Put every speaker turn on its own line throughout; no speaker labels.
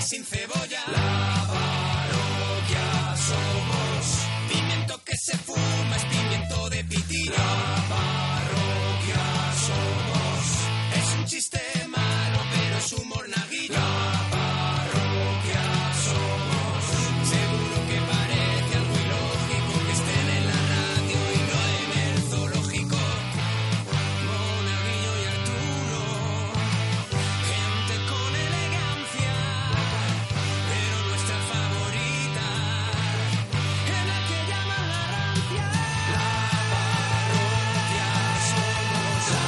sin cebolla. La parroquia somos. Pimiento que se fuma es pimiento de pitillo. La parroquia somos. Es un chiste malo, pero es un monaguillo. La parroquia somos. Seguro que parece algo ilógico que estén en la radio y no en el zoológico. Monaguillo y Arturo. Gente con elegancia, pero nuestra favorita es la que llaman la rancia. La parroquia somos, la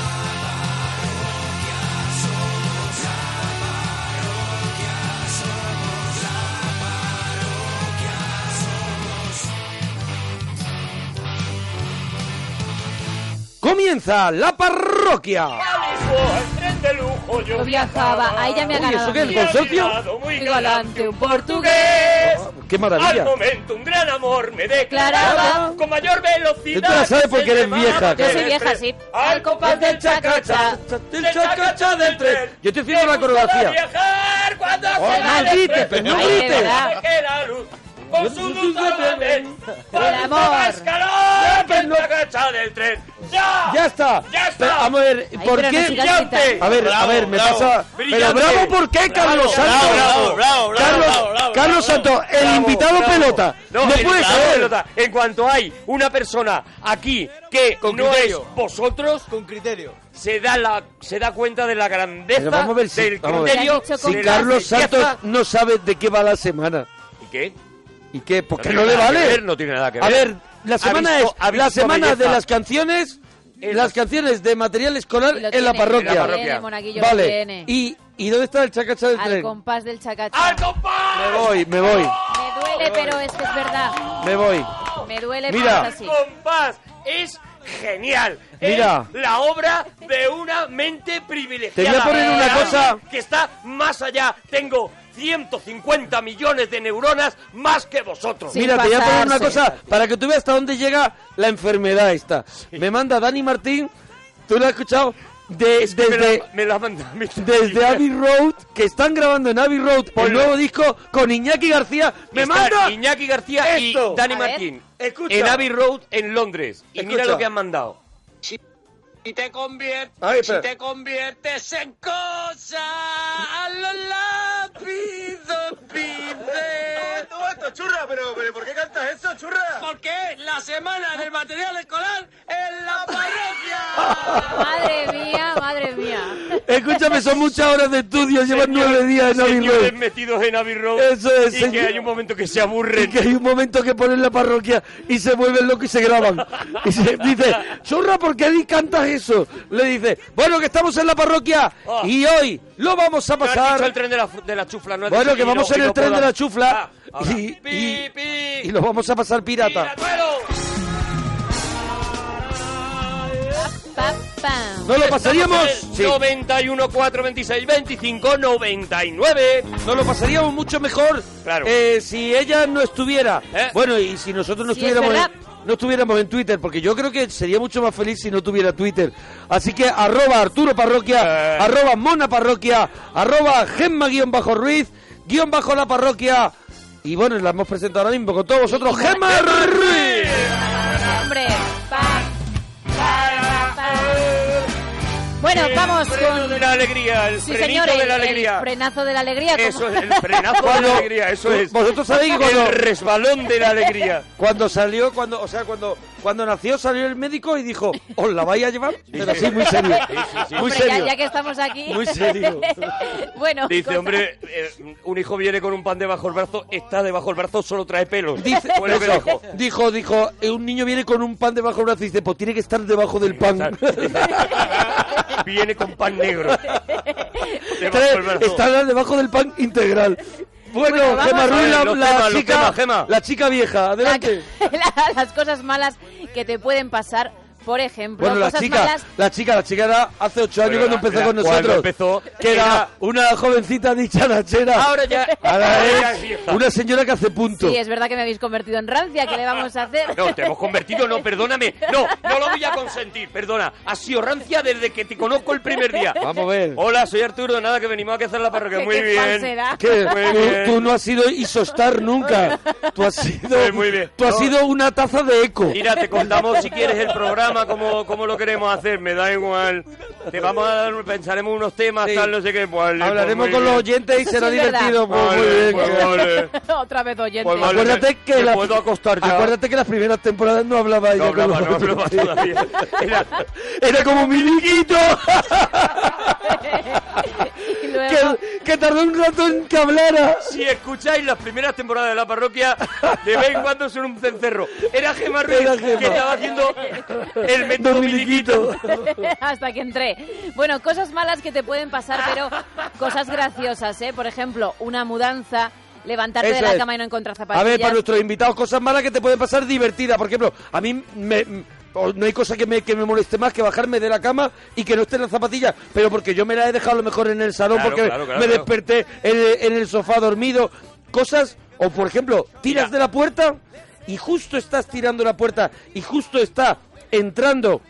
parroquia somos, la parroquia somos, la parroquia somos.
Comienza la parroquia.
Yo viajaba, ahí ya me ha
Uy, ¿eso
ganado.
qué, el consorcio?
Muy galante, un portugués.
¡Qué maravilla!
Al momento un gran amor me
Declaraba.
declaraba con mayor velocidad.
Tú la sabes porque eres vieja,
Yo soy
Del
vieja, sí.
Al compás del chacacha.
Del chacacha del tren. Yo estoy haciendo la coreografía.
viajar cuando
Oh,
se va
no
de
grites,
frente.
pero no
Ay, de
grites.
verdad.
Que la luz con su dulce vaivén, con
El
su
amor.
más calor que el chacacha del tren. ¡Ya!
pues, Ya está.
¡Ya está!
Pero, vamos a ver,
Ay,
¿por
pero no
qué?
sigas Brillante. gritando.
a ver, a ver, me pasa. Pero bravo, ¿por qué, Carlos Santos?
bravo, bravo, bravo,
Carlos,
bravo, bravo,
Carlos
bravo,
Santos, el
Bravo,
invitado
bravo.
pelota. No,
el
puede
invitado
ser.
pelota. En cuanto hay una persona aquí que
Con
no
criterio.
es vosotros,
Con criterio.
se da la se da cuenta de la grandeza
Pero vamos a ver si-
del
vamos a ver.
criterio
Te ha dicho
Si
con-
de la
Carlos Santos
belleza.
no sabe de qué va la semana.
¿Y qué?
¿Y qué? ¿Por qué
tiene
no le
nada que
vale?
ver, no tiene nada que ver.
A ver, la semana
Aviso-
es la
aviso
semana de
belleza.
las canciones,
En
las
las-
canciones de material escolar
Y lo
en la
tiene,
parroquia.
lo
En la parroquia.
tiene, monaguillo, lo
Vale.
tiene.
¿Y, ¿Y dónde está el chacacha del
Al
tren?
compás del chacacha.
¡Al compás!
Me voy, me voy,
Me duele, pero es que es verdad.
me voy.
Me duele,
Mira.
pero es
¡Al
así.
compás! Es genial.
Mira.
Es la obra de una mente privilegiada.
Te voy a poner una
De
cosa-
alguien que está más allá. Tengo 150 millones de neuronas más que vosotros.
Sí. Sin
Mira, te voy a poner una
pasarse.
cosa para que tú veas hasta dónde llega la enfermedad esta. Me manda Dani Martín, tú lo has escuchado, de-
Es que me
desde,
la- me la manda a mí.
desde Abbey Road, que están grabando en Abbey Road el
Ponlo.
nuevo disco con Iñaki García. ¡Me
Está
manda!
Iñaki García
esto.
y Dani
A ver.
Martín.
Escucha.
En Abbey Road, en Londres. Y mira
Escucha.
lo que han mandado.
Si te conviertes,
Ay, espera.
si te conviertes en cosa, a los lápidos pides.
Todo esto, churra, pero, pero ¿por qué cantas eso, churra?
Porque la semana del material escolar en la parroquia.
Madre mía, madre mía.
Escúchame, son muchas horas de estudio, llevan
Señor-
nueve días en Abbey
señores
Road.
metidos en Abbey Road.
Eso es,
Y
señor.
que hay un momento que se
Y
aburren.
que hay un momento que ponen la parroquia y se vuelven locos y se graban. Y se dice, churra, ¿por qué di- cantas eso? Le dice, bueno, que estamos en la parroquia
Ah.
y hoy lo vamos a
No has dicho el
pasar.
tren de la, de la chufla, no has
Bueno,
dicho
que
y
vamos
no-
en
y
el
no
tren de
podamos.
la chufla
Ah, ahora.
y,
Pi,
y-
pi,
y lo vamos a pasar pirata.
piratuelo.
Pa, pam.
¿No lo pasaríamos?
Estamos
Sí.
en 91, 4, 26, 25, 99.
Nos lo pasaríamos mucho mejor
Claro.
eh, si ella no estuviera.
¿Eh?
Bueno, y si nosotros no,
Sí, es
estuviéramos
verdad.
en, no estuviéramos en Twitter, porque yo creo que sería mucho más feliz si no tuviera Twitter. Así que arroba Arturo Parroquia,
Eh.
arroba Mona Parroquia, arroba Gemma guión bajo Ruiz, guión bajo la parroquia. Y bueno, la hemos presentado ahora mismo con todos vosotros. Gemma Ruiz.
Hombre, pam. Bueno, vamos
El freno
con...
de la alegría, el
Sí,
frenito
señor,
de
el,
la
el
alegría.
frenazo de la alegría. como-
Eso es el frenazo de
Cuando-
la alegría, eso es.
Vosotros sabéis que cuando-
el resbalón de la alegría.
Cuando salió, cuando, o sea, cuando, cuando nació salió el médico y dijo, ¿os la vais a llevar? Pero así, muy serio. Muy
Hombre, ya-
serio.
Ya, que estamos aquí.
Muy serio.
bueno,
Dice,
cosa-
hombre, eh, un hijo viene con un pan debajo del brazo, está debajo del brazo, solo trae pelos.
Dice,
Fue lo que
eso,
dijo.
dijo, dijo, eh, un niño viene con un pan debajo del brazo y dice, pues tiene que estar debajo del pan.
Viene con pan negro. Debajo del brazo.
Estará debajo del pan integral. Bueno,
Bueno, vamos
Gemma
a
Ruiz,
ver,
la,
los
la
temas, los
chica,
temas, Gemma.
la chica vieja,
la-
adelante.
la- las cosas malas que te pueden pasar Por ejemplo,
Bueno, la
cosas
chica,
malas.
la chica, la chica era hace ocho años cuando
Pero la-
empezó
la-
con
cuando
nosotros.
empezó,
que era,
era-
una jovencita dicharachera.
Ahora ya-
Ahora
ahora
es
ya es vieja.
una señora que hace punto.
Sí, es verdad que me habéis convertido en rancia, ¿qué le vamos a hacer?
No, te hemos convertido, no, perdóname. No, no lo voy a consentir, perdona. Has sido rancia desde que te conozco el primer día.
Vamos a ver.
Hola, soy Arturo, nada, que venimos aquí a hacer la parroquia.
Qué-
Muy
qué
bien.
falsedad.
Que
Muy bien.
tú, tú no has sido isostar nunca. Tú has sido,
Pues muy bien.
Tú has
No.
sido una taza de eco.
Mira, te contamos si quieres el programa, cómo, cómo lo queremos hacer, me da igual. Te vamos a dar, pensaremos unos temas,
Sí.
tal, no sé qué. Vale,
Hablaremos
pues muy
con los
bien.
oyentes y
Eso
será
sí es verdad.
divertido. Pues,
Vale,
muy bien.
pues vale.
Otra vez oyente.
Pues vale.
Acuérdate
me-
que
me
la-
puedo acostar ya.
Acuérdate que las primeras temporadas no hablaba
No
ella con
hablaba, no
los
hablaba
oyentes.
todavía. Era-
Era como miliquito.
y luego,
que, que tardó un rato en que hablara.
Si escucháis las primeras temporadas de la parroquia, de vez en cuando son un cencerro. Era Gemma Ruiz
Era Gemma.
que estaba haciendo el método miliquito.
Dominiquito.
hasta que entré. Bueno, cosas malas que te pueden pasar, pero cosas graciosas, ¿eh? Por ejemplo, una mudanza, levantarte de
Eso
la
es.
cama y no encontrar
A
zapatillas.
ver, para nuestros invitados, cosas malas que te pueden pasar divertidas. Por ejemplo, a mí me, m- o- no hay cosa que me, que me moleste más que bajarme de la cama y que no estén las zapatillas. Pero porque yo me las he dejado a lo mejor en el salón,
Claro,
porque
claro, claro,
me
claro.
desperté en, el- en el sofá dormido. Cosas, o por ejemplo, tiras
Mira.
de la puerta y justo estás tirando la puerta y justo está entrando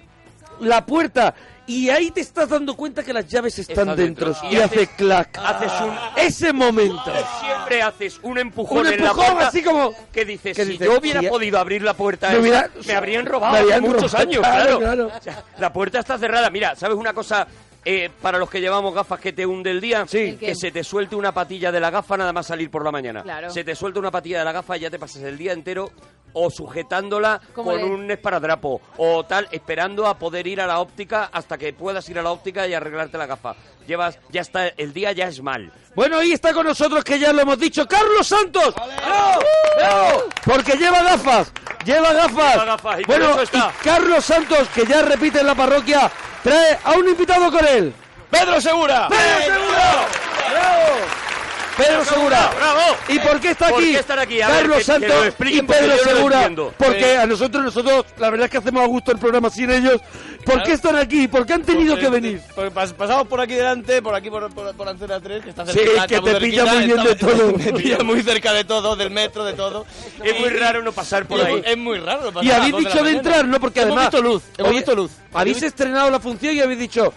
la puerta. Y ahí te estás dando cuenta que las llaves están
Está
dentro,
dentro.
y,
Y
hace
haces-
clac.
haces un-
Ese momento.
Siempre haces un empujón,
Un
en la
empujón,
puerta
así como-
que dices,
que
si
dices,
yo hubiera
si ya-
podido abrir la puerta,
Me
esa,
hubiera-
me habrían robado
me
hace
habrían
muchos
robado,
años,
claro,
claro.
claro.
O sea, la puerta está cerrada. Mira, ¿sabes una cosa? Eh, para los que llevamos gafas que te hunde el día,
Sí.
¿El qué?
que se te suelte una patilla de la gafa nada más salir por la mañana.
Claro.
Se te suelta una patilla de la gafa y ya te pasas el día entero o sujetándola
Como
con
le-
un esparadrapo o tal, esperando a poder ir a la óptica hasta que puedas ir a la óptica y arreglarte la gafa. Llevas, ya está, el día ya es mal.
Bueno, ahí está con nosotros, que ya lo hemos dicho, Carlos Santos. ¡Bravo! ¡Bravo! Porque lleva gafas, lleva gafas.
Lleva gafas, y por
bueno,
eso está.
y Carlos Santos, que ya repite en la parroquia, trae a un invitado con él.
¡Pedro Segura!
¡Pedro Segura! Pedro Segura.
¡Bravo!
¿Y por qué está aquí?
¿Por qué están aquí? A ver,
Carlos
que- que
Santos
lo expliquen,
y Pedro
porque yo no lo
Segura.
entiendo.
porque
Eh.
a nosotros, nosotros, la verdad es que hacemos a gusto el programa sin ellos. ¿Por qué están aquí? ¿Por qué han tenido que venir?
Porque pues, pas- pasamos por aquí delante, por aquí por, por, por Antena 3, que está
Sí,
cerca.
que te pilla muy bien de todo.
Me pilla muy cerca de todo, del metro, de todo.
Es muy
Y-
raro no pasar por
y es
ahí.
muy- Es muy raro. no pasa
Y
nada,
habéis
dos la
dicho de
mañana.
entrar, ¿no? Porque
Hemos
además...
visto luz, hemos
Oye,
visto luz.
Habéis estrenado la función y habéis dicho...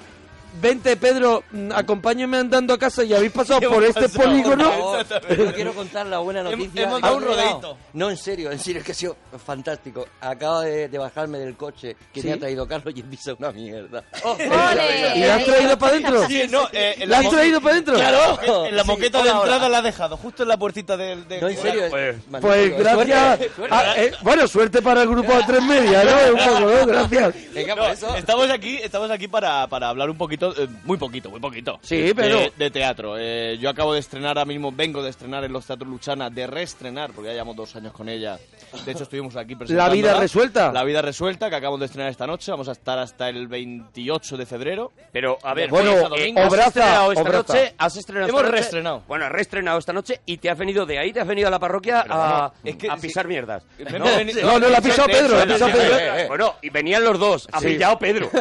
Vente, Pedro, mm, acompáñame andando a casa y habéis pasado por este
pasado?
polígono.
Yo quiero contar la buena
Hemos-
noticia.
hemos dado un
Ah, no,
rodeíto.
No, en serio, en serio, es que ha sido fantástico. Acabo de, de bajarme del coche que me ha traído Carlos y he pisado una mierda.
¡Ole!
Oh, ¿Y la han traído para adentro?
Sí, no, eh, en
¿La
la
has
mo-
traído para adentro?
Claro, en la
Sí,
moqueta de
hola, hola.
entrada la ha dejado, justo en la puertita del... del-
No, en serio. eh.
Pues-
magnífico.
Pues gracias. Ah, eh, bueno, suerte para el grupo de tres media, ¿no? Un poco, ¿no? Gracias.
Venga,
No,
por eso.
estamos aquí, estamos aquí para, para hablar un poquito, eh, muy poquito, muy poquito.
Sí, pero-
De, de teatro. Eh, yo acabo de estrenar, ahora mismo vengo de estrenar en los Teatros Luchana, de reestrenar, porque ya llevamos dos años con ella. De hecho, estuvimos aquí presentándola.
La vida resuelta.
La vida resuelta, que acabamos de estrenar esta noche. Vamos a estar hasta el 28 de febrero.
Pero, a ver,
Bueno,
oye, eh,
Obraza,
has estrenado esta
Obraza.
noche, has estrenado
Hemos
esta noche.
reestrenado.
Bueno, has reestrenado esta noche y te has venido de ahí, te has venido a la parroquia a,
es que
a
sí.
pisar mierdas.
Me-
No,
me he venido-
No, no, la ha pisado
de hecho, eh,
Pedro, la ha
de-
pisado
de-
Pedro.
de-
Bueno, y venían los dos, ha
Sí.
pillado Pedro.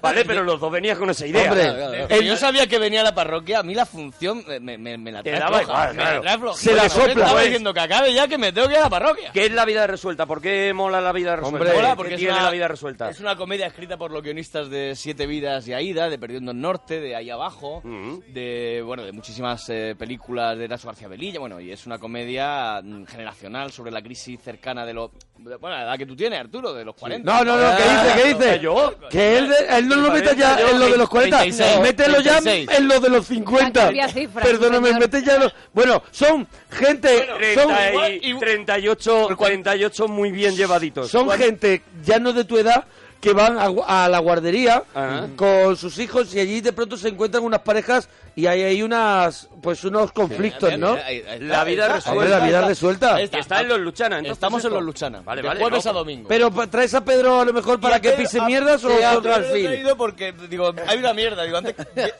vale, pero los dos venían con esa idea.
Hombre,
de- de- Yo sabía que venía a la parroquia, a mí la función eh, me, me- me la
Te
trae
daba
floja,
igual,
me
claro.
trae floja.
Se la
Yo
sopla,
Estaba
pues.
diciendo que acabe ya, que me tengo que ir a la parroquia.
¿Qué es la vida resuelta? ¿Por qué mola la vida resuelta?
Hombre,
Mola,
¿Qué
porque es
tiene
una,
la vida resuelta?
Es una comedia escrita por los guionistas de Siete Vidas y Aida, de Perdiendo el Norte, de Ahí Abajo,
Ujú.
de bueno de muchísimas eh, películas de Eraso García Belilla. Bueno, y es una comedia mm, generacional sobre la crisis cercana de los. de- bueno, la edad que tú tienes, Arturo, de los 40.
No, no, no, ¿qué dice? ¿Qué dice?
Yo.
Que él, él no lo meta ya en lo de los 40,
36,
mételo ya
36.
en lo de los 50.
Ya cambia cifras,
Perdóname,
señor.
mete ya en lo... Bueno, son gente,
Treinta
son,
y- 38, 38 muy bien llevaditos.
son gente ya no de tu edad que van a, gu- a la guardería
Ajá.
con sus hijos y allí de pronto se encuentran unas parejas y hay, hay unas, pues unos conflictos, ¿no?
Ahí- ahí está,
La
ahí
vida
está.
Hombre, la
resuelta.
vida resuelta.
Ahí está.
Está en los Luchana. entonces,
Estamos en
esto.
los Luchana,
Vale,
de
vale.
jueves
no,
a domingo.
Pero pa- traes a Pedro a lo mejor para ah, que
Ah,
pise mierdas o otro al
Yo lo he
fin.
traído porque, digo, hay una mierda. Digo, antes, antes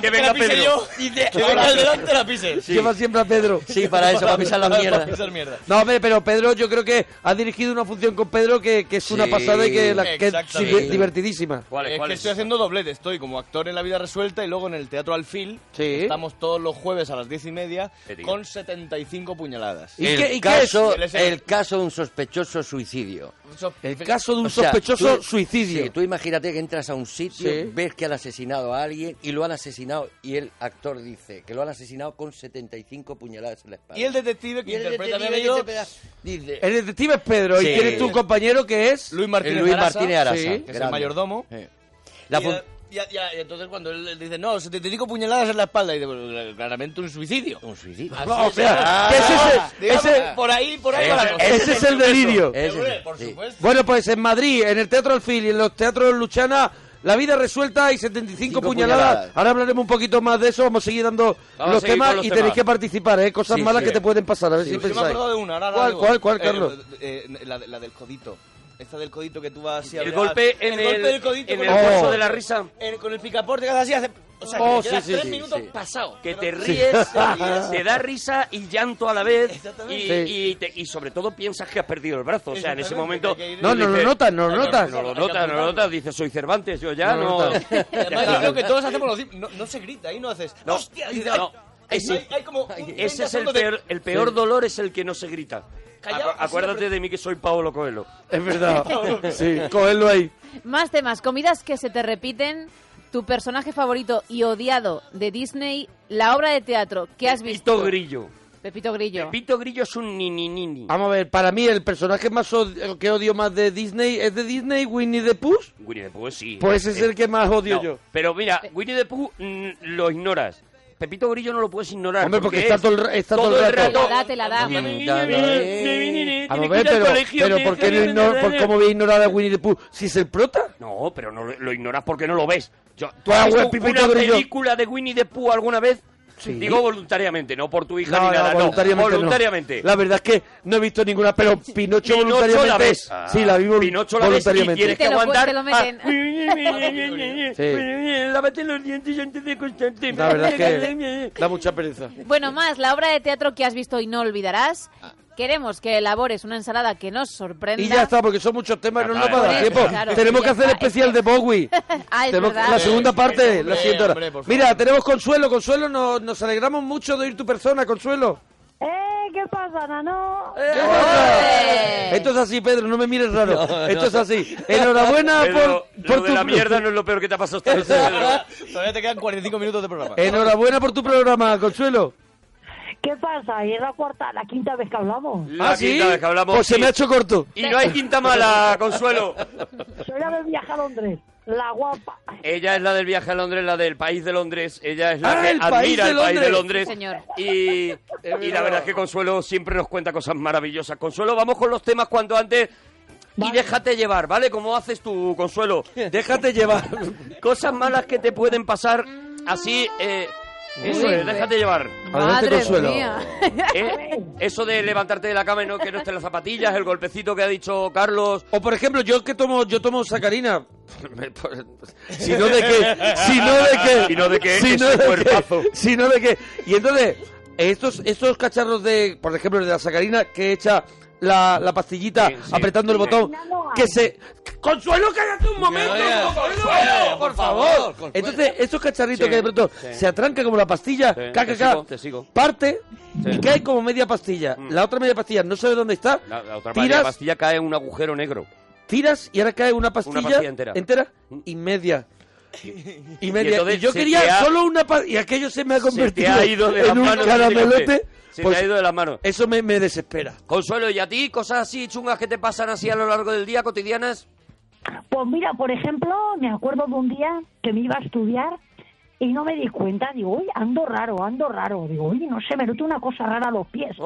Que venga
la pise
Pedro.
yo, que venga el delante la pises.
Lleva siempre a Pedro.
Sí, para eso, para pisar la mierda.
Para pisar mierda.
No, hombre, pero Pedro, yo creo que has dirigido una función con Pedro que, que es una
Sí.
pasada y que, la- que es
Exactamente.
diver- divertidísima.
¿Cuál es?
es
¿Cuál
que
es
estoy
esa?
haciendo doblete, estoy como actor en La Vida Resuelta y luego en el Teatro Alfil.
Sí.
que Estamos todos los jueves a las diez y media
Qué tío.
con 75 puñaladas.
¿Y
el,
qué- y qué es?
caso,
es?
el caso de un sospechoso suicidio.
Eso-
El caso de un
O sea,
sospechoso
tú-
suicidio.
Sí, tú imagínate que entras a un sitio,
Sí.
ves que han asesinado a alguien y lo han asesinado y el actor dice que lo han asesinado con 75 puñaladas en la espalda.
Y el detective que
Y el
interpreta
detective
a Bello,
dice, "Pero-". dice,
El detective es Pedro
Sí.
y tienes tu compañero que es...
Luis Martínez
el Luis
Arasa,
Martínez Arasa,
que es el
grande.
mayordomo.
Eh. La
Y,
fun-
eh, y, y- y entonces cuando él él dice, no, 75 puñaladas en la espalda, y dice, "Pues, claramente un suicidio.
un suicidio.
Así
No, o
es,
sea,
ah,
que ese es el-
digamos,
ese-
por ahí, por ahí va la cosa.
Ese es el delirio.
Eh, ese-
Hombre, por
sí.
supuesto.
Bueno, pues en Madrid, en el Teatro Alfil y en los teatros Luchana, la vida resuelta y 75
Cinco
puñaladas.
puñaladas.
Ahora hablaremos un poquito más de eso, vamos a seguir dando
Vamos a
los
seguir
temas
con los
y
temas.
tenéis que participar, ¿eh? Cosas
Sí,
malas
sí.
que te pueden pasar, a ver si
Yo me he
pensáis.
acordado de una, ahora, ahora
¿Cuál,
digo.
cuál, cuál,
Eh,
Carlos?
eh, la, de- la del codito. Esta del codito que tú vas así a
El
ver-
golpe en el,
golpe del codito
en
con
el
el-
bolso
Oh.
de la risa.
el- con el picaporte que haces así hace... O sea,
Oh,
que te quedas
sí, sí,
tres
sí,
minutos
sí.
pasado.
Que
Pero-
te ríes,
te ríes.
te da risa y llanto a la vez. Y,
Exactamente.
y te- y sobre todo piensas que has perdido el brazo. O sea, en ese
Exactamente,
momento.
que hay que ir-
No, no lo
dices-
notas, no lo
Hay que
notas.
eh, No lo
Hay que
notas, no lo
apuntarlo.
notas. Dices, soy Cervantes, yo ya
No lo
no.
notas.
Y Además, yo creo que todos hacemos lo mismo. No, no se grita, ahí no haces...
No,
¡Hostia! y
no,
dices, ay,
no.
ay,
Ese-
hay- hay como un 30
Ese es el
segundos de-
peor, el peor dolor, es el que no se grita.
Callado,
Acu-
así
acuérdate
apre-
de mí que soy Paolo Coelho.
Es verdad. sí, cogedlo ahí.
Más temas, comidas que se te repiten, tu personaje favorito y odiado de Disney, la obra de teatro que has visto.
Pito Grillo.
Pepito Grillo.
Pito Grillo es un ni ni ni ni.
Vamos a ver, para mí el personaje más od- que odio más de Disney es de Disney, Winnie the Pooh.
Winnie the Pooh sí.
Pues ese es el que más odio
No,
yo.
Pero mira,
Eh.
Winnie the Pooh mm, lo ignoras. Pepito Grillo no lo puedes ignorar.
Hombre, porque está
es
todo el ra- está todo el rato.
Te la da, te la da.
Tiene
Mm,
que ir
da,
a-
da, eh.
tiene
Vamos
que
a ver,
ir al
pero,
colegio,
pero
tiene
¿por
que
qué no
ir a-
ignor- por cómo voy a ignorar a Winnie the Pooh si es el prota?
No, pero no lo, lo ignoras porque no lo ves. Yo,
Tú has
visto
visto Pues, Pepito
una
Grillo?
película de Winnie the Pooh alguna vez?
Sí.
Digo voluntariamente, no por tu hija
No,
ni nada.
no, voluntariamente. no.
voluntariamente.
La verdad es que no he visto ninguna, pero Pinocho,
Pinocho
voluntariamente.
la ves.
Sí, la vi vol-
Pinocho la ves y
voluntariamente.
tienes
Te
que
lo pu-
aguantar.
te lo meten.
Ah,
Sí.
Lávate los dientes antes de constante.
La verdad es que da mucha pereza.
Bueno, más la obra de teatro que has visto y no olvidarás. Queremos que elabores una ensalada que nos sorprenda.
Y ya está, porque son muchos temas y no nos va a
claro,
dar tiempo.
claro,
tenemos
ya
que hacer
está,
especial
es
de Bowie.
Ah, es
Tenemos-
verdad.
la segunda parte, la
hombre,
siguiente hora.
hombre, por favor.
Mira, tenemos Consuelo. Consuelo, no- nos alegramos mucho de oír tu persona, Consuelo.
¡Eh! ¿Qué pasa, Nano?
Eh,
¿Qué pasa? Esto es así, Pedro, no me mires raro. Esto es así. Enhorabuena
Pedro,
por, por
lo de
tu
la mierda no es lo peor que te ha pasado esta noche, Pedro.
Todavía te quedan 45 minutos de programa.
Enhorabuena por tu programa, Consuelo.
¿Qué pasa? Y es la cuarta, la quinta vez que hablamos.
La
¿Ah, sí?
quinta vez que hablamos,
Pues se
sí.
me ha hecho corto.
Y no hay quinta mala, Consuelo.
Soy la del viaje a Londres, la guapa.
Ella es la del viaje a Londres, la del país de Londres. Ella es la
Ah,
que
el
admira
país de
el país de
Londres.
Londres.
Sí, señor.
Y, y la verdad es que Consuelo siempre nos cuenta cosas maravillosas. Consuelo, vamos con los temas cuanto antes. Y déjate llevar, ¿vale? Como haces tú, Consuelo.
Déjate llevar.
Cosas malas que te pueden pasar así. eh, eso
pues.
es, déjate llevar.
Adelante,
Madre
Consuelo.
mía.
Eh, Eso de levantarte de la cama y no que no estén las zapatillas, el golpecito que ha dicho Carlos.
O por ejemplo, yo que tomo, yo tomo sacarina. si no de qué, si no de qué,
Si no de qué,
si
es
no
un
de
cuerpazo.
qué, si no de qué. Y entonces, estos, estos cacharros de, por ejemplo, de la sacarina que echa la, la pastillita
Sí, sí.
apretando el botón, que se... ¡Consuelo, cállate un momento!
Oye,
¡Consuelo, por
por
favor!
favor,
Entonces, estos cacharritos
Sí,
que de pronto
sí.
se atranca como la pastilla,
Sí,
ca,
te
ca, ca,
sigo, te sigo.
parte
Sí. Mm.
y cae como media pastilla. La otra media pastilla no sabe dónde está,
La, la otra
tiras,
pastilla cae en un agujero negro.
tiras y ahora cae una pastilla,
pastilla entera. Mm.
y media. Y, media.
Y entonces
Y yo
se te
quería
ha-
solo una pastilla. Y aquello se me ha
Se te
convertido
ha ido de las
en un
manos.
caramelote.
Se
Pues
te ha ido de las manos.
Eso me, me desespera.
Consuelo, ¿y a ti cosas así chungas que te pasan así a lo largo del día, cotidianas?
Pues mira, por ejemplo, me acuerdo de un día que me iba a estudiar y no me di cuenta. Digo, uy, ando raro, ando raro. Digo, uy, no sé, me noto una cosa rara a los pies.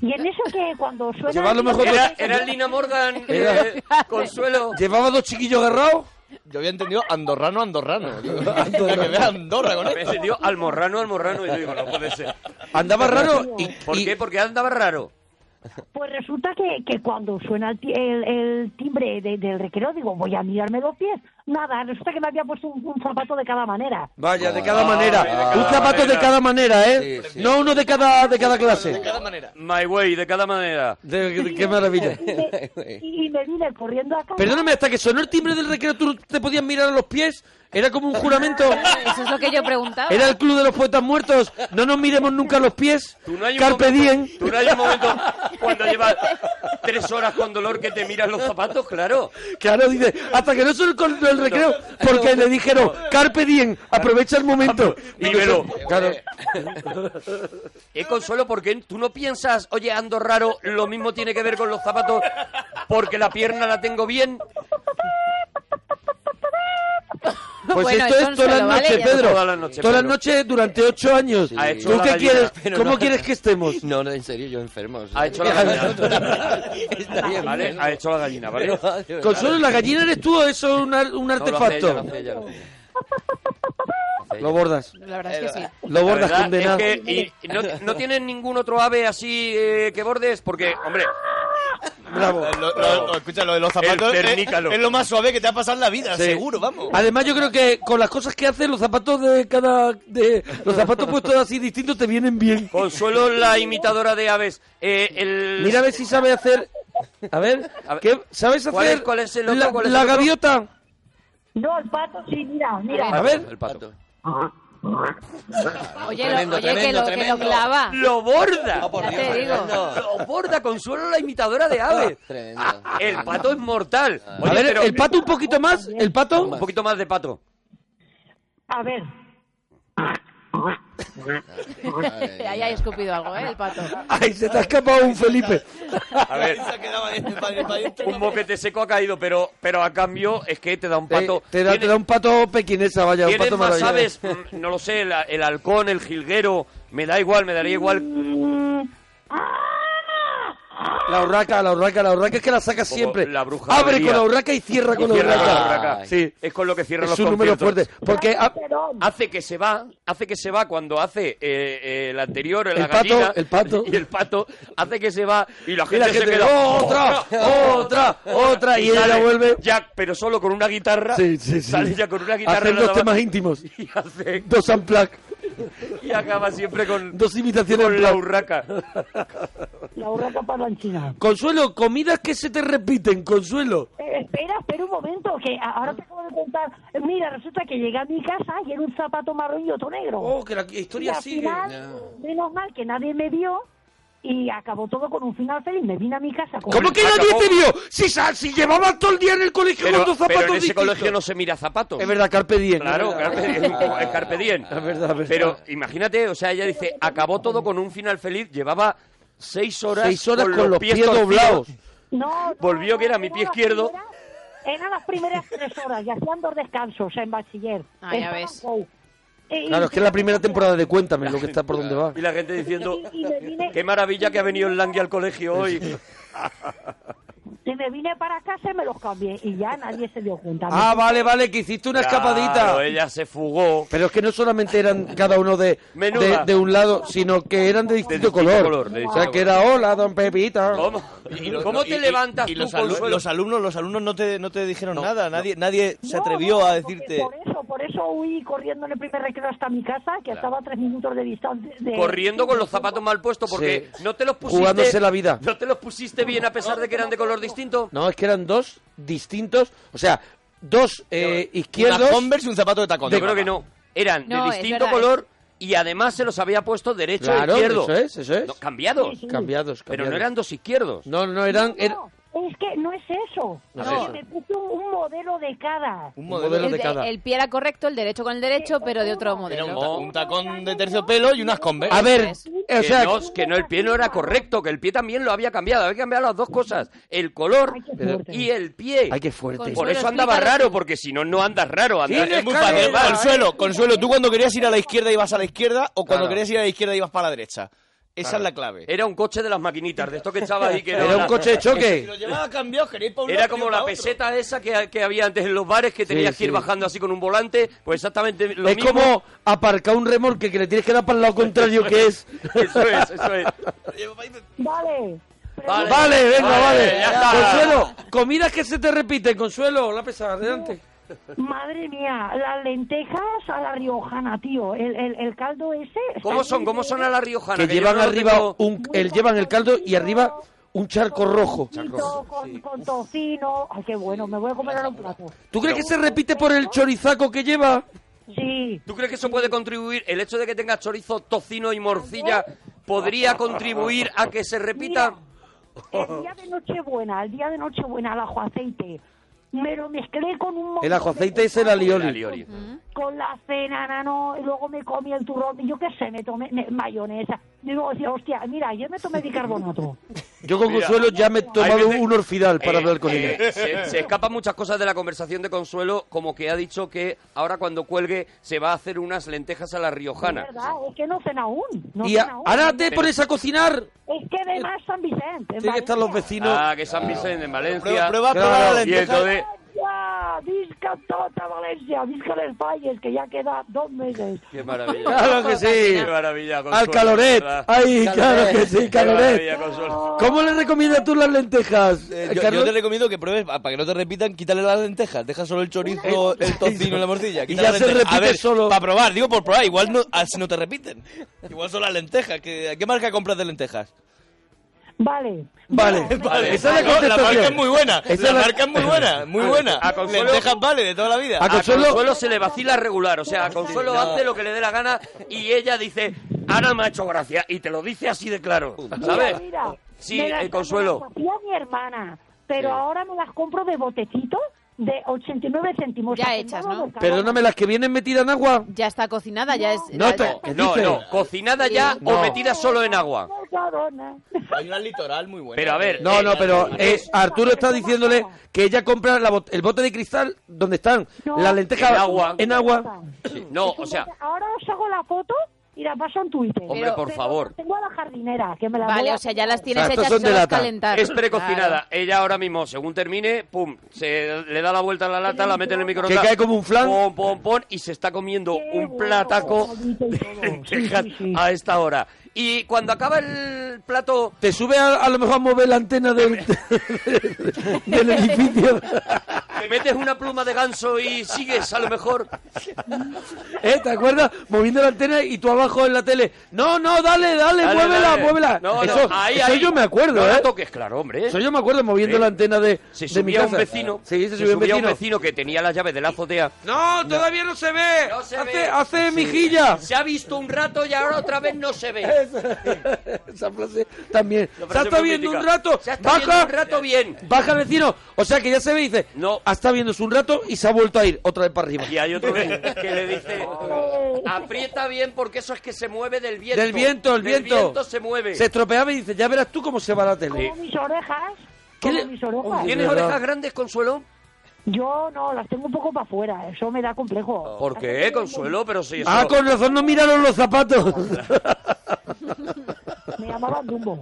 Y en eso que cuando suena...
Oh. Pues Lleva a lo mejor
Era, era Lina Morgan,
Era-
eh, Consuelo.
Llevaba dos chiquillos agarrados.
Yo había entendido andorrano, andorrano. andorrano. que vea Andorra con
Me
esto.
sentido almorrano, almorrano. Y yo digo, no puede ser.
Andaba raro y,
¿Por
y-
qué? Porque andaba raro.
Pues resulta que, que cuando suena el, ti- el- el timbre de- del requero, digo, voy a mirarme los pies. Nada, resulta que me había puesto un, un zapato de cada manera.
Vaya, de cada
Ah,
manera.
de cada
un zapato
manera.
de cada manera, ¿eh? No uno de cada, de cada clase.
manera.
My way, de cada manera.
De- de- qué maravilla.
Y, y me vine corriendo a casa.
Perdóname, hasta que sonó el timbre del recreo, tú te podías mirar a los pies. Era como un juramento.
Eso es lo que yo preguntaba.
Era el club de los poetas muertos. No nos miremos nunca a los pies.
Tú no hay un
Carpe
momento,
diem.
tú no hay un momento cuando llevas tres horas con dolor que te miras los zapatos, claro.
Claro, dice, hasta que no suene el col- el recreo, porque le dijeron, carpe diem, aprovecha el momento. Y
Dímelo.
yo, claro,
Es consuelo porque tú no piensas, oye, ando raro, lo mismo tiene que ver con los zapatos porque la pierna la tengo bien.
pues
Bueno,
esto
es
es todas
consuelo,
las
¿vale?
noches,
Ya
Pedro.
Todas las noches,
Todas las
Pedro.
noches durante ocho años.
Ha hecho
¿Tú
la
qué
gallina,
quieres?
pero
¿Cómo
no.
quieres que estemos?
No, no, en serio, yo enfermo.
Ha hecho la gallina.
Está bien,
¿Vale? Ha hecho la gallina, ¿vale?
Consuelo, ¿la gallina eres tú o eso es un, ar- un
No, lo hace ella,
artefacto?
lo hace ella, lo hace ella.
Lo bordas.
La verdad es que sí.
Lo
La
bordas,
verdad
condenado.
es que- y no, no tienen ningún otro ave así eh, que bordes porque, hombre,
Bravo.
Lo, lo- lo- escucha, lo de los zapatos
El
es,
cernícalo.
es lo más suave que te ha pasado en la vida,
Sí.
seguro, vamos.
Además, yo creo que con las cosas que hace, los zapatos de cada. De, los zapatos puestos así distintos te vienen bien.
Consuelo la imitadora de aves. Eh, el...
Mira a ver si sabe hacer. A ver,
A ver.
¿qué- ¿sabes hacer?
¿Cuál es- cuál es el otro?
la,
¿Cuál es
la
el otro?
gaviota.
No, el pato, sí, mira, mira.
A ver,
El pato.
Oye, lo-
Tremendo,
oye, que,
tremendo,
lo, que
tremendo.
lo clava.
¡Lo borda!
por
Ya
Dios,
te digo.
tremendo.
¡Lo borda! Consuelo la imitadora de
Ah,
aves.
Tremendo.
Ah, El pato es mortal. Oye,
a ver,
pero-
el pato un poquito más. El
Un
pato.
poquito más de pato.
A ver.
Ahí ha escupido algo, ¿eh? El pato.
Ay, se te ha escapado un Felipe.
A ver,
Se ha quedado ahí, para- para adentro.
un boquete seco ha caído, pero, pero a cambio es que te da un pato.
Eh, te, da, te da un pato pequinesa, vaya, un
¿Tienes
pato
más
maravilloso.
aves? Mm, No lo sé, el, el halcón, el jilguero, me da igual, me daría igual.
Mm,
La urraca, la urraca, la urraca es que la saca siempre.
la bruja
Abre
avería.
con la urraca y cierra con
Y
la
cierra con la
urraca.
urraca.
Sí.
Es con lo que cierran
Es
los
un número
conciertos.
fuerte. Porque ha-
Perdón.
hace que se va, hace que se va cuando hace eh, eh, el anterior, la
El pato,
gallina,
el pato.
y el pato, hace que se va y la
y
gente,
la gente ¡Oh,
se queda ¡Oh,
otra, otra, otra y ella
sale
vuelve.
Jack, pero solo con una guitarra.
Sí, sí, sí.
Sale ya con una guitarra
Hacen
nada
dos
más.
temas íntimos.
y hace
Dos unplugged.
y acaba siempre con
Dos imitaciones
con
en
la
plan.
urraca.
La urraca para en China.
Consuelo, comidas que se te repiten, Consuelo.
Eh, espera, espera un momento, que a- ahora te acabo de contar. Eh, Mira, resulta que llegué a mi casa y era un zapato marrón y otro negro.
Oh,
Oh, que la
y
historia
al final, menos mal que nadie me vio y acabó todo con un final feliz. Me vine a mi casa con
¿Cómo que
Acabó.
nadie te vio? Si, sa- si llevabas todo el día en el colegio
Pero,
con tus
pero
zapatos
en ese
distintos.
colegio no se mira zapatos.
Es verdad, Carpe Diem.
Claro,
es verdad.
Carpe Diem, es Carpe Diem.
Es verdad, es verdad.
Pero imagínate, o sea, ella dice, acabó todo con un final feliz, llevaba seis horas,
Seis horas con los pies doblados.
No, no,
Volvió, que era mi
eran
pie
las
izquierdo.
primeras- Eran las primeras tres horas y hacían dos descansos en bachiller.
Ah, ya
Estaban
ves.
gay. Eh, y-
Claro, es que es la primera temporada de Cuéntame, lo que está por donde va.
Y la gente diciendo,
Y- y me vine-
qué maravilla que ha venido el Langui al colegio hoy.
Y me vine para casa y me los cambié y ya nadie se dio cuenta.
Ah, vale, vale, que hiciste una
Claro,
escapadita.
ella se fugó.
Pero es que no solamente eran cada uno de, de,
Menuda.
de un lado, sino que eran de distinto,
distinto
color.
color,
O
de distinto
sea, que era hola, don Pepita.
¿Cómo,
Y los-
¿Cómo
y-
te
y-
levantas
y
tú,
los, alu-
Consuelo?
los alumnos, los alumnos no te, no te dijeron nada, nadie, nadie se
No,
atrevió
no,
a
porque
decirte.
Por eso, por eso huí corriendo en el primer recreo hasta mi casa, que estaba a tres minutos de distancia. de-
Corriendo con los zapatos mal puestos porque
Sí.
no te los pusiste...
Jugándose la vida.
No te los pusiste bien a pesar de que eran de color distinto.
No, es que eran dos distintos, o sea, dos eh, izquierdos.
Una Converse y un zapato de tacón.
Yo
de
creo que
papá.
no. Eran
No,
de
es
distinto
verdad,
color y además se los había puesto derecho
Claro,
e izquierdo.
eso es, eso es.
No, cambiados.
Sí, sí.
Cambiados, cambiados.
Pero no eran dos izquierdos.
No, no eran. era-
No, es que no es eso.
No es
Que
eso.
Me puse un, un modelo de cada.
Un
Un
modelo.
modelo
El,
de cada.
el pie era correcto, el derecho con el derecho, pero de otro modelo.
Era un, ta- un tacón de terciopelo y unas Converse.
A ver,
Eso
eh, o
que,
sea,
no, que no, el pie no era correcto, que el pie también lo había cambiado. Había cambiado las dos cosas, el color
Ay, qué fuerte.
y el pie.
ay, qué fuerte.
Por
Consuelo,
eso andaba
explícalo
raro,
tú.
porque si no, no andas raro. Andas,
Tienes
es muy
cara de
fácil.
raro. ¿eh?
Consuelo, Consuelo, tú cuando querías ir a la izquierda ibas a la izquierda o cuando
Claro.
querías ir a la izquierda ibas para la derecha. Esa es la clave.
Era un coche de las maquinitas, de esto que estaba ahí. Que
Era un coche de
Si lo
choque.
llevaba cambiado, quería ir para un
Era
lado,
como
quería ir
la
para otro.
peseta esa que, que había antes en los bares, que tenías que ir
sí.
bajando así con un volante. Pues exactamente lo
Es
mismo.
como aparcar un E remolque que le tienes que dar para el lado contrario que es.
Eso es, eso es.
Vale.
Vale, venga, vale.
ya está.
Consuelo, comidas que se te repiten, Consuelo, la pesada, adelante.
Madre mía, las lentejas a la riojana, tío. El, el, el caldo ese. está
¿Cómo son? ¿Cómo son a la riojana?
que
yo
llevan
no lo
arriba
tengo-
un, el, llevan el caldo y arriba un charco rojo.
frito, con, con tocino. Ay, qué bueno, me voy a comer ahora un plato.
¿Tú crees que se repite por el chorizaco que lleva?
Sí,
¿Tú crees que eso puede contribuir, el hecho de que tengas chorizo, tocino y morcilla, podría contribuir a que se repita?
el día de Nochebuena, el día de Nochebuena, el ajo aceite. Me lo mezclé con un montón
El ajo
de
aceite es el
cosas.
alioli.
alioli.
con la cena, nano, y luego me comí el turrón, y yo qué sé, me tomé me- mayonesa. Digo, decía, hostia, mira, yo me tomé bicarbonato.
Yo con
Mira.
Consuelo ya me he tomado
veces-
un orfidal para
Eh,
hablar con
eh,
ella.
se, se escapan muchas cosas de la conversación de Consuelo, como que ha dicho que ahora cuando cuelgue se va a hacer unas lentejas a la riojana.
Es verdad, es que no cena aún. No
Y
cena
a-
aún.
ahora te pones a Eh, cocinar.
Es que además San Vicente. en
Tienen que estar los
Valencia.
vecinos.
Ah, que San Vicente en Valencia.
Prueba, prueba toda la
Claro,
y
lenteja.
entonces,
Valencia, Visca tota Valencia, Visca les Valles, que ya queda dos meses.
qué maravilla.
Claro que sí.
Qué maravilla, Consuelo,
Al caloret.
¿verdad?
Ay,
Caloret.
claro que sí,
Qué
caloret.
maravilla, Consuelo.
¿Cómo le recomiendas tú las lentejas?
Eh,
eh,
yo, yo
Carlos?
te recomiendo que pruebes, pa- para que no te repitan, quítale las lentejas. Deja solo el chorizo, el tocino y la morcilla. quita
ya
las
se
lentejas. A
repite
ver,
solo.
Para probar, digo por probar. Igual no, así no te repiten. Igual son las lentejas. ¿Qué, qué marca compras de lentejas?
Vale.
Vale,
Mira,
vale. Esa es la
No,
contestación.
marca es muy buena.
Esa
la,
es la-
marca es muy buena, muy buena.
a Consuelo-
lentejas vale de toda la vida.
A
A Consuelo...
Consuelo-
se le vacila regular, o sea, a Consuelo hace lo que le dé la gana y ella dice, ahora me ha hecho gracia, y te lo dice así de claro, ¿sabes?
Mira,
Sí,
me las-
eh, Consuelo.
me las hacía mi hermana, pero ahora me las compro de botecito de 89 céntimos.
Ya
Hacen
hechas,
todo
¿no?
de cada
Perdóname, las que vienen metidas en agua.
Ya está cocinada, ya es...
No,
la-
te- ¿qué
No,
dices?
no, cocinada ya o
No.
metida solo en agua.
Mercadona.
Hay una litoral muy buena.
Pero a ver,
No, no, pero eh, Arturo está
Eso
diciéndole
pasa.
que ella compra la bot- el bote de cristal donde están
No.
las lentejas
En agua.
En agua.
Sí, no,
Es un
o sea,
bote- Ahora os hago la foto y la paso en Twitter.
hombre, por
pero-
favor,
Tengo a la jardinera que me la voy
Vale,
a-
o sea, ya las tienes
Ah, estos
hechas
son
y
de
solo es
lata.
calentar.
es precocinada. Ella ahora mismo, según termine, pum, se le da la vuelta a la lata, la mete en el
Que
microondas,
cae como un flan.
pum, pum, pum, y se está comiendo
Qué
un
bueno,
plataco
bonito y todo.
de lentejas
Sí, sí, sí.
a esta hora. Y cuando acaba el plato,
Te sube a, a lo mejor a mover la antena del, del edificio.
te metes una pluma de ganso y sigues a lo mejor.
¿Eh? ¿Te acuerdas? Moviendo la antena y tú abajo en la tele. No, no, dale, dale,
Dale,
muévela,
dale.
muévela.
No, no,
eso
ahí,
eso
ahí.
yo me acuerdo,
No la
¿eh?
toques, claro, hombre.
Eso yo me acuerdo moviendo
Sí.
la antena de,
Se
de mi
subía un
casa.
vecino.
Sí, se
se
subió un
subía
vecino.
un vecino que tenía la llave de la azotea.
No, todavía no se ve.
No se
hace
ve.
hace mejilla.
Se ha visto un rato y ahora otra vez no se ve.
Esa frase también.
La
Se ha
frase
estado
muy
viendo un
mítica.
rato.
Se ha estado viendo
Baja.
un rato bien.
Baja vecino. O sea que ya se ve y dice.
No.
Ha estado viéndose un rato y se ha vuelto a ir otra vez para arriba.
Y hay otro que le dice, aprieta bien porque eso es que se mueve del viento.
Del viento, el
Del
viento.
se mueve.
Se estropeaba y dice, ya verás tú cómo se va la tele.
Como mis orejas.
¿Qué
Como
le-
mis orejas.
Oye.
¿Tienes
verdad.
orejas grandes, Consuelo?
Yo no, las tengo un poco para afuera. Eso me da
Oh.
complejo.
¿Por qué, Consuelo? Pero sí, eso...
Ah, con razón no miraron los zapatos.
Me llamaban Dumbo.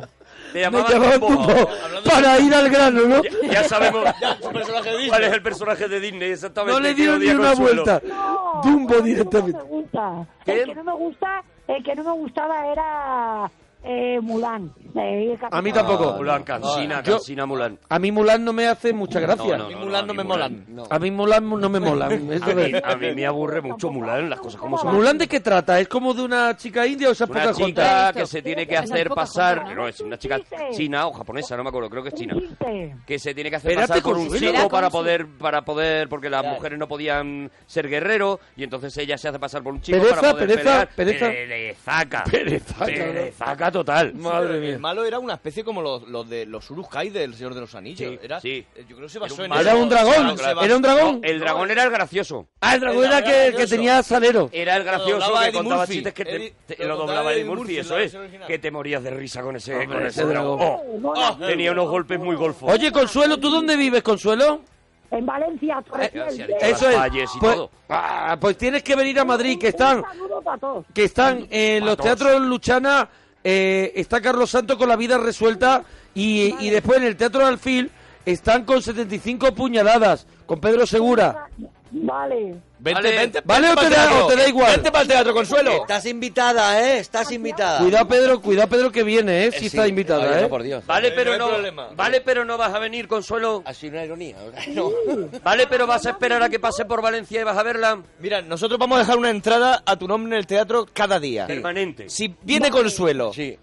Te
Me
llamaban
llamaban
Dumbo.
Dumbo para ir al grano, ¿no?
Ya sabemos
tu personaje de Disney.
cuál es el personaje de Disney exactamente.
No le
que
dieron ni
odia a
una
Consuelo.
vuelta.
No,
Dumbo
no, No
directamente.
me gusta.
¿Qué?
El que no me gusta, el que no me gustaba era eh, Mulan. Eh, el
A mí
Capitán-
tampoco.
Mulan, Cansina,
Yo-
Cansina, Mulan.
A mí Mulan no me hace mucha gracia.
Y Mulan no,
a mí
me
Mulan.
molan.
A mí Mulan no me mola. Eso
A mí,
es.
a mí me aburre mucho Mulan, las cosas como son.
¿Mulan de qué trata? ¿Es como de una chica india o esa
Una
poca
chica
junta?
que se tiene que
Esa es
hacer
poca
pasar...
junta,
¿no?
No, es una chica china o japonesa, no me acuerdo, creo que es
Un
china.
chiste.
que se tiene que hacer
Espérate,
pasar por un
Consuelo.
chico
Espera,
para
Consuelo.
poder para poder porque las
Ya.
mujeres no podían ser guerrero y entonces ella se hace pasar por un chico
Pereza,
para poder
pereza,
pelear. Eh,
pereza.
perezaca
Perezaca,
Perezaca total
Madre mía.
El malo era una especie como los, los de los Uruk-hai del Señor de los Anillos.
Sí,
era, eh,
sí.
Yo creo que se basó
Era un
en
malo.
eso.
Era un dragón.
Se basó-
Era un
No,
dragón.
el dragón era el gracioso
Ah, el dragón era que, que tenía salero.
era el
Lo
gracioso
doblaba
que
Eddie
contaba
Murphy.
chistes que te-
Eddie-
te-
lo
lo
doblaba
doblaba
Eddie
Eddie Murphy
Murphy en
eso
la
es
versión original.
que te morías de risa con ese
Hombre,
con ese
ese
dragón
dragón.
Oh,
Mulan,
tenía unos golpes muy golfos
Oye, Consuelo, ¿tú dónde vives, Consuelo?
En Valencia, Torre
Eh, se ha
Fiel.
dicho.
Eso
las
es.
calles y
pues,
todo.
ah, pues tienes que venir a Madrid, que están,
Un saludo para todos.
que están en los
Patos.
teatros Luchana. eh, está Carlos Santo con la vida resuelta y, y después en el Teatro Alfil están con 75 puñaladas con Pedro Segura.
Vale.
Vente,
Vale.
vente,
Vale,
vente
o te
pa'l
da-
teatro.
o te da igual.
Vente para el teatro, Consuelo.
Estás invitada, ¿eh? Estás
Ah.
invitada.
Cuidado, Pedro, cuidado, Pedro, que viene, ¿eh? Si
Sí,
está invitada,
oye,
¿eh?
no, por Dios.
No
Vale,
hay-
pero
no hay
no,
problema.
vale, pero no vas a venir, Consuelo.
Ha sido una ironía. No.
Vale, pero vas a esperar a que pase por Valencia y vas a verla
Mira, nosotros vamos a dejar una entrada a tu nombre en el teatro cada día.
permanente.
Si viene Consuelo,
Sí.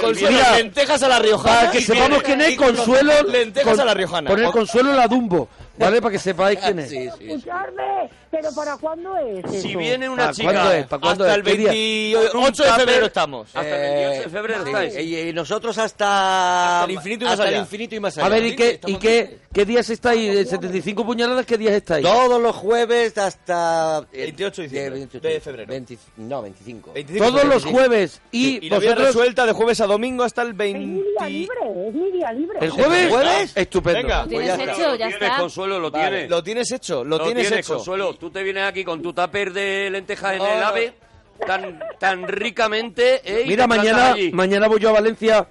Consuelo,
Mira,
lentejas a la Riojana.
Para que
y
sepamos
viene-
quién es
y con los
Consuelo.
Lentejas
con-
a la Riojana.
Poner
O-
Consuelo la Dumbo, ¿vale? Para que sepáis quién es.
Sí, sí.
Escucharme, pero ¿para cuándo es?
Si
eso?
viene una
¿Para cuándo es?
chica
¿Para cuándo
hasta
es?
el
¿Qué día?
28 de
Un tupper.
febrero estamos.
hasta el 28 de febrero
Eh, sí.
estáis.
Y, y nosotros hasta...
Hasta el infinito y más
hasta el
allá.
infinito y más allá.
A ver, ¿y qué, y qué, qué días estáis? ¿De 75 puñaladas, ¿qué días estáis?
Todos los jueves hasta... eh,
28 de diciembre, de febrero.
20 no, 25.
25
Todos
de
los
febrero.
jueves. Y,
Y la vida
vosotros...
resuelta de jueves a domingo hasta el
Es mi
20.
día libre, es mi día libre.
¿El jueves?
¿El jueves?
Estupendo.
Venga.
Lo tienes
está.
hecho,
Lo
ya
tienes,
está.
Consuelo, lo
Vale.
tienes.
Lo tienes hecho, lo,
Lo
tienes, hecho.
Consuelo. Tú te vienes aquí con tu tupper de lentejas en
Oh,
el
no.
ave tan, tan ricamente. eh, y
Mira,
te plantas
mañana,
allí.
mañana voy yo a Valencia,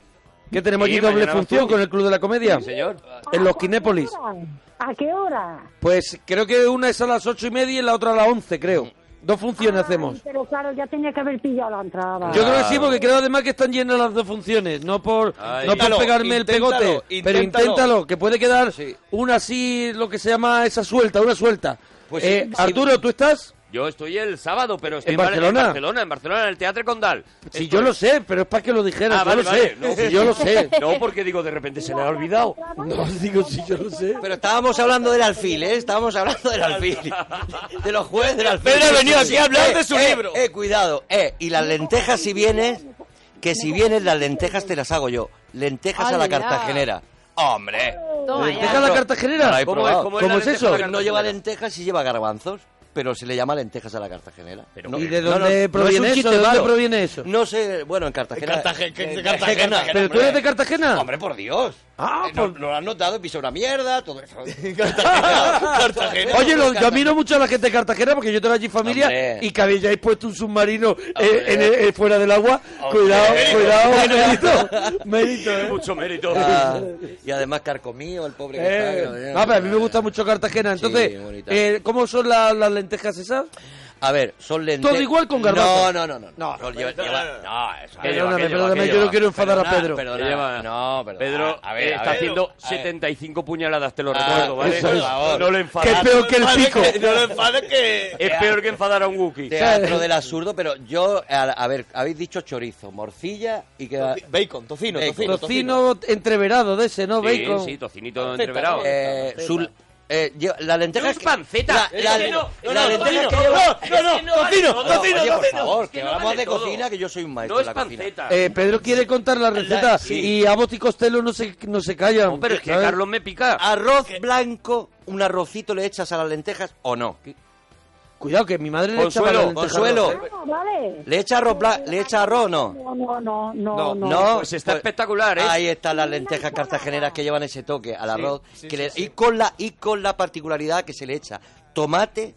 que tenemos
Sí,
allí doble
mañana vas
función
tú.
con el Club de la Comedia.
Sí, señor.
En
¿A
los
qué
Kinépolis.
hora? ¿A qué hora?
Pues creo que una es a las ocho y media y la otra a las 11, creo. Dos funciones hacemos.
Ay, pero claro, ya tenía que haber pillado la entrada.
Yo creo que sí, porque creo además que están llenas las dos funciones. No por, no
Ay.
por
Inténtalo,
pegarme el
inténtalo,
pegote, pero
inténtalo.
inténtalo, que puede quedar
Sí.
una así, lo que se llama esa suelta, una suelta.
Pues
Eh,
sí, sí.
Arturo, ¿tú estás?
Yo estoy el sábado, pero estoy
¿En Barcelona?
En Barcelona, en Barcelona, en el Teatro Condal.
Si
Estoy-
yo lo sé, pero es para que lo dijeras,
Ah,
yo
vale,
lo
vale,
sé.
no.
Si yo lo sé.
No,
Eh,
porque digo, de repente se le ha olvidado.
No, digo, si yo lo sé.
Pero estábamos hablando del alfil, ¿eh? Estábamos hablando del alfil. De los jueves del alfil.
Pedro ha venido aquí a hablar
Eh,
de su
eh,
libro.
Eh, cuidado. Eh, y las lentejas si vienes, que si vienes las lentejas te las hago yo. Lentejas a la
Hola.
cartagenera. ¡Hombre!
Toma ya.
Deja la cartagenera.
No la he
¿Cómo,
probado.
es, cómo es
¿Cómo
la
es
lenteja
eso?
de la
Pero no lleva
cartagenera.
lentejas y lleva garbanzos, pero se le llama lentejas a la cartagenera.
Pero
No,
¿Y de
no, no,
dónde
no es un
proviene eso?
chiste
¿De dónde
malo.
proviene eso?
No sé, bueno, en Cartagena.
Cartagen- que-
en
Cartagena.
¿Pero tú eres de Cartagena?
Hombre, por Dios.
Ah,
Eh, no,
por-
no lo has notado, pisa una mierda, todo eso.
Cartagena.
Oye, lo, yo admiro mucho a la gente de Cartagena porque yo tengo allí familia
Hombre.
y que habéis puesto un submarino eh, en el- eh, fuera del agua. Cuidado, cuidado, mérito. Mérito, eh.
Mucho mérito.
Ah, y además carcomido, el pobre que está,
Eh,
pero, eh,
ah, pero a mí me gusta mucho Cartagena. Entonces,
Sí, bonita.
eh, ¿cómo son la- las lentejas esas?
A ver, son lentejas.
Todo igual con garbanzos.
No, no, no. No, no, lleva- lleva- no, eso-
Que
Perdóname,
aquello,
perdóname,
aquello.
yo no quiero enfadar a
Perdona,
Pedro.
perdona.
Que lleva-
No, perdona.
Pedro
A ver,
eh,
a
está
ver.
haciendo
A ver.
75 puñaladas, te lo
Ah,
recuerdo, ¿vale?
eso es.
No lo
Que es
enfadas.
peor que el pico.
No lo enfades que...
Es peor que enfadar a un Wookiee.
Teatro del absurdo, pero yo, a, a ver, habéis dicho chorizo, morcilla y que...
Bacon, tocino,
Bacon.
tocino, tocino.
Eh, Tocino entreverado de ese, ¿no?
Sí,
Bacon.
sí, tocinito
Panceta,
entreverado.
Eh, su- eh, lleva- la lenteja
No es
que-
panceta,
La, la-
es que no, no,
la
no,
lenteja
tocino,
que
no,
lleva-
no,
Es que
tocino,
vale
tocino,
todo. Oye, por
tocino.
favor,
Es que
que
no
hablamos
vale
de
todo.
cocina, que yo soy un maestro
No
de
es
la cocina.
panceta.
Eh, Pedro quiere contar la receta
sí.
y Abot y Costello no se, no se callan.
No, pero es que
¿sabes?
Carlos me pica.
Arroz blanco, un arrocito le echas a las lentejas o no.
Cuidado, que mi madre le
Consuelo,
echaba la lenteja
Consuelo,
Ah, vale.
¿le echa arroz, bla- le echa arroz o no?
No, no, no, no.
No,
no.
Pues está espectacular, ¿eh?
Ahí están las lentejas cartageneras que llevan ese toque al arroz. que le- y, con la, y con la particularidad que se le echa tomate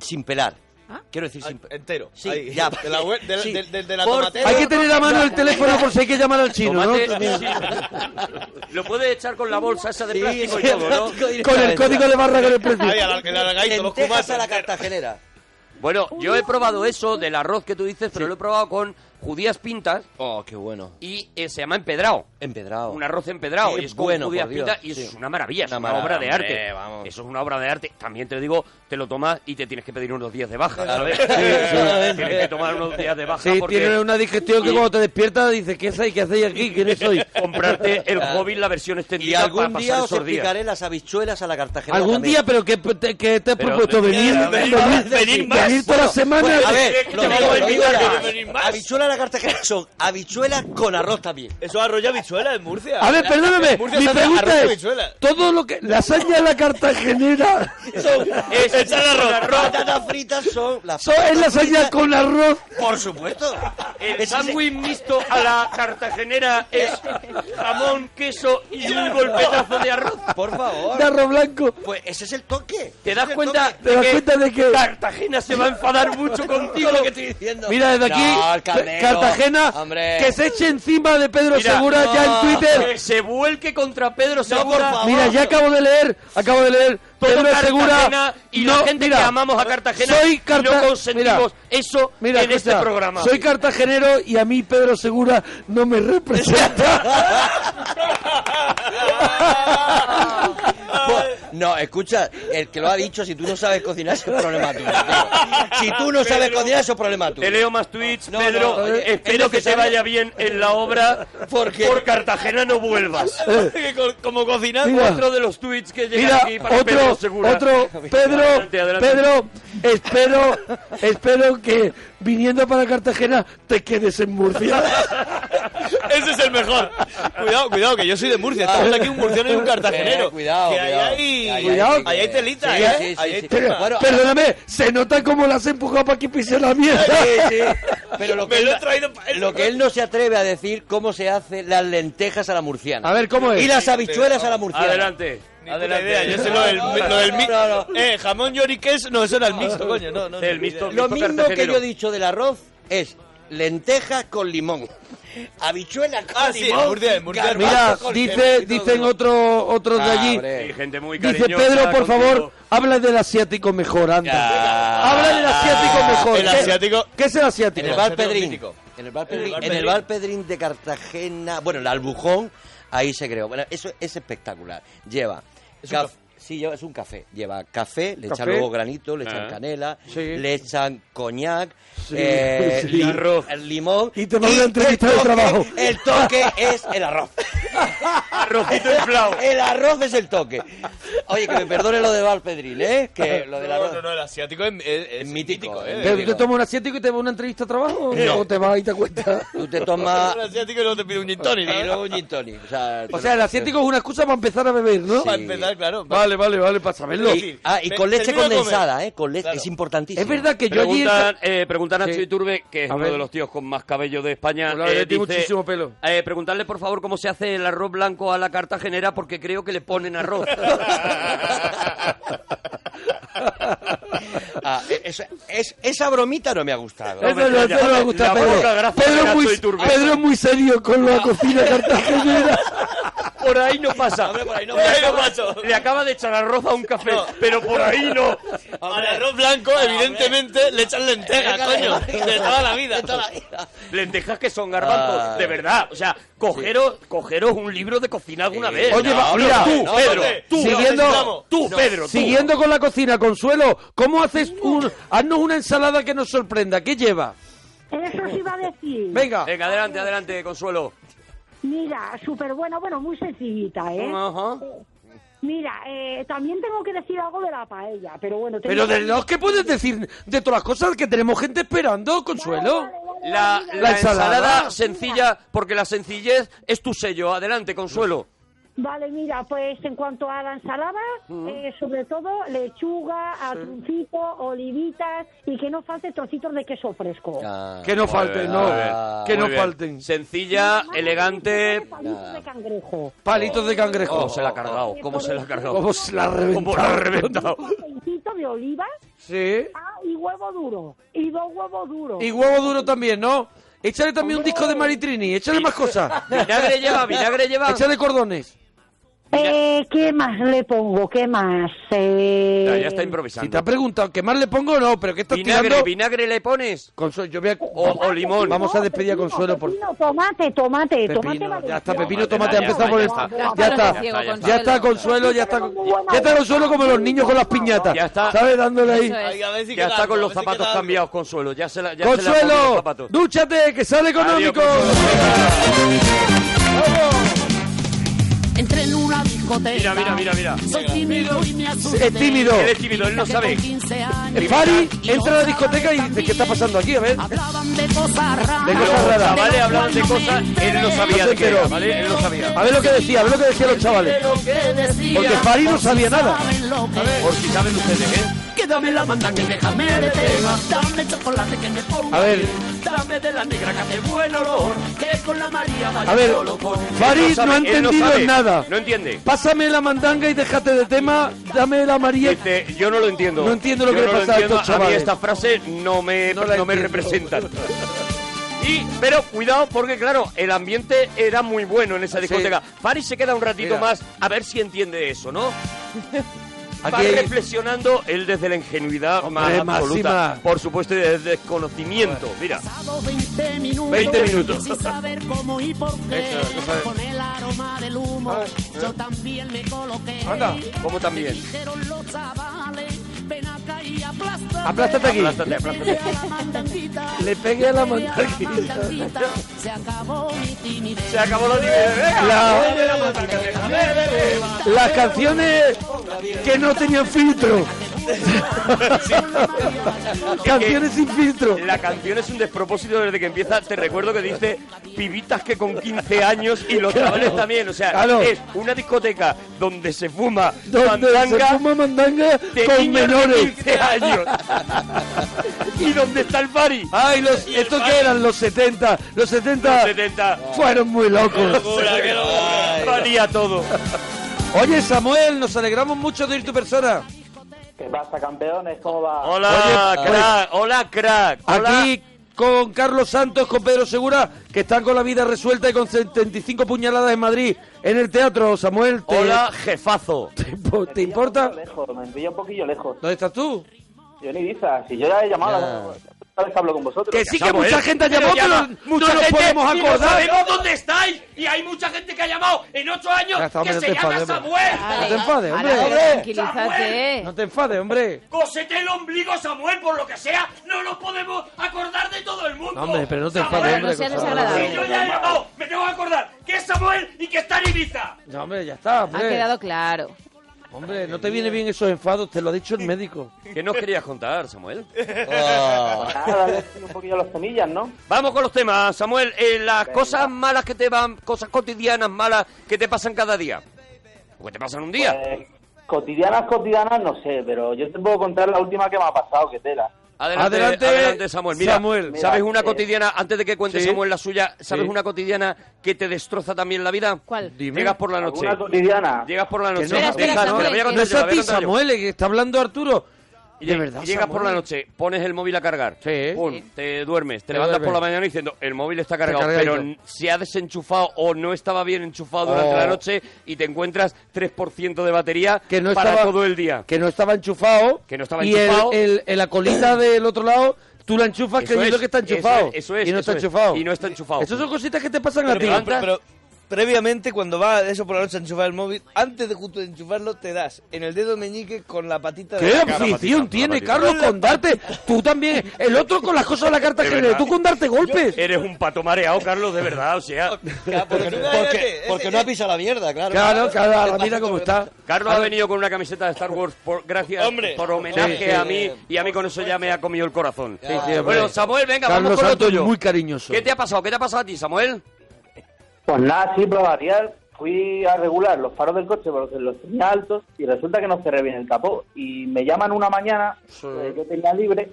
sin pelar. Quiero decir, sin pe-
Entero.
Sí,
ahí.
ya.
De la, hue- de, la-
Sí.
de- de- de la
Por-
tomatera.
Hay que tener a mano el teléfono por si hay que llamar al chino, ¿no?
Tomate,
También.
sí, sí. Lo puedes echar con la bolsa esa de plástico y todo, ¿no?
Con el código de barra con el precio.
Ahí, al, al, al gaito, los
Lentejas a la
cubatas.
cartagenera.
Bueno, yo he probado eso del arroz que tú dices, pero lo he probado con judías pintas
Oh, qué bueno.
y eh, se llama empedrado.
Empedrado.
Un arroz empedrado
Qué
y es con
bueno,
judías
por Dios,
pintas y eso
sí.
es una maravilla, es
Una
una,
maravilla,
obra de
hombre,
arte.
vamos.
Eso es una obra de arte. También te digo, te lo tomas y te tienes que pedir unos días de baja, ¿sabes?
sí.
tienes que tomar unos días de baja
Sí,
porque
tiene una digestión que
Sí.
cuando te despiertas dices, ¿qué hacéis? ¿Qué hacéis aquí? ¿Quiénes sois? Este,
comprarte el hobby la versión extendida
Ah. Y algún
para
día
pasar
os
esos días.
explicaré las habichuelas a la cartagenera.
¿Algún
también.
día? ¿Pero qué te, qué te has
Pero-
propuesto? ¿Venir?
Venir-
¿Venir, venir,
venir más.
toda la semana?
Pues, a ver, lo
Te
digo,
voy a
lo digo
invitar,
ahora.
que venir más.
Habichuelas a la cartagenera son habichuelas con arroz también.
Eso es arroyo habichuela en Murcia.
A ver, perdóname,
En Murcia
mi
se hace arroyo
pregunta es,
habichuela.
todo lo que... Lasaña a la cartagenera,
Son
Es echar
Las
arroz.
patatas fritas son las
so- es lasaña con arroz.
Por supuesto.
El
Es-
sándwich mixto a la cartagenera es jamón, queso y un golpetazo de arroz.
Por favor.
de arroz blanco.
Pues ese es el toque.
¿Te das
Ese es el
cuenta
toque.
¿Te das
que
cuenta de que
Cartagena se va a enfadar mucho contigo.
lo que estoy diciendo.
Mira, desde aquí,
No, el
Ca-
carnero,
Cartagena,
hombre.
que se eche encima de Pedro
Mira,
Segura ya en Twitter.
Que se vuelque contra Pedro Segura.
Mira, ya acabo de leer, acabo de leer.
Todo
Pedro
Cartagena
Segura
y la gente que amamos a Cartagena
soy
no
Carta-
consentimos
mira,
eso
mira,
en este
escucha,
programa.
Soy cartagenero y a mí Pedro Segura no me representa.
Pues, No, escucha, el que lo ha dicho, si tú no sabes cocinar, eso es problema tuyo. tío. Si tú no sabes cocinar, eso es problema tuyo.
Te leo más tweets,
No,
Pedro.
no, eh,
espero
es
que te
necesario.
vaya bien en la obra.
Porque-
Por Cartagena no vuelvas.
Como cocinando.
Mira.
Otro de los tweets que llega
Eh, Mira,
aquí para Pedro
otro,
Segura.
otro, Pedro,
Adelante, adelante.
Pedro, espero, espero que viniendo para Cartagena te quedes en Murcia.
Ese es el mejor. Cuidado, cuidado, que yo soy de Murcia. Estamos aquí un murciano y un cartagenero.
Eh, cuidado,
Que ahí
cuidado.
hay,
Ahí hay-
Cuidado.
ahí hay telita,
Sí,
¿eh?
sí, sí,
ahí hay
sí.
telita.
Pero,
Bueno,
perdóname, se nota como las empujado para que pise la mierda.
Sí, sí. Pero lo que,
Me
él,
lo he traído pa-
lo que él no se atreve a decir cómo se hacen las lentejas a la murciana.
A ver, ¿cómo es?
Y las habichuelas a la murciana.
Adelante.
Ni puta
adelante.
idea, yo sé lo del, lo del mi-
No, no.
Eh, jamón lloriqués, no, eso era el mixto, coño, no, no.
El
ni
mixto-
idea.
Lo mismo que
cartagenero.
yo he dicho del arroz es lentejas con limón. Habichuelas con
Ah, sí,
limón.
en Murcia, en Murcia.
garbanzo
Mira,
con
dice,
cebolla.
dicen otro, otros de allí.
Cabre.
Sí, gente muy
Dice
cariñosa
Pedro, por
contigo.
favor, habla del asiático mejor, anda. Habla del asiático mejor.
el
¿Qué-
asiático-
¿Qué es el Ah, asiático?
En el bar
Pedro
Pedrín.
mítico.
En el bar
En el
Pedrín,
bar
en el
Pedrín.
bar Pedrín de Cartagena, bueno, el Albujón, ahí se creó. Bueno, eso es espectacular. Lleva
un
caf-
café.
Sí, lleva, es un café. Lleva café, le echan
Café.
luego granito, le echan
Ah.
canela,
Sí.
le echan coñac,
Sí,
eh,
sí.
li-
Y arroz.
el limón.
Y te va a una entrevista
el
de
toque-
trabajo.
El toque es el arroz.
Arrocito inflado.
El arroz es el toque. Oye, que me perdone lo de Bar Pedrín, ¿eh? Que lo del
No,
arroz.
no, no, el asiático es, es- es
mítico,
mítico,
eh.
¿eh?
¿Pero tú te tomas un asiático y te vas a una entrevista de trabajo? ¿O te vas y te cuentas?
Tú te tomas.
Un asiático y luego te pide un gin
y
tonic, ¿no?
luego un gin tonic, O sea,
O sea, el asiático es una excusa para empezar a beber, ¿no?
Para empezar, claro.
Vale, vale, vale, para saberlo.
Sí.
Ah, y
Te-
con leche
termino de comer.
condensada, ¿eh? Con leche,
Claro.
es importantísimo.
Es verdad que yo allí...
Preguntan, eh, pregunta Nacho
Sí.
Iturbe, que es
A
uno
ver.
de los tíos con más cabello de España.
Pues la verdad, tiene
dice,
muchísimo pelo.
eh, preguntarle, por favor, cómo se hace el arroz blanco a la cartagenera, porque creo que le ponen arroz.
Ah, e- esa- es- esa bromita no me ha gustado.
Eso no, eso no me gusta,
La poca
Pedro.
gracia de
Pedro, es
Nacho
muy,
Iturbe.
Pedro es muy serio con la cocina cartagenera.
por ahí no pasa.
por ahí no
Le
pasa,
acaba-
macho.
Le acaba de echar arroz a un café, pero por ahí no. Ah,
Al arroz blanco, evidentemente, le echan lentejas, coño. De toda la vida.
Lentejas que son garbanzos,
Ah.
de verdad. O sea, cogeros, cogeros un libro de cocina alguna vez.
Oye,
No,
va-
no,
mira,
tú,
no,
Pedro,
hombre,
tú,
siguiendo-
Pedro, tú, Pedro, tú.
Siguiendo con la cocina, Consuelo, ¿cómo haces un... Haznos una ensalada que nos sorprenda. ¿Qué lleva?
Eso os iba a decir.
Venga.
Venga, adelante, adelante, Consuelo.
Mira, súper bueno, bueno, muy sencillita, ¿eh?
Ajá.
Mira, eh, también tengo que decir algo de la paella, pero bueno... tengo-
Pero de los que puedes decir de todas las cosas que tenemos gente esperando, Consuelo.
Vale, vale, vale,
La,
mira,
la
La
ensalada,
ensalada.
sencilla, porque la sencillez es tu sello. Adelante, Consuelo.
Vale, mira, pues en cuanto a la ensalada, eh, sobre todo lechuga, atuncito, olivitas y que no falte trocitos de queso fresco.
Ah,
Que no falten, no.
bien,
que
Muy
no
bien.
falten.
Sencilla,
Además,
elegante.
palitos de cangrejo.
Palitos de cangrejo.
¿Cómo se la ha cargado? ¿Cómo se la ha cargado?
¿Cómo se Pues la ha reventado?
¿Cómo la ha reventado?
Un aceitito de oliva
Sí.
ah, y huevo duro. Y dos huevos duros.
Y huevo duro también, ¿no? Échale también un disco de Maritrini. Échale más cosas.
Vinagre lleva, vinagre lleva.
Échale cordones.
Eh, ¿Qué más le pongo? ¿Qué más? Eh,
Ya, ya está
Si te ha
improvisando.
preguntado qué más le pongo o no, pero ¿qué estás
Vinagre,
tirando?
vinagre le pones.
Consuelo, yo voy a...
O, o limón.
Vamos a despedir a
pepino,
Consuelo por...
pepino, tomate, tomate, tomate.
Pepino, ya está,
valenciano.
Pepino,
Vale,
tomate,
ya
ha empezado por el...
está, ya
Ya
está.
está,
Ciego,
ya
Consuelo.
está, Consuelo, ya está... Ya está Consuelo como los niños con las piñatas.
Ya está.
¿Sabes? Dándole ahí...
Eso es.
Ay, a ver si
Ya
queda
está
algo,
con
a
los
ver si
zapatos
queda algo.
cambiados, Consuelo. Ya se la, ya se la ha comido los
Consuelo,
zapatos.
dúchate, que sale económico.
Adiós,
Entré en una
Mira,
discoteca.
mira, mira, mira.
Soy tímido y me asusté.
Es tímido.
Él es tímido, él no
Que
sabe.
con 15 años
Eh, Fari
y
entra a la
otra
discoteca
vez
y dice, ¿qué está pasando aquí? A ver.
Hablaban de cosas raras.
De
Los
cosas raras.
chavales hablaban de cosas, él no sabía de qué era, ¿vale? Él no sabía.
A ver lo que decía, a ver lo que decían los chavales.
Porque
Porque Ah, Fari no sabía nada.
Saben lo que
Por si saben ustedes, ¿eh?
que que dame la mandanga y déjame de tema. Dame chocolate que me ponga
A ver.
bien. Dame de la negra que hace buen olor. Que con la María vaya
A ver,
solo con-
Farid no,
sabe,
ha
él no
entendido
sabe,
nada.
No entiende.
Pásame la mandanga y déjate de tema. Dame la María.
Este, yo no lo entiendo.
No entiendo lo
Yo
que le
no
pasa a
entiendo.
estos chavales.
mí esta frase no me, no me representan. Y, pero cuidado, porque claro, el ambiente era muy bueno en esa discoteca. Fari se queda un ratito
Mira.
más a ver si entiende eso, ¿no? Va
Aquí hay-
reflexionando él desde la ingenuidad
Hombre,
más absoluta.
máxima.
Por supuesto, y desde el desconocimiento. Mira.
20 minutos.
20 minutos.
Sin saber cómo y por qué.
Eso, eso sabe.
Con el aroma del humo. Yo también me coloqué.
Anda, como también.
Dijeron los chavales. Ven acá y aplástate.
Aplástate aquí.
Aplástate,
Pegué
aplástate.
a la mandanguita.
Le pegué a la
Pegué a
mandanguita.
mandanguita. Se acabó mi timidez.
Se acabó la timidez, venga.
La- Las canciones que no tenían filtro. Canciones sin filtro.
La canción es un despropósito desde que empieza. Te recuerdo que dice pibitas que con 15 años y los
Claro.
chavales también. O sea,
Claro.
es una discoteca donde se fuma
Donde
mandanga
se fuma mandanga
de
con
niños
menores.
de 15 años. ¿Y dónde está el party?
Ay, los,
Y el
¿estos
party.
que eran? Los 70. Los 70
Los 70.
fueron muy locos.
Valía todo.
Oye, Samuel, nos alegramos mucho de ir tu persona.
¿Qué pasa, campeones? ¿Cómo va?
Hola,
Oye, pues,
crack. Hola, crack. Hola.
Aquí con Carlos Santos, con Pedro Segura, que están con la vida resuelta y con 75 puñaladas en Madrid, en el teatro, Samuel. Te,
Hola, jefazo.
¿Te, impo- te importa?
Lejos, me pilla un poquillo lejos.
¿Dónde estás tú?
Yo en Ibiza, si yo ya he llamado, tal vez hablo con vosotros.
Que sí, que mucha gente ha
Pero
llamado,
llama
pero
mucha
no nos
gente
podemos
y no
acordar.
sabemos dónde estáis y hay mucha gente que ha llamado en ocho años
Ya está, hombre,
que
no
se
te
llama
enfades, hombre.
Samuel.
No te enfades, hombre.
Ahora,
Hombre.
tranquilízate.
No te enfades, hombre.
Cósete el ombligo, Samuel, por lo que sea. No nos podemos acordar de todo el mundo.
No, hombre, pero no te
Samuel,
enfades, hombre.
no seas
cosa-
desagradable.
Si yo ya he llamado, me tengo que acordar que es Samuel y que está en Ibiza.
No, hombre, ya está,
Ha
hombre.
quedado claro.
Hombre, no te viene bien esos enfados, te lo ha dicho el médico.
¿Qué nos querías contar, Samuel?
Nada, le he metido un poquillo a las semillas, ¿no?
Vamos con los temas, Samuel. Eh, las cosas malas que te van, cosas cotidianas malas que te pasan cada día. O que te pasan un día.
Pues, cotidianas, cotidianas, no sé, pero yo te puedo contar la última que me ha pasado, que tela.
Adelante, adelante,
Adelante,
Samuel. Mira,
Samuel.
¿sabes
Mira,
una
eh,
cotidiana, antes de que cuente
sí.
Samuel la suya, ¿sabes
Sí.
una cotidiana que te destroza también la vida?
¿Cuál?
Dime.
Llegas por la noche.
¿Alguna cotidiana?
Llegas por la noche.
Espera, espera,
Deja,
Samuel,
te la voy a
que-
contar
No
yo,
es
la
a
voy a
ti,
contar yo.
Samuel, eh, que está hablando Arturo.
Y
De
lleg-
verdad,
Llegas por la
Samuel.
noche, pones el móvil a cargar.
Sí.
Pum,
Sí.
te duermes,
Te
te, levantas por
duermes.
la mañana diciendo, el móvil está cargado,
cargadito.
pero n- se ha desenchufado o no estaba bien enchufado durante
Oh.
la noche y te encuentras 3% de batería
que no
para
estaba
todo el día.
que no estaba enchufado
Que no estaba
y el-
enchufado.
el, el- la colita del otro lado tú la enchufas
Eso
creyendo
es,
que está
eso
enchufado
es, eso es,
y no
eso
está
es.
enchufado
Y no está enchufado.
esas son cositas que te pasan a ti
levantas-
pero, pero previamente, cuando va eso por la noche a enchufar el móvil, antes de justo de enchufarlo, te das en el dedo meñique con la patita de
qué
la cara.
obsesión
patita,
tiene
la patita.
Carlos con darte tú también el otro con las cosas de la carta
De
que le
verdad. Eh,
tú con darte golpes
Eres un pato mareado, Carlos, de verdad, o sea...
Claro, Porque,
Porque, porque no ha pisado la mierda, claro.
claro claro a la mira cómo está
Carlos ha venido con una camiseta de Star Wars por, gracias
Hombre.
por homenaje
Sí, sí.
a mí y a mí con eso ya me ha comido el corazón.
Sí, sí, hombre.
bueno, Samuel, venga,
Carlos
vamos con
Santos
lo tuyo.
muy cariñoso
¿Qué te ha pasado? ¿Qué te ha pasado a ti, Samuel?
Pues nada, sí, para variar, fui a regular los faros del coche porque los tenía altos y resulta que no cerré bien el capó. Y me llaman una mañana, pues, yo tenía libre,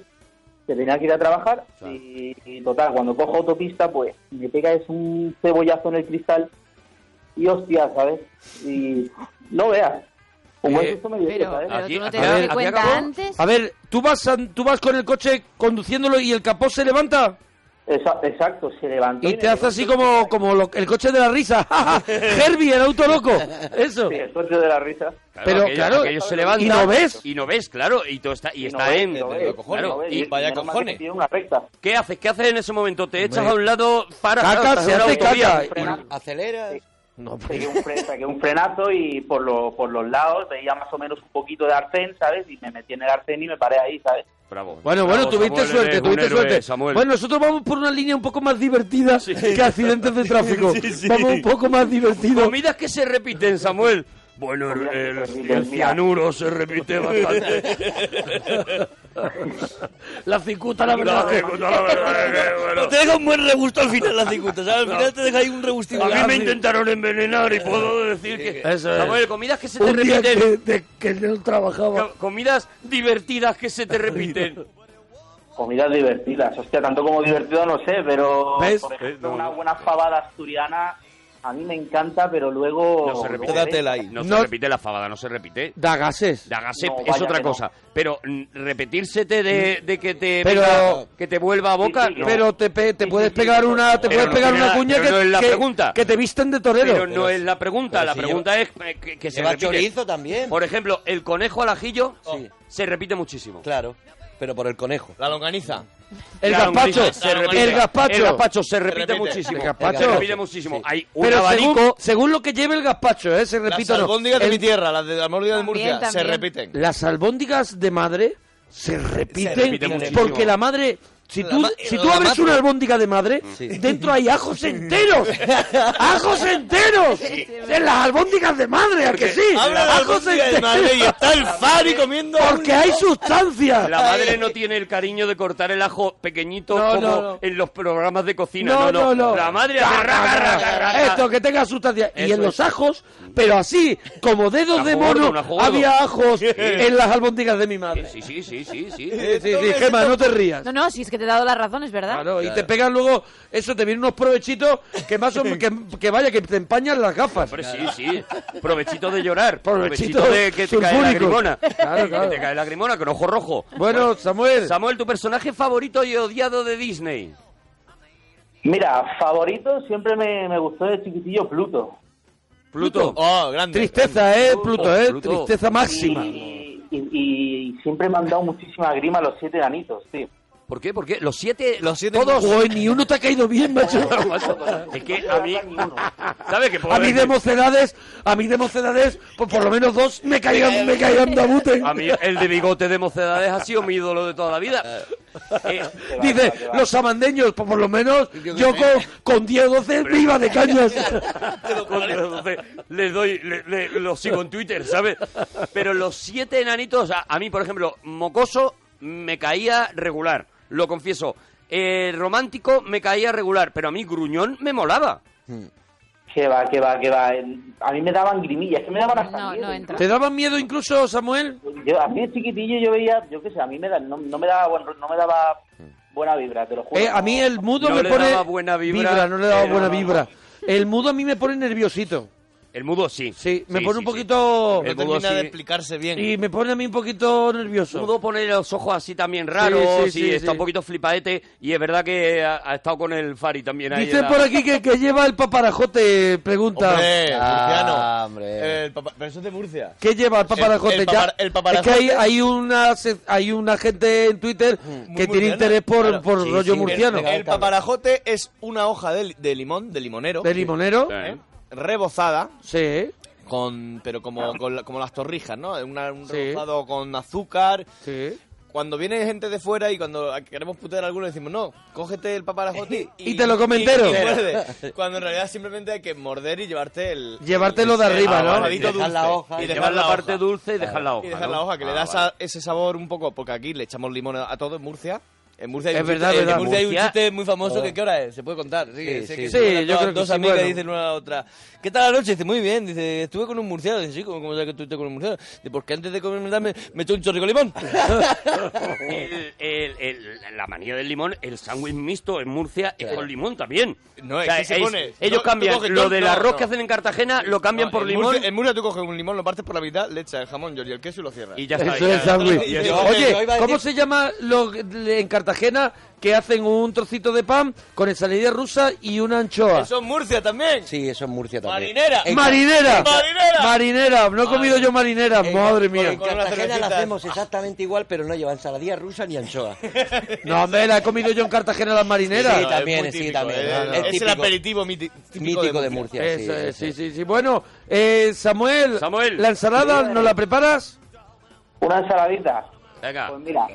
que tenía que ir a trabajar y, y total, cuando cojo autopista, pues me pega es un cebollazo en el cristal y hostia, ¿sabes? Y no veas, un buen
Eh,
susto me dio,
Pero,
¿sabes?
pero
Aquí-
tú no te
aquí-
aquí
das cuenta
acabó.
antes.
a ver tú vas a- tú vas con el coche conduciéndolo y el capó se levanta
Esa- exacto, se levantó.
y
me
te hace
dijo,
así como como lo- el coche de la risa Herbie el auto loco eso
Sí, el coche de la risa.
Pero, claro,
aquello se levanta
y no ves.
y no ves, claro, y todo está y está
no ve,
en
no ve,
claro,
cojones.
no ve,
y
vaya
menos mal que
cojones.
pillé una recta.
¿Qué haces? ¿Qué haces en ese momento? Te echas
Hombre.
a un lado, para
Caca, se hace caca.
Frenar.
Acelera.
No,
Pegué un, fre- saqué un frenazo y por, lo- por los lados veía más o menos un poquito de arcén, ¿sabes? Y me metí en el arcén y me paré ahí, ¿sabes?
Bravo.
Bueno, bueno,
Bravo,
tuviste
Samuel,
suerte,
eres
tuviste
un héroe,
suerte.
Samuel.
Bueno, nosotros vamos por una línea un poco más divertida que accidentes de tráfico. Vamos un poco más divertido.
comidas que se repiten, Eh, Samuel. Bueno, el, el- el cianuro se repite bastante.
La cicuta, la verdad.
La cicuta, la verdad es que, bueno.
Te deja un buen regusto al final la cicuta, ¿sabes? Al
No.
final te deja ahí un Ah, regustito.
A mí me intentaron envenenar y puedo decir que...
Eh, Eso es.
Samuel, comidas que se te
Un día
repiten.
que, de- que no trabajaba.
Co- Comidas divertidas que se te repiten.
Comidas divertidas, hostia, tanto como divertido no sé, pero
¿Ves?
por
Eh, no,
ejemplo, una
no.
buena fabada asturiana a mí me encanta, pero luego...
No se repite.
luego-
No,
No-
se repite la fabada, no se repite.
Da gases.
Da gases
No,
es
vaya
otra
que no.
cosa. Pero mm, repetírsete de, de que te
Pero-
venga- que te vuelva a boca. no.
Pero te, pe- te puedes pegar una, te
Pero
puedes
no
pegar
tiene
una
nada-
cuña
pero
que,
no es la
que-
pregunta.
que te vistan de torero.
Pero no es la pregunta,
pero
la
si
pregunta es eh, que, que se
Lleva
repite.
chorizo también.
Por ejemplo, el conejo al ajillo oh,
Sí.
se repite muchísimo.
Claro, pero por el conejo.
La longaniza.
El
Claro,
gazpacho,
Ulises, se repite.
el gazpacho.
El gazpacho se
Se
repite,
repite.
muchísimo.
El gazpacho.
Se repite muchísimo. Hay un
Pero
abanico.
según, según lo que lleve el gazpacho, ¿eh? Se repite o
las
no.
albóndigas
El-
de mi tierra, las de la albóndiga de
También,
Murcia, se
también.
repiten.
Las albóndigas de madre se repiten,
repite muchísimo.
porque la madre... Si tú,
ma-
si tú
la
abres
madre.
una albóndiga de madre, dentro hay ajos enteros. ¡Ajos enteros! ¡En las albóndigas de madre, ¿a que sí!
Habla de la
¡Ajos
albóndiga de
enteros!
madre y está el Fari comiendo...
¡Porque hay sustancias!
La madre no tiene el cariño de cortar el ajo pequeñito
No,
como
no, no.
en los programas de cocina.
No, no, no.
La madre hace
Ra, ra,
raca,
ra,
raca,
ra.
raca.
Esto, que tenga sustancia. Y
Eso
en los
es.
ajos, pero así, como dedos
Ajo
de
gordo,
mono,
un ajo gordo.
había ajos
Sí.
en las albóndigas de mi madre.
Sí, sí, sí, sí, sí.
Sí, sí, sí, Gemma, no te rías.
No, no, si es que te he dado las razones, ¿verdad?
Claro, Ah, y te pegan luego, eso, te vienen unos provechitos que más o que, que vaya, que te empañan las gafas.
Hombre, sí, sí. Provechito de llorar.
Provechito
Provechito de que te cae
sulfúrico.
la grimona.
Claro, claro.
Que te cae la grimona con ojo rojo.
Bueno, Samuel,
Samuel, tu personaje favorito y odiado de Disney.
Mira, favorito siempre me, me gustó de chiquitillo Pluto.
Pluto.
Oh, grande.
tristeza, eh, Pluto, eh,
Pluto.
tristeza máxima.
Y, y- y siempre me han dado muchísima grima los siete enanitos, tío.
¿Por qué? ¿Por qué? Los siete.
Los siete...
Todos, hoy ni uno te ha caído bien, macho.
Es que a mí. ¿Sabes qué?
A mí de mocedades, a mí de mocedades, pues por lo menos dos me caían, me caían de abute.
A mí el de bigote de mocedades ha sido mi ídolo de toda la vida. Eh,
Dice, los samandeños, pues por lo menos yo con, con 10 o 12 me iba de cañas.
Entonces, les doy, le, le- lo sigo en Twitter, ¿sabes? Pero los siete enanitos, a, a mí, por ejemplo, mocoso me caía regular, lo confieso. Eh, romántico me caía regular, pero a mí gruñón me molaba.
Que va, que va, que va. En- A mí me daban grimillas, que me daban hasta
No,
miedo.
no entra.
¿Te daban miedo incluso, Samuel?
Yo- a mí de chiquitillo yo veía, yo qué sé, a mí me da, no, no me daba buen ro- no me daba buena vibra, te lo juro.
Eh, a mí el mudo
No
me
le
pone
daba buena vibra.
no le daba
Eh, no,
buena
no, no.
vibra. El mudo a mí me pone nerviosito. Oh.
El mudo sí.
Sí, me
Sí,
pone
sí,
un
sí.
poquito
El
No
mudo
termina de
sí.
explicarse bien.
y me pone a mí un poquito
El
nervioso.
mudo pone los ojos así también raros
Sí, sí, sí,
y está
sí.
un poquito flipaete y es verdad que ha, ha estado con el Fari también ahí.
Dice
en la-
por aquí que, que lleva el paparajote, pregunta.
Hombre,
Ah,
murciano.
hombre.
Eh, El papa- Pero eso es de Murcia.
¿Qué lleva el paparajote?
El- el papar-
Ya-
el paparajote.
Es que hay, hay, una, se- hay una gente en Twitter que tiene
murciana,
interés por,
claro.
por
Sí,
rollo
sí,
murciano.
El,
venga,
el paparajote es una hoja de, li- de limón, de limonero,
¿De limonero?
Eh,
rebozada,
Sí.
con, pero como, con la- como las torrijas, ¿no? Una- un
Sí.
rebozado con azúcar.
Sí.
Cuando viene gente de fuera y cuando queremos putear a alguno decimos, no, cógete el paparajote
Y te lo come entero.
y muerde. cuando en realidad simplemente hay que morder y llevadito el...
Llevártelo de arriba,
Ah,
¿no?
guardadito
Dejar
dulce.
la hoja.
Y
Y
dejar
llevar la,
hoja.
parte dulce y dejar la hoja.
Y dejar
¿no?
la hoja, que le
Ah,
da
vale.
esa- ese sabor un poco, porque aquí le echamos limón a todo en Murcia. En Murcia hay,
Es
un,
verdad,
chiste, en
verdad.
Murcia hay un
Murcia-
chiste muy famoso que ¿qué hora es? Se puede contar. Sí, que-
Sí,
sé
sí.
que
Sí,
se van a
yo
todas-
creo que
Dos
sí,
amigas
bueno.
dicen una a la otra, ¿qué tal la noche? Dice, muy bien. Dice, estuve con un murciano. Dice, sí, ¿cómo, cómo sabes que estuviste con un murciano? Dice, porque antes de comerme me, me eché un chorrico de limón.
El- el- el- la manía del limón, el sándwich mixto en Murcia es con limón también.
No, es que se pone-
Ellos
no,
cambian
tú coges
lo
dos-
del
no,
arroz
no.
que hacen en Cartagena, lo cambian
No,
por
en
limón
Murcia- en Murcia tú coges un limón, lo partes por la mitad, le echas el jamón, y el queso y lo cierras.
y ya está.
Eso
ya
es
está.
sándwich.
Y- y-
y-
Oye,
yo iba a
¿cómo
decir-
se llama lo, en Cartagena que hacen un trocito de pan con ensalada rusa y una anchoa?
Eso en Murcia también.
Sí, eso es Murcia también.
Marinera.
En-
¡Marinera!
¡Marinera! Ah.
¡Marinera! No he comido yo marinera,
en-
madre
En
mía.
con una
Cartagena la
cervecita.
hacemos exactamente igual, pero no lleva ensaladilla rusa ni anchoa.
No, hombre, la he comido yo en Cartagena las marineras.
Sí,
No,
también,
muy
sí,
típico,
también.
eh,
No, no.
Es,
Es
el
típico.
aperitivo miti- típico,
Mítico de
Murcia.
Murcia. sí,
Eso es,
sí,
sí, sí, sí. Bueno, eh, Samuel,
Samuel.
¿la ensalada nos la preparas?
Una ensaladita.
Venga.
Pues mira,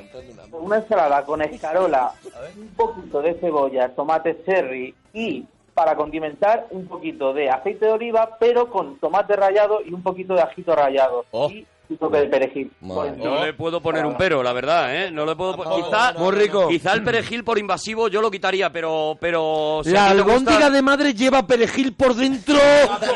una ensalada con escarola, un poquito de cebolla, tomate cherry y para condimentar un poquito de aceite de oliva, pero con tomate rallado y un poquito de ajito rallado.
Oh.
Y un toque de perejil. Pues por encima.
No le puedo poner un pero, la verdad, ¿eh? No le puedo po- quizá,
Muy rico.
quizá el perejil por invasivo yo lo quitaría, pero... pero si
La
a ti te gusta-
albóndiga de madre lleva perejil por dentro,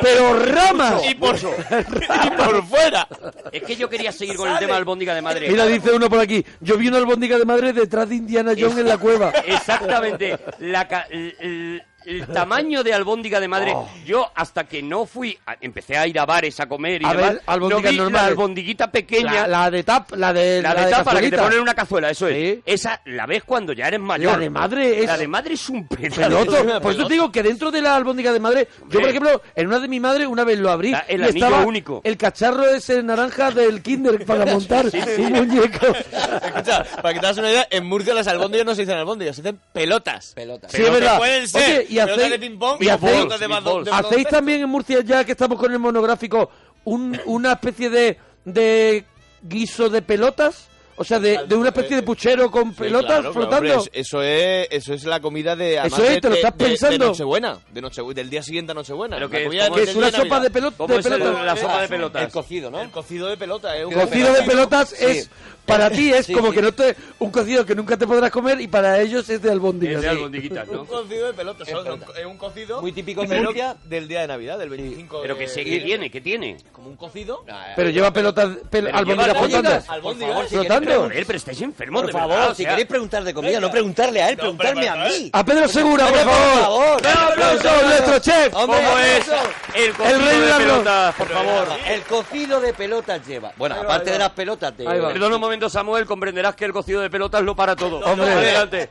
pero ramas.
Y por, y por fuera. Es que yo quería seguir con el tema albóndiga de madre.
Mira, dice uno por aquí. Yo vi una albóndiga de madre detrás de Indiana Jones en la cueva.
Exactamente. La ca- el, el- el tamaño de albóndiga de madre.
Oh.
Yo hasta que no fui, a- empecé a ir a bares a comer y
A
demás,
ver, albóndigas
no vi la
normales.
albondiguita pequeña.
La, la de tap, la de
La de tapa, la que te
cazuelita.
ponen en una cazuela, eso es. Esa la ves cuando ya eres mayor.
La de madre es-
La de madre es un pedazo.
Peloto. Por eso te digo que dentro de la albóndiga de madre, yo por ejemplo, en una de mi madre una vez lo abrí
La- el
y
anillo
estaba
único.
el cacharro ese naranja del kinder para montar
Sí, sí.
un muñeco.
Escucha, para que te hagas una idea, en Murcia las albóndigas no se dicen albóndigas, se dicen pelotas. Pelotas.
Sí, es verdad.
Pueden ser
Oye, y
pelotas
hacéis,
de ping-pong
y hacéis-
pelotas de bado- de
hacéis también en Murcia, ya que estamos con el monográfico, un- una especie de, de guiso de pelotas, o sea, de, de una especie de puchero con
Sí,
pelotas
claro, pero,
flotando.
hombre, es- eso es eso es la comida de
Eso
además,
es,
de-
te lo
de-
estás
de-
pensando.
De Nochebuena, de Nochebu- del día siguiente a Nochebuena.
Pero
La
que-
comida
¿cómo es
del
el
día de
sopa
Navidad.
de pelot- ¿Cómo de es el- pelota? la sopa de
El-
pelotas?
El cocido, ¿no? El cocido de pelota es un
Cocido de
pedazo-
pelotas es
Sí.
para ti es
Sí,
como
sí.
que no te un cocido que nunca te podrás comer y para ellos es de albóndigas.
Sí.
¿no?
Un cocido de pelota, solo que un- es un cocido
Muy típico
de
de
Murcia del día de Navidad, del 25
Pero que
de-
sé que tiene, que tiene.
como un cocido.
Pero lleva pelotas pel-
Pero
albóndigas
lleva
flotantes.
albóndigas, por favor, si
flotando.
queréis- Pero, joder, pero estáis enfermos,
Por
de
favor,
verdad, o
si
sea.
queréis preguntarle comida, no preguntarle a él, preguntarme a mí.
A Pedro Segura, por
Hombre,
favor.
por favor.
aplauso, nuestro chef.
Hombre,
¿Cómo es?
aplauso.
El
cocido El rey de de la pelotas,
por favor.
El cocido de pelotas lleva. Bueno,
Ahí va,
aparte
ahí
de
va.
las pelotas de...
Perdona un momento, Samuel, comprenderás que el cocido de pelotas lo para todo.
Hombre.
adelante.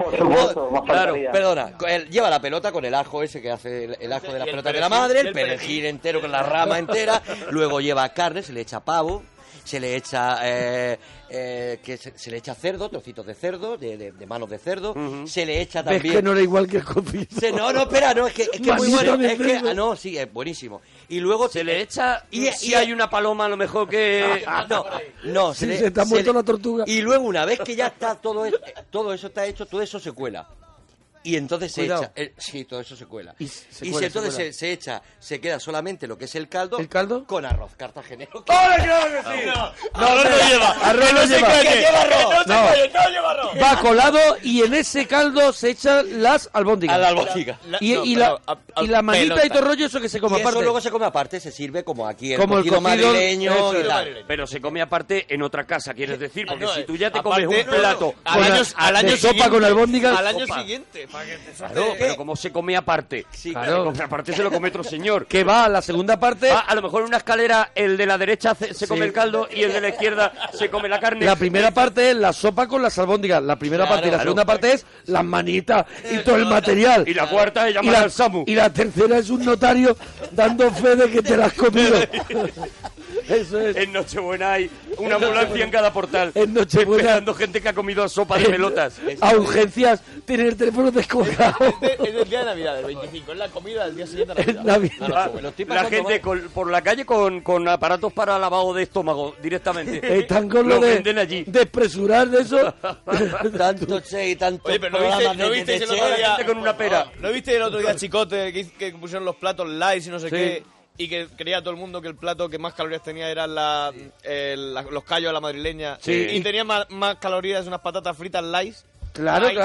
Claro,
faltaría.
perdona, co- él lleva la pelota con el ajo ese que hace el, el ajo de las
Y el
pelotas de la
perejil,
madre,
y
el
el
perejil entero con la rama entera, luego lleva carne, se le echa pavo, se le echa eh, eh, que se, se le echa cerdo, trocitos de cerdo, de, de- de manos de cerdo, se le echa
Ves
también
que no era igual que el cocido.
se- no, no, espera, no, es que es que es muy
Manita
bueno.
de
Es que,
cerdo.
ah, no, sí, es buenísimo. Y luego
se le echa.
Y,
si hay una paloma, a lo mejor que.
No, no,
Sí,
le-
se te ha muerto
le-
la tortuga.
Y luego, una vez que ya está todo, es- eh, todo eso está hecho, todo eso se cuela. Y entonces se
Cuidado.
echa. eh, sí, todo eso se cuela.
Y
Y,
se cuela,
se-
se
entonces
cuela.
se, se echa, se queda solamente lo que es el caldo.
¿El caldo?
Con arroz cartagenero.
No, arroz no lleva. Arroz no
no se
lleva.
calle, que lleva arroz.
No. Va colado y en ese caldo se echan las albóndigas.
A la albóndiga.
La- Y,
no,
y la,
pero a- a-
y la manita
pelota.
y todo el rollo, eso que se come
y eso
aparte.
luego se come aparte, se sirve como aquí el,
Como el
cocido,
cocido,
madrileño
eso
y
es.
tal.
Pero se come aparte en otra casa, quieres decir, porque
No,
si
eh,
tú ya te
aparte-
comes un
no,
plato.
no, al
con
año,
a-
al
de
año
sopa
siguiente,
con albóndigas.
Al año
Sopa.
siguiente, para que te
Claro, pero como se come aparte.
Eh, claro.
Se come aparte se lo come otro señor.
Que va a la segunda parte.
Ah, a lo mejor en una escalera el de la derecha se, se come
Sí.
el caldo y el de la izquierda se come la carne.
La primera parte es la sopa con las albóndigas. La primera
Claro,
parte y la
claro.
segunda parte es las manitas y todo el material.
Y la cuarta es llamar
la-
al Samu.
y la tercera es un notario dando fe de que te la has comido. Eso es.
En Nochebuena hay una ambulancia en cada portal.
En Nochebuena.
Esperando gente que ha comido sopa de pelotas.
Eh, A urgencias, tiene el teléfono descolgado.
Este Es el día de Navidad, del 25, es la comida del día siguiente a
Es
Navidad.
Navidad.
A Nochebuena.
Ah, La gente con- por la calle con, con aparatos para lavado de estómago directamente.
Están con lo de,
venden allí.
de expresurar de eso.
Tanto che y tanto.
Oye, pero no viste, no visteis el otro día. Ah,
gente con una pera.
¿No viste el otro día Chicote que, hizo- que pusieron los platos lights y no sé
Sí.
qué? Y que creía todo el mundo que el plato que más calorías tenía eran la, el- la- los callos a la madrileña.
Sí.
Y tenía más, más calorías unas patatas fritas lights.
Claro,
Lights.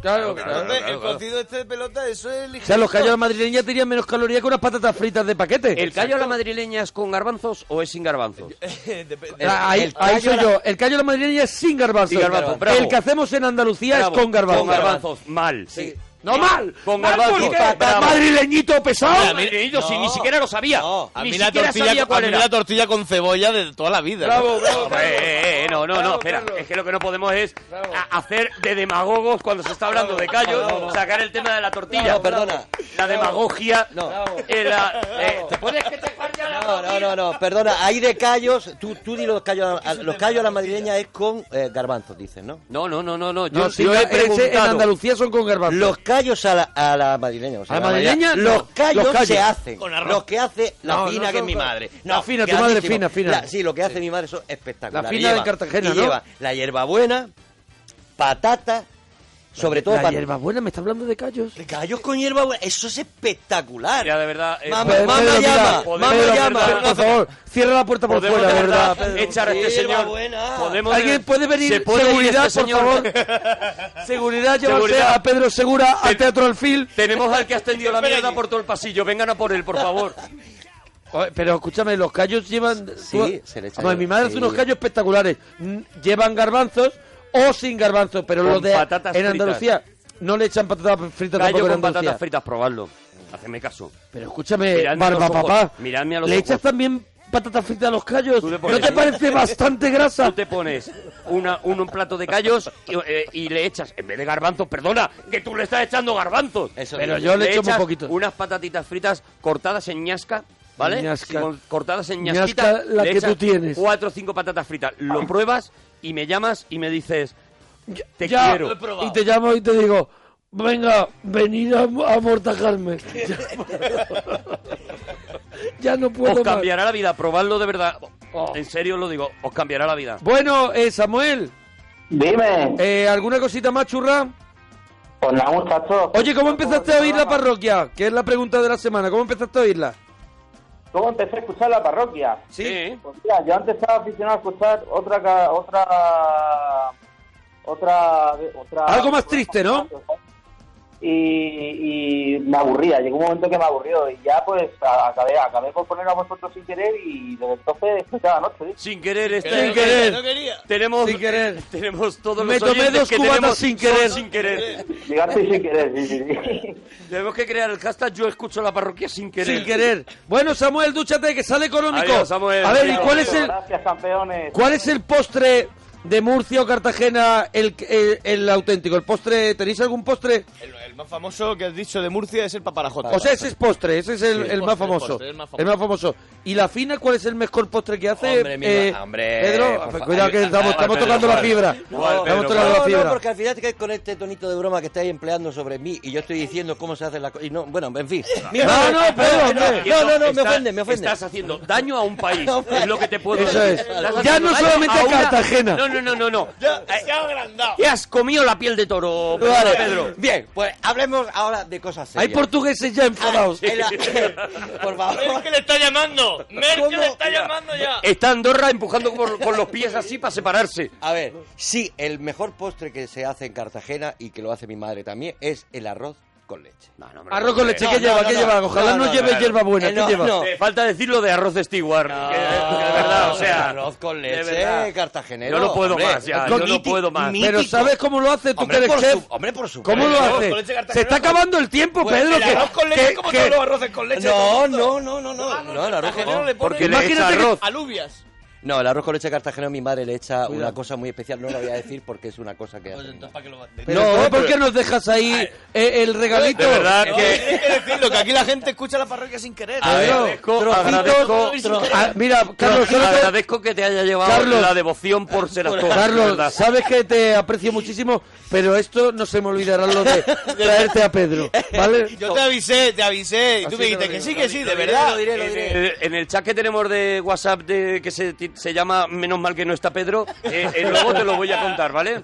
claro, claro,
Entonces,
claro.
el cocido este de pelota, eso es
O
ligero.
sea, los callos madrileños tenían menos calorías que unas patatas fritas de paquete.
¿El callo a la madrileña es con garbanzos o es sin garbanzos?
Depende.
Ah, ahí,
el
ahí
callo
soy
la-
yo. El callo de la madrileña es sin garbanzos.
Sin garbanzos, bravo.
El que hacemos en Andalucía
Bravo,
es con garbanzos.
Con garbanzos, mal.
Sí.
¡No mal!
Con
¡Mal
garbanzos.
porque-
Bravo.
¡Madrileñito pesado!
Mira, mira, yo sí, ni siquiera lo sabía.
No,
A
ni
mí, la
siquiera
tortilla,
sabía
a
cuál
mí
era.
la tortilla con cebolla de toda la vida. ¿no?
Hombre, eh, eh, no, no, no, espera. Es que lo que no podemos es a- hacer de demagogos cuando se está hablando de callos, sacar el tema de la tortilla.
No, perdona.
La demagogia.
No.
eh, la- eh, ¿Te puedes que te guarde la
No, no,
tortilla?
no, no, perdona, hay de callos, tú, tú di los callos, a- los callos a la madrileña es con eh, garbanzos, dices, ¿no?
No, no, no, no, no. Yo,
No, si no,
yo he
ese en
preguntado.
Andalucía son con garbanzos.
Los callos a la, a la madrileña. o sea,
¿A la madrileña? No,
Los callos,
los callos.
se hacen.
Con arroz.
Los que hace la
No, no
fina, que es
son
mi
con-
madre.
La fina, tu madre
grandísimo.
fina, fina.
La- sí, lo que hace mi madre son espectaculares.
La fina de Cartagena,
y
¿no?
lleva la hierbabuena, patata Sobre todo
la
para-
hierbabuena, me está hablando de callos.
De callos con hierba, eso es espectacular.
Ya, de verdad. eh,
Mamá,
Pedro,
mamá
mira,
llama,
podemos,
mamá
de
llama.
verdad,
Por favor, cierra la puerta por
podemos
fuera, de verdad.
echar a este señor. Podemos-
¿Alguien puede venir?
¿Se puede ir
seguridad,
este
por
señor?
favor. Seguridad, llevarse
Seguridad.
a Pedro Segura al Teatro Alfil.
Tenemos al que ha extendido la mierda por todo el pasillo. Vengan a por él, por favor.
Oye, Pero escúchame, los callos llevan.
Sí, se le echa
Vamos,
hierba,
mi madre
sí.
hace unos callos espectaculares. Mm, Llevan garbanzos o sin garbanzos, pero
Con
los de
patatas
en
fritas.
Andalucía no le echan patatas fritas
Gallo
tampoco en
con
Andalucía.
patatas fritas, probadlo. Hacedme caso.
Pero escúchame,
Miradme a los
barba
ojos,
papá.
miradme a los
¿Le
ojos.
echas también patatas fritas a los callos? ¿No
pones-
te parece bastante grasa?
Tú te pones una, un, un plato de callos y, eh, y le echas, en vez de garbanzos, perdona, que tú le estás echando garbanzos.
Pero yo le echo muy
echas
poquito.
Unas patatitas fritas cortadas en ñasca, ¿vale?
Ñasca.
Si con- cortadas en
Ñasca,
ñasquita.
la
le
que tú
echas
tienes. Ah.
Cuatro o cinco patatas fritas. Lo pruebas y me llamas y me dices, te
Ya,
quiero.
y te llamo y te digo, venga, venid a, a amortajarme. Ya, ya no puedo
Os
más. Oh.
cambiará la vida, probadlo de verdad. En serio os lo digo, os cambiará la vida.
Bueno, eh, Samuel.
Dime.
Eh, ¿Alguna cosita más, churra?
Pues nada, muchachos.
Oye, ¿cómo empezaste a oír la parroquia? Que es la pregunta de la semana. ¿Cómo empezaste a oírla?
¿Cómo empecé a escuchar la parroquia?
Sí.
Pues mira, yo antes estaba aficionado a escuchar otra... ca- otra... Otra... otra
Algo más triste, ¿no?
y, y me aburría, llegó un momento que me aburrió y ya pues a- acabé, acabé por poner a vosotros sin querer y desde entonces escuchaba noche. ¿sí?
Sin querer, está-
Sin querer.
Tenemos,
Sin querer.
tenemos todos
Me
los
tomé
oyentes
dos
que
cubatas
tenemos
sin
son
querer.
sin querer.
Llegaste sin querer, sí, sí, sí.
Tenemos que crear el hashtag Yo escucho la parroquia sin querer.
Sin querer. Bueno, Samuel, dúchate, que sale económico.
Adiós, Samuel.
a ver, ¿y
Adiós.
cuál es el,
Gracias, campeones.
cuál es el postre de Murcia o Cartagena, el, el, el auténtico? ¿El postre? ¿Tenéis algún postre?
El, el más famoso que has dicho de Murcia es el paparajota.
O sea, ese es postre, ese es el,
Sí.
el
Postre,
más famoso.
postre,
el, más famoso. ¿Y la fina cuál es el mejor postre que hace?
Hombre, mi
eh,
ma- hombre,
Pedro, pues
por fa-
cuidado que
Ay,
estamos,
ay,
estamos
Pedro,
tocando la
Juan.
fibra.
No,
estamos tocando la
no,
fibra.
no, porque al final te quedas con este tonito de broma que estáis empleando sobre mí y yo estoy diciendo cómo se hace la cosa. No, bueno, en fin. Mira,
No, no, Pedro,
no,
hombre.
no, no, no, me
Está-
ofende, me ofende.
Estás haciendo daño a un país, es lo que te puedo
Eso
decir.
es.
Estás
Ya
haciendo
no
daño
solamente a
una-
Cartagena.
No, no, no, no, no.
Ya, se ha agrandado.
Te has comido la piel de toro,
Vale,
Pedro.
Bien, pues hablemos ahora de cosas serias.
Hay portugueses ya enfadados.
En la- por favor.
que le está llamando!
¿Cómo?
¡Merkel le está llamando ya!
Está Andorra empujando por- con los pies así para separarse.
A ver, sí, el mejor postre que se hace en Cartagena y que lo hace mi madre también es el arroz con leche.
No, no, hombre,
Arroz con leche,
No,
¿qué
no,
lleva?
no,
¿Qué
no.
lleva? Ojalá
No,
no,
no,
lleve
no,
hierba buena.
Eh, no,
¿Qué lleva?
no.
Te falta decir lo de arroz de Stewart. que- que de verdad, o sea.
arroz con
de
leche,
verdad.
cartagenero.
Yo no puedo
hombre.
más, ya.
Con
Yo no
míti-
puedo más.
mítico.
Pero ¿sabes cómo lo hace? ¿Tú
Hombre,
que eres
por
chef?
su- hombre, por supuesto.
¿Cómo lo
Arroz con
hace?
leche
Se
cartagenero
está
con-
acabando el tiempo,
Pues
Pedro.
el
que-
arroz con leche
que-
es como
que-
todos los arroces con leche. Ah,
No, no, no, no, no. No, el arroz con
Cartagena le pone
porque le echa
imagínate que-
arroz.
Alubias.
No, el arroz con leche cartagenero mi madre le echa una cosa muy especial, no la voy a decir porque es una cosa que... hace mi madre.
Pero,
No,
¿por qué nos dejas ahí eh, el regalito?
De verdad
No,
que.
tienes que decirlo, que aquí la gente escucha la parroquia sin querer.
A ver,
Pedro,
agradezco,
trocitos-
agradezco,
Ah, mira, Carlos,
Carlos,
solo te-
agradezco que te haya llevado
Carlos.
la devoción por ser actor. de verdad.
Carlos, sabes que te aprecio muchísimo, pero esto no se me olvidará lo de traerte a Pedro, ¿vale?
Yo te avisé, te avisé. Y
Ah,
Así
tú me dijiste
no,
que
no,
sí,
no,
que sí, de
diré,
verdad.
lo diré, lo
En
diré.
el-
Eh, en el chat que tenemos de WhatsApp de, que se, ti- se llama Menos mal que no está Pedro, eh, eh, luego te lo voy a contar, ¿vale?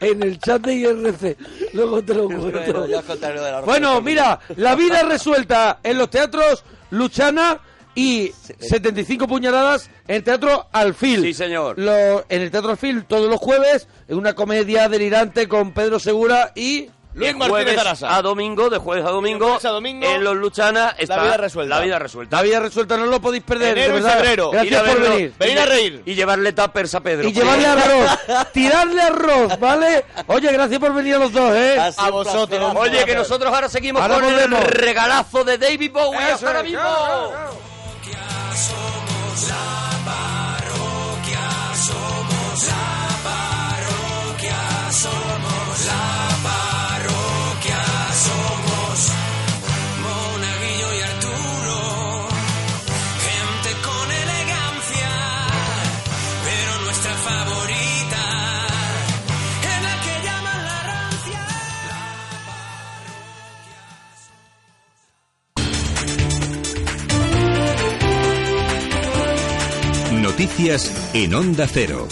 En el chat de IRC, luego te lo cuento.
Bueno, ya os contaré lo del arroz
Bueno,
con leche.
mira, la vida resuelta en los teatros Luchana y 75 puñaladas en el Teatro Alfil.
Sí, señor.
Lo- en el Teatro Alfil todos los jueves, en una comedia delirante con Pedro Segura y...
Luis
De
Martínez
jueves
Arasa.
a domingo, de jueves a domingo,
jueves a domingo,
en los Luchana está
vida resuelta.
La vida resuelta.
La vida resuelta no lo podéis perder,
Enero
de
y
verdad.
febrero.
Ir
Gracias
a
por
verlo.
venir.
Venir a reír.
Y llevarle tapers a Pedro.
Y llevarle arroz, tirarle arroz, ¿vale? Oye, gracias por venir a los dos, ¿eh?
Ha sido
a
un placer,
vosotros.
Antonio.
Oye, que nosotros ahora seguimos
Ahora
con
volvemos.
el regalazo de David Bowie. ¡Hasta ahora mismo!
Somos la parroquia, somos la parroquia, somos la parroquia, somos Monaguillo y Arturo, gente con elegancia, pero nuestra favorita es la que llaman la rancia.
Noticias en Onda Cero.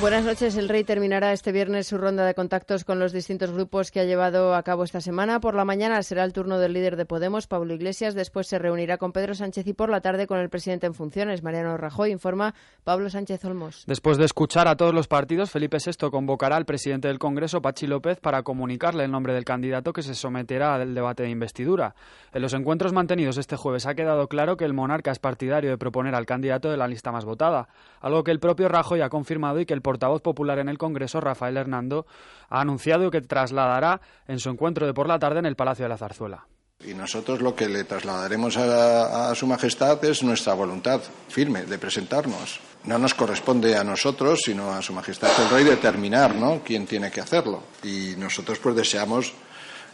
Buenas noches. El Rey terminará este viernes su ronda de contactos con los distintos grupos que ha llevado a cabo esta semana. Por la mañana será el turno del líder de Podemos, Pablo Iglesias. Después se reunirá con Pedro Sánchez y por la tarde con el presidente en funciones, Mariano Rajoy, informa Pablo Sánchez Olmos.
Después de escuchar a todos los partidos, Felipe VI convocará al presidente del Congreso, Pachi López, para comunicarle el nombre del candidato que se someterá al debate de investidura. En los encuentros mantenidos este jueves ha quedado claro que el monarca es partidario de proponer al candidato de la lista más votada, algo que el propio Rajoy ha confirmado y que el portavoz popular en el Congreso, Rafael Hernando, ha anunciado que trasladará en su encuentro de por la tarde en el Palacio de la Zarzuela.
Y nosotros lo que le trasladaremos a, a, Su Majestad es nuestra voluntad firme de presentarnos. No nos corresponde a nosotros, sino a Su Majestad el Rey determinar ¿no? quién tiene que hacerlo. Y nosotros pues deseamos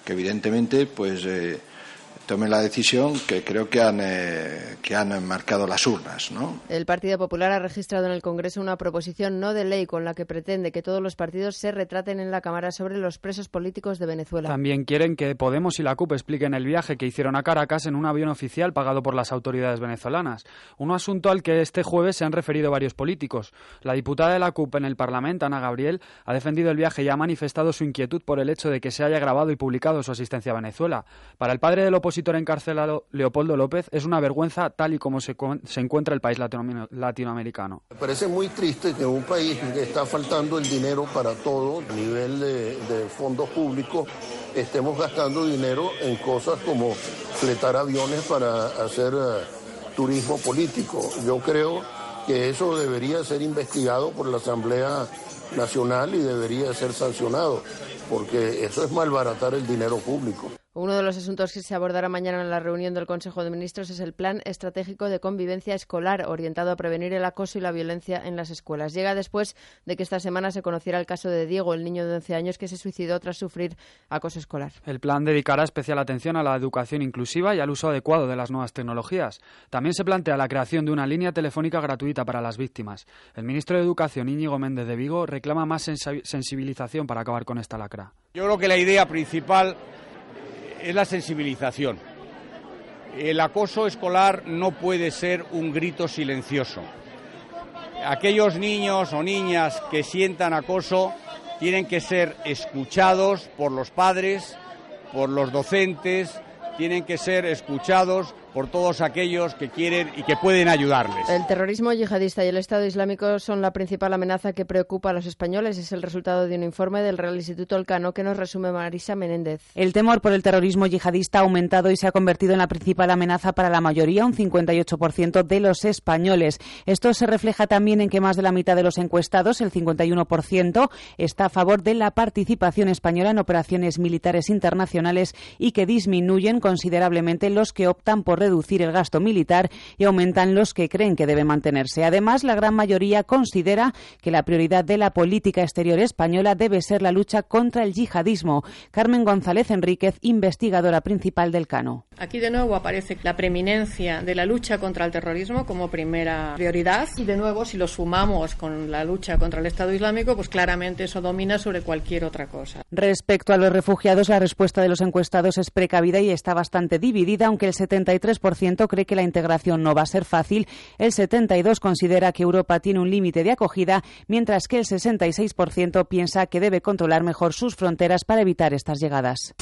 que evidentemente pues eh, tome la decisión que creo que han, eh, que han marcado las urnas. ¿no?
El Partido Popular ha registrado en el Congreso una proposición no de ley con la que pretende que todos los partidos se retraten en la Cámara sobre los presos políticos de Venezuela.
También quieren que Podemos y la CUP expliquen el viaje que hicieron a Caracas en un avión oficial pagado por las autoridades venezolanas. Un asunto al que este jueves se han referido varios políticos. La diputada de la CUP en el Parlamento, Ana Gabriel, ha defendido el viaje y ha manifestado su inquietud por el hecho de que se haya grabado y publicado su asistencia a Venezuela. Para el padre del opositor, encarcelado Leopoldo López es una vergüenza tal y como se, se encuentra el país latino latinoamericano.
Me parece muy triste que un país que está faltando el dinero para todo, a nivel de, de fondos públicos, estemos gastando dinero en cosas como fletar aviones para hacer uh, turismo político. Yo creo que eso debería ser investigado por la Asamblea Nacional y debería ser sancionado, porque eso es malbaratar el dinero público.
Uno de los asuntos que se abordará mañana en la reunión del Consejo de Ministros es el Plan Estratégico de Convivencia Escolar, orientado a prevenir el acoso y la violencia en las escuelas. Llega después de que esta semana se conociera el caso de Diego, el niño de 11 años que se suicidó tras sufrir acoso escolar.
El plan dedicará especial atención a la educación inclusiva y al uso adecuado de las nuevas tecnologías. También se plantea la creación de una línea telefónica gratuita para las víctimas. El ministro de Educación, Íñigo Méndez de Vigo, reclama más sensibilización para acabar con esta lacra.
Yo creo que la idea principal es la sensibilización. El acoso escolar no puede ser un grito silencioso. Aquellos niños o niñas que sientan acoso tienen que ser escuchados por los padres, por los docentes, tienen que ser escuchados por todos aquellos que quieren y que pueden ayudarles.
El terrorismo yihadista y el Estado Islámico son la principal amenaza que preocupa a los españoles. Es el resultado de un informe del Real Instituto Elcano que nos resume Marisa Menéndez.
El temor por el terrorismo yihadista ha aumentado y se ha convertido en la principal amenaza para la mayoría, un 58% de los españoles. Esto se refleja también en que más de la mitad de los encuestados, el 51%, está a favor de la participación española en operaciones militares internacionales y que disminuyen considerablemente los que optan por reducir el gasto militar y aumentan los que creen que debe mantenerse. Además, la gran mayoría considera que la prioridad de la política exterior española debe ser la lucha contra el yihadismo. Carmen González Enríquez, investigadora principal del Cano.
Aquí de nuevo aparece la preeminencia de la lucha contra el terrorismo como primera prioridad y de nuevo si lo sumamos con la lucha contra el Estado Islámico, pues claramente eso domina sobre cualquier otra cosa.
Respecto a los refugiados, la respuesta de los encuestados es precavida y está bastante dividida, aunque el 73 3% cree que la integración no va a ser fácil, el 72% considera que Europa tiene un límite de acogida, mientras que el 66% piensa que debe controlar mejor sus fronteras para evitar estas llegadas.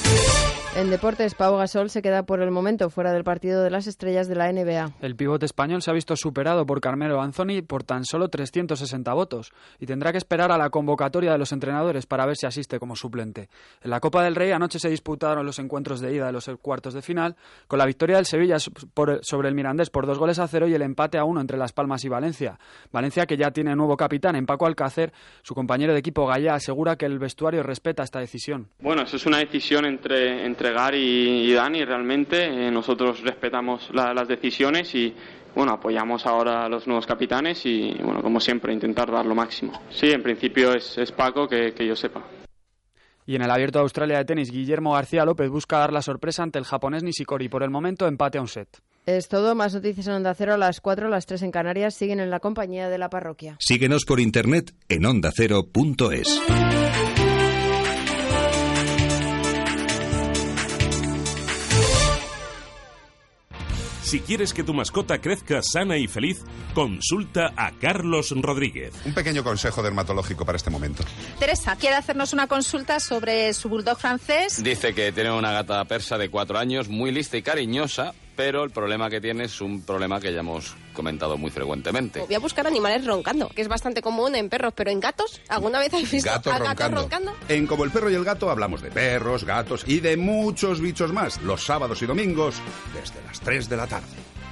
En deportes, Pau Gasol se queda por el momento fuera del partido de las estrellas de la NBA.
El pivote español se ha visto superado por Carmelo Anthony por tan solo 360 votos y tendrá que esperar a la convocatoria de los entrenadores para ver si asiste como suplente. En la Copa del Rey anoche se disputaron los encuentros de ida de los cuartos de final, con la victoria del Sevilla sobre el Mirandés por dos goles a cero y el empate a uno entre Las Palmas y Valencia. Valencia, que ya tiene nuevo capitán en Paco Alcácer, su compañero de equipo Gallá asegura que el vestuario respeta esta decisión.
Bueno, eso es una decisión entre, entre entregar y, y, Dani realmente. Eh, nosotros respetamos la, las decisiones y bueno, apoyamos ahora a los nuevos capitanes y bueno, como siempre, intentar dar lo máximo. Sí, en principio es, es Paco, que, que yo sepa.
Y en el Abierto de Australia de tenis, Guillermo García López busca dar la sorpresa ante el japonés Nishikori. Por el momento, empate a un set.
Es todo. Más noticias en Onda Cero a las 4, a las 3 en Canarias. Siguen en la compañía de la parroquia.
Síguenos por internet en ondacero.es.
Si quieres que tu mascota crezca sana y feliz, consulta a Carlos Rodríguez.
Un pequeño consejo dermatológico para este momento.
Teresa quiere hacernos una consulta sobre su bulldog francés.
Dice que tiene una gata persa de cuatro años, muy lista y cariñosa, pero el problema que tiene es un problema que ya hemos comentado muy frecuentemente.
Voy a buscar animales roncando, que es bastante común en perros, pero en gatos, ¿alguna vez habéis visto
Gato
a
roncando.
gatos roncando?
En Como el perro y el gato hablamos de perros, gatos y de muchos bichos más, los sábados y domingos, desde las 3 de la tarde.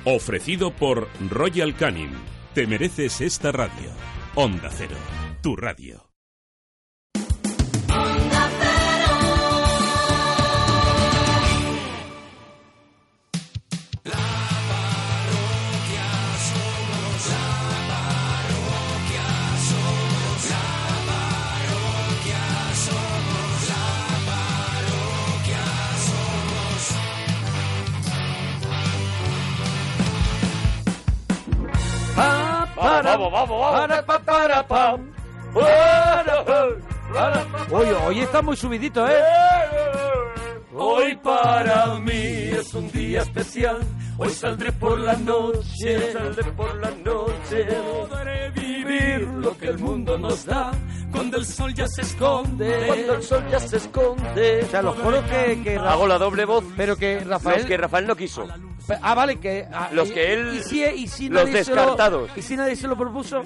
Ofrecido por Royal Canin. Te mereces esta radio. Onda Cero, tu radio.
parroquia somos, la parroquia somos, la parroquia somos, la parroquia
Vamos, Hoy, hoy está muy subidito, ¿eh?
Hoy para mí es un día especial. Hoy saldré por la noche, saldré por la noche. Podré vivir lo que el mundo nos da. Cuando el sol ya se esconde, cuando el sol ya se esconde.
O sea, los coros que, que Ra-
Hago la doble voz,
pero que Rafael.
los que Rafael no quiso.
Ah, vale, que. ah,
Los
y-
que él-
Y si, y si
los
nadie se lo-
descartados.
y si nadie se lo propuso.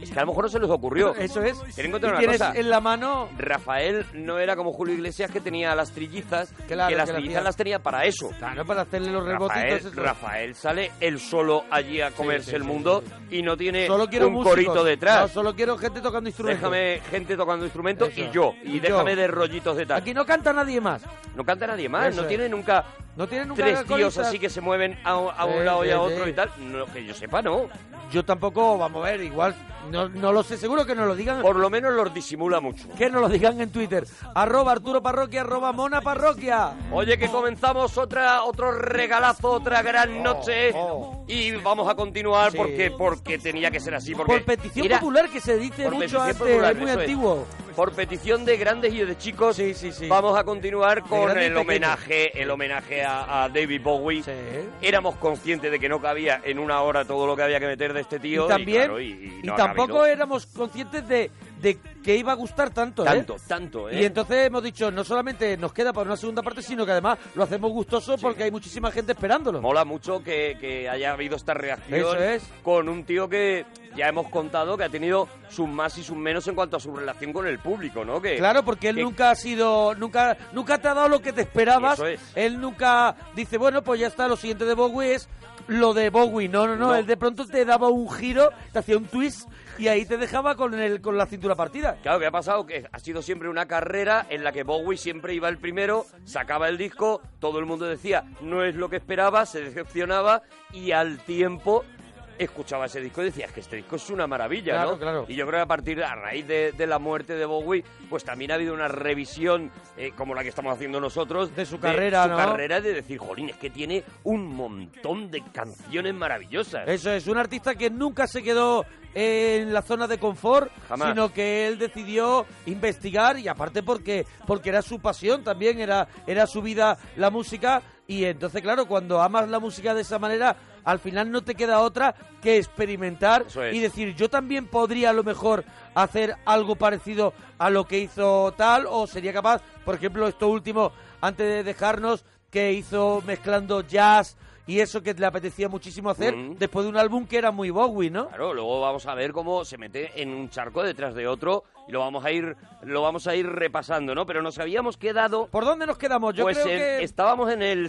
Es que a lo mejor no se les ocurrió.
Eso es.
Ten en cuenta
Y
una
tienes
cosa.
en la mano.
Rafael no era como Julio Iglesias que tenía a las trillizas,
Claro,
que las
que las hacía.
trillizas las tenía para eso.
Claro, para hacerle los rebotitos.
Rafael,
eso.
Rafael sale él solo allí a comerse
sí,
el
sí,
mundo y no tiene
Solo quiero
un
músicos.
corito detrás.
No, solo quiero gente tocando instrumentos.
Déjame gente tocando instrumentos
Eso.
y yo. Y
Y
déjame
yo.
de rollitos de tal.
Aquí no canta nadie más.
No canta nadie más,
Eso
no
es.
tiene nunca,
No tiene nunca
tres tíos
alcoholistas.
así que se mueven a, a un
Sí,
lado y
sí,
a
sí.
otro y tal. No, que yo sepa, no.
Yo tampoco, vamos a ver, igual. No, no lo sé, seguro que no lo digan.
Por lo menos los disimula mucho.
Que nos lo digan en Twitter. Arroba Arturo Parroquia, arroba Mona Parroquia.
Oye, que comenzamos otra, otro regalazo, otra gran noche. Y vamos a continuar
Oh, Sí.
porque, porque tenía que ser así. Porque,
Por petición
mira,
popular que se dice
por
mucho
petición
antes,
popular,
es muy
eso es.
antiguo.
Por petición de grandes y de chicos, vamos a continuar con
grandes y
el
pequeños.
homenaje, el homenaje a, a David Bowie. Éramos conscientes de que no cabía en una hora todo lo que había que meter de este tío.
y también,
claro, y- y no
y
ha
tampoco
cabido.
éramos conscientes de, de que iba a gustar tanto, ¿eh?
Tanto, tanto, ¿eh?
Y entonces hemos dicho, no solamente nos queda para una segunda parte, sino que además lo hacemos gustoso porque hay muchísima gente esperándolo.
Mola mucho que, que haya habido esta reacción
Eso es.
con un tío que ya hemos contado que ha tenido sus más y sus menos en cuanto a su relación con el público, ¿no? Que,
Claro, porque él
que-
nunca ha sido, nunca, nunca te ha dado lo que te esperabas.
Eso es.
Él nunca dice, bueno, pues ya está, lo siguiente de Bowie es lo de Bowie. No, no, no,
No.
él de pronto te daba un giro, te hacía un twist y ahí te dejaba con, el, con la cintura partida.
Claro, que ha pasado que ha sido siempre una carrera en la que Bowie siempre iba el primero, sacaba el disco, todo el mundo decía no es lo que esperaba, se decepcionaba y al tiempo escuchaba ese disco y decía es que este disco es una maravilla,
Claro,
¿no?
claro.
Y yo creo que a partir, a raíz de, de la muerte de Bowie, pues también ha habido una revisión eh, como la que estamos haciendo nosotros de su
carrera,
su
¿no?
carrera de decir jolín es que tiene un montón de canciones maravillosas.
Eso es, un artista que nunca se quedó en la zona de confort,
Jamás.
sino que él decidió investigar y aparte porque, porque era su pasión también, era, era su vida la música y entonces claro, cuando amas la música de esa manera, al final no te queda otra que experimentar
es.
y decir, yo también podría a lo mejor hacer algo parecido a lo que hizo tal o sería capaz, por ejemplo, esto último, antes de dejarnos, que hizo mezclando jazz y eso que le apetecía muchísimo hacer
Ujú.
después de un álbum que era muy Bowie, ¿no?
Claro, luego vamos a ver cómo se mete en un charco detrás de otro y lo vamos a ir, lo vamos a ir repasando, ¿no? Pero nos habíamos quedado.
¿Por dónde nos quedamos? Yo
pues
creo
en-
que
estábamos en el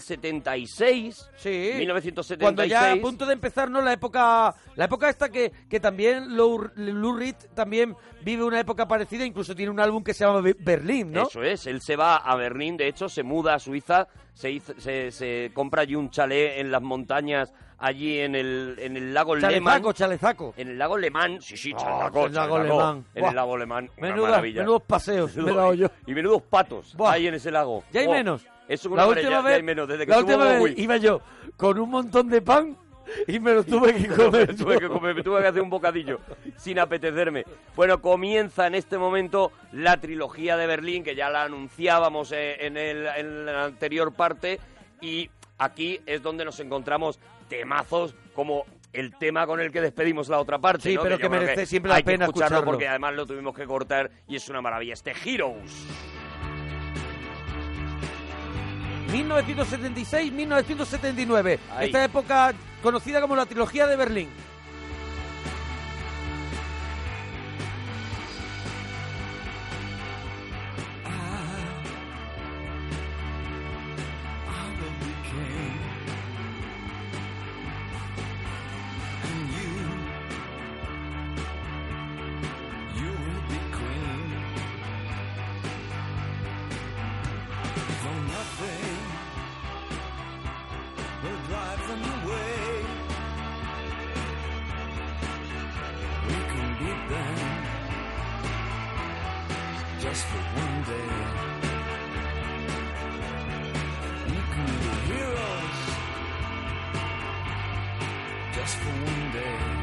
76,
sí,
1976.
cuando ya a punto de empezar, ¿no? La época, la época esta que, que también Lou, Lou Reed también vive una época parecida, incluso tiene un álbum que se llama Be- Berlín, ¿no?
Eso es, él se va a Berlín, de hecho, se muda a Suiza, se, hizo- se, se compra allí un chalet en las montañas, allí en el, en el lago Lehmann.
Chalezaco, chalezaco.
En el lago Alemán, sí, sí,
en
chalezaco,
Ah, el lago
chalezaco,
Alemán.
En
Buah.
el lago Alemán, una
Menuda-
maravilla.
menudos paseos me he dado yo.
Y menudos patos hay en ese lago.
Ya hay
Buah.
menos.
Es una
la
maravilla,
última
ya
vez,
hay menos. Desde que
la
estuvo
última vez
Bowie.
iba yo con un montón de pan y me lo tuve que
Me
comer.
tuve que comer, me tuve que hacer un bocadillo sin apetecerme. Bueno, comienza en este momento la trilogía de Berlín, que ya la anunciábamos eh, en, el- en la anterior parte, y aquí es donde nos encontramos temazos como el tema con el que despedimos la otra parte.
Sí,
¿no?
pero
yo
que
creo
merece siempre la
hay que
pena escucharlo.
porque además lo tuvimos que cortar y es una maravilla. Este Heroes.
1976-1979.
Ahí.
Esta época conocida como la trilogía de Berlín.
Just for one day, we can be heroes. Just for one day,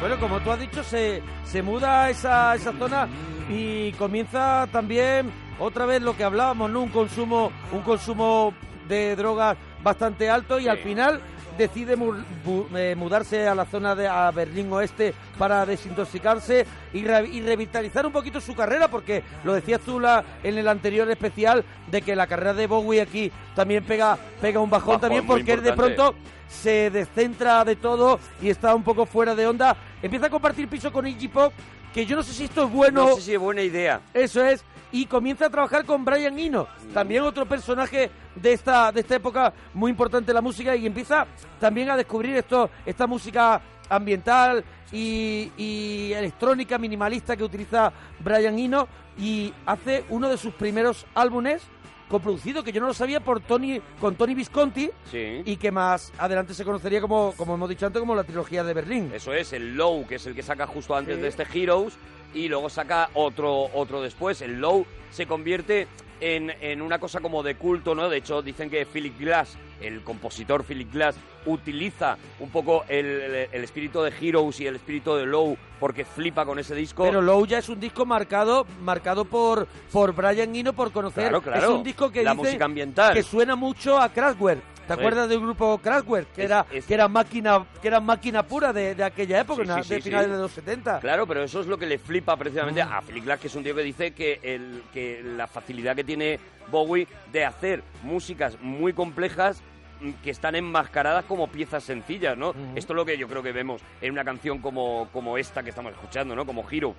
Bueno, como tú has dicho, se, se muda a esa, esa zona y comienza también otra vez lo que hablábamos, ¿no? Un consumo, un consumo de drogas bastante alto y al final decide mu- bu- eh, mudarse a la zona de a Berlín Oeste para desintoxicarse y, re- y revitalizar un poquito su carrera, porque lo decías tú la- en el anterior especial de que la carrera de Bowie aquí también pega, pega un bajón,
Bajón
también,
muy
porque él de
importante.
pronto se descentra de todo y está un poco fuera de onda. Empieza a compartir piso con Iggy Pop, que yo no sé si esto es bueno.
No sé si es buena idea. Mm.
Eso es. Y comienza a trabajar con Brian Eno, también otro personaje de esta, de esta época muy importante de la música, y empieza también a descubrir esto, esta música ambiental y, y electrónica minimalista que utiliza Brian Eno y hace uno de sus primeros álbumes coproducido, que yo no lo sabía, por Tony, con Tony Visconti,
Sí.
y que más adelante se conocería como, como hemos dicho antes, como la trilogía de Berlín.
Eso es, el Low, que es el que saca justo antes
Sí.
de este Heroes, y luego saca otro, otro después. El Low se convierte en, en una cosa como de culto, ¿no? De hecho, dicen que Philip Glass, el compositor Philip Glass, utiliza un poco el, el- el espíritu de Heroes y el espíritu de Low porque flipa con ese disco.
Pero Low ya es un disco marcado, marcado por, por Brian Eno por conocer.
Claro, claro.
Es un disco que
La
dice
música ambiental.
que suena mucho a Kraftwerk. ¿Te
Sí.
acuerdas del grupo Kraftwerk? Que era, que era máquina, que era máquina pura de, de aquella época,
Sí,
na-
sí,
de
sí,
finales
sí.
de los 70.
Claro, pero eso es lo que le flipa precisamente a Philip Glass, que es un tío que dice que, el, que la facilidad que tiene Bowie de hacer músicas muy complejas mm, que están enmascaradas como piezas sencillas, ¿no? Esto es lo que yo creo que vemos en una canción como, como esta que estamos escuchando, ¿no? Como Giro.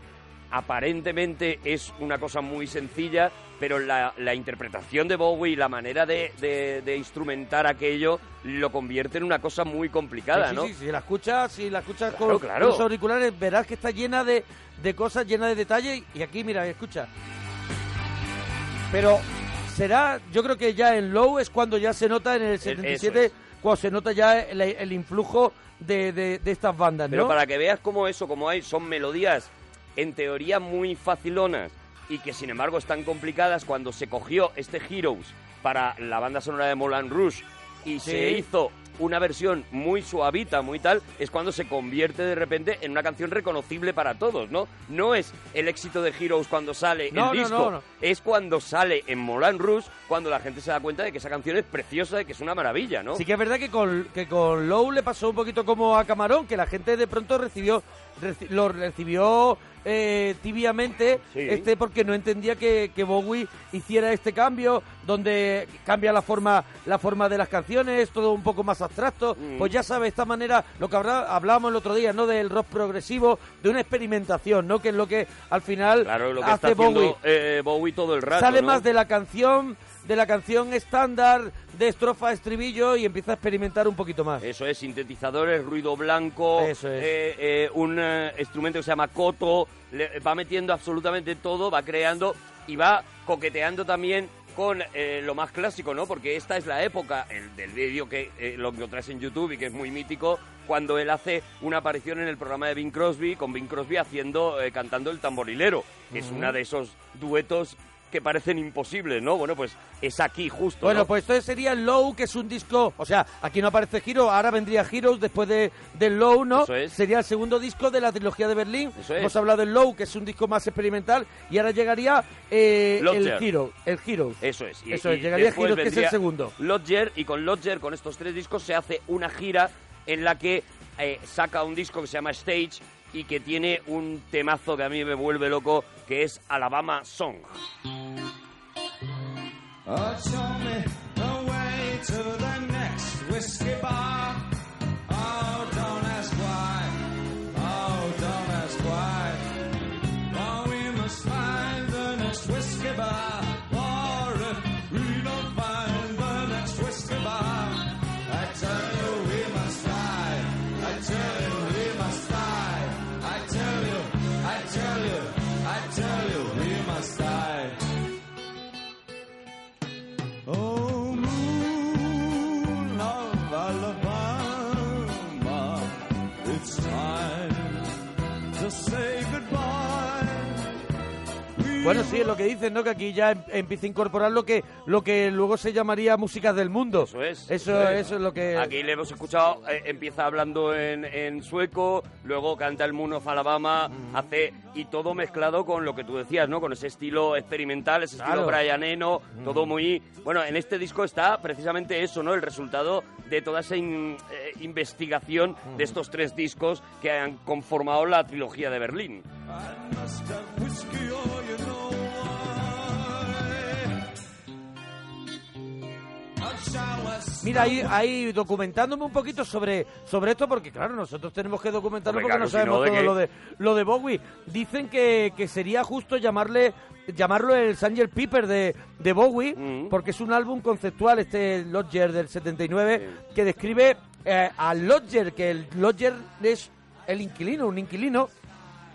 Aparentemente es una cosa muy sencilla, pero la, la interpretación de Bowie y la manera de, de- de instrumentar aquello lo convierte en una cosa muy complicada,
Sí, sí,
¿no?
sí, si la escuchas, si la escuchas con,
Claro, claro.
con los auriculares, verás que está llena de, de cosas, llena de detalles. Y aquí, mira, escucha. Pero será, yo creo que ya en Low es cuando ya se nota en el 77,
E-, es.
cuando se nota ya el, el influjo de, de- de estas bandas, ¿no?
Pero para que veas cómo eso, como hay, son melodías en teoría muy facilonas y que sin embargo están complicadas cuando se cogió este Heroes para la banda sonora de Moulin Rouge y
Sí.
se hizo una versión muy suavita, muy tal, es cuando se convierte de repente en una canción reconocible para todos, ¿no? No es el éxito de Heroes cuando sale
No, no,
el disco,
no, no.
es cuando sale en Moulin Rouge cuando la gente se da cuenta de que esa canción es preciosa y que es una maravilla, ¿no?
Sí que es verdad que con, que con Low le pasó un poquito como a Camarón, que la gente de pronto recibió reci- lo recibió eh, tibiamente
Sí.
este porque no entendía que, que Bowie hiciera este cambio donde cambia la forma la forma de las canciones todo un poco más abstracto
Mm.
pues ya sabes esta manera lo que habrá, hablábamos el otro día no del rock progresivo de una experimentación no que es lo que al final
Claro, lo que
hace
está haciendo
Bowie
eh, Bowie todo el rato,
sale
¿no?
más de la canción de la canción estándar de estrofa estribillo y empieza a experimentar un poquito más
Eso es, sintetizadores, ruido blanco,
Eso es.
eh, eh, un eh, instrumento que se llama coto, le- va metiendo absolutamente todo, va creando y va coqueteando también con eh, lo más clásico, ¿no? Porque esta es la época el del vídeo que eh, lo encontrás en YouTube y que es muy mítico, cuando él hace una aparición en el programa de Bing Crosby, con Bing Crosby haciendo, eh, cantando el tamborilero, que es
Ujú.
una de esos duetos que parecen imposibles, ¿no? Bueno, pues es aquí justo.
Bueno,
¿no?
pues entonces sería Low, que es un disco. O sea, aquí no aparece Hero, ahora vendría Heroes después de, de Low, ¿no? Sería el segundo disco de la trilogía de Berlín.
Eso es.
Hemos hablado del Low, que es un disco más experimental, y ahora llegaría eh, el
Lodger.
Hero. El Heroes.
Eso es. Y-
Eso es,
y
llegaría
después
Heroes, que es el
vendría
segundo.
Lodger, y con Lodger, con estos tres discos, se hace una gira en la que eh, saca un disco que se llama Stage y que tiene un temazo que a mí me vuelve loco, que es Alabama Song.
Oh, show me the way to the next whiskey bar. Oh, don't ask why. Oh, don't ask why. For we must find the next whiskey bar. For if we don't find the next whiskey bar, I tell you we must die. I tell you we must die. I tell you, I tell you, I tell you we must die. Oh, moon of Alabama, it's time to say goodbye.
Bueno, sí, es lo que dicen, ¿no? Que aquí ya em- empieza a incorporar lo que, lo que luego se llamaría músicas del mundo.
Eso es.
Eso, eso es lo que.
Aquí le hemos escuchado, eh, empieza hablando en, en sueco, luego canta el Moon of Alabama,
Mm.
hace. Y todo mezclado con lo que tú decías, ¿no? Con ese estilo experimental, ese estilo
Claro. Mm.
Brian Eno, todo muy. Bueno, en este disco está precisamente eso, ¿no? El resultado de toda esa in- eh, investigación
Mm.
de estos tres discos que han conformado la trilogía de Berlín.
I must have whiskey, or you know why. A shower
Mira, ahí, ahí documentándome un poquito sobre, sobre esto, porque claro, nosotros tenemos que documentarlo
Hombre,
porque
claro,
no
si no,
sabemos
¿de
todo
qué?
lo de, lo de Bowie. Dicen que, que sería justo llamarle llamarlo el Sanger Piper de, de Bowie, porque es un álbum conceptual, este Lodger del 79, que describe eh, al Lodger, que el Lodger es el inquilino, un inquilino,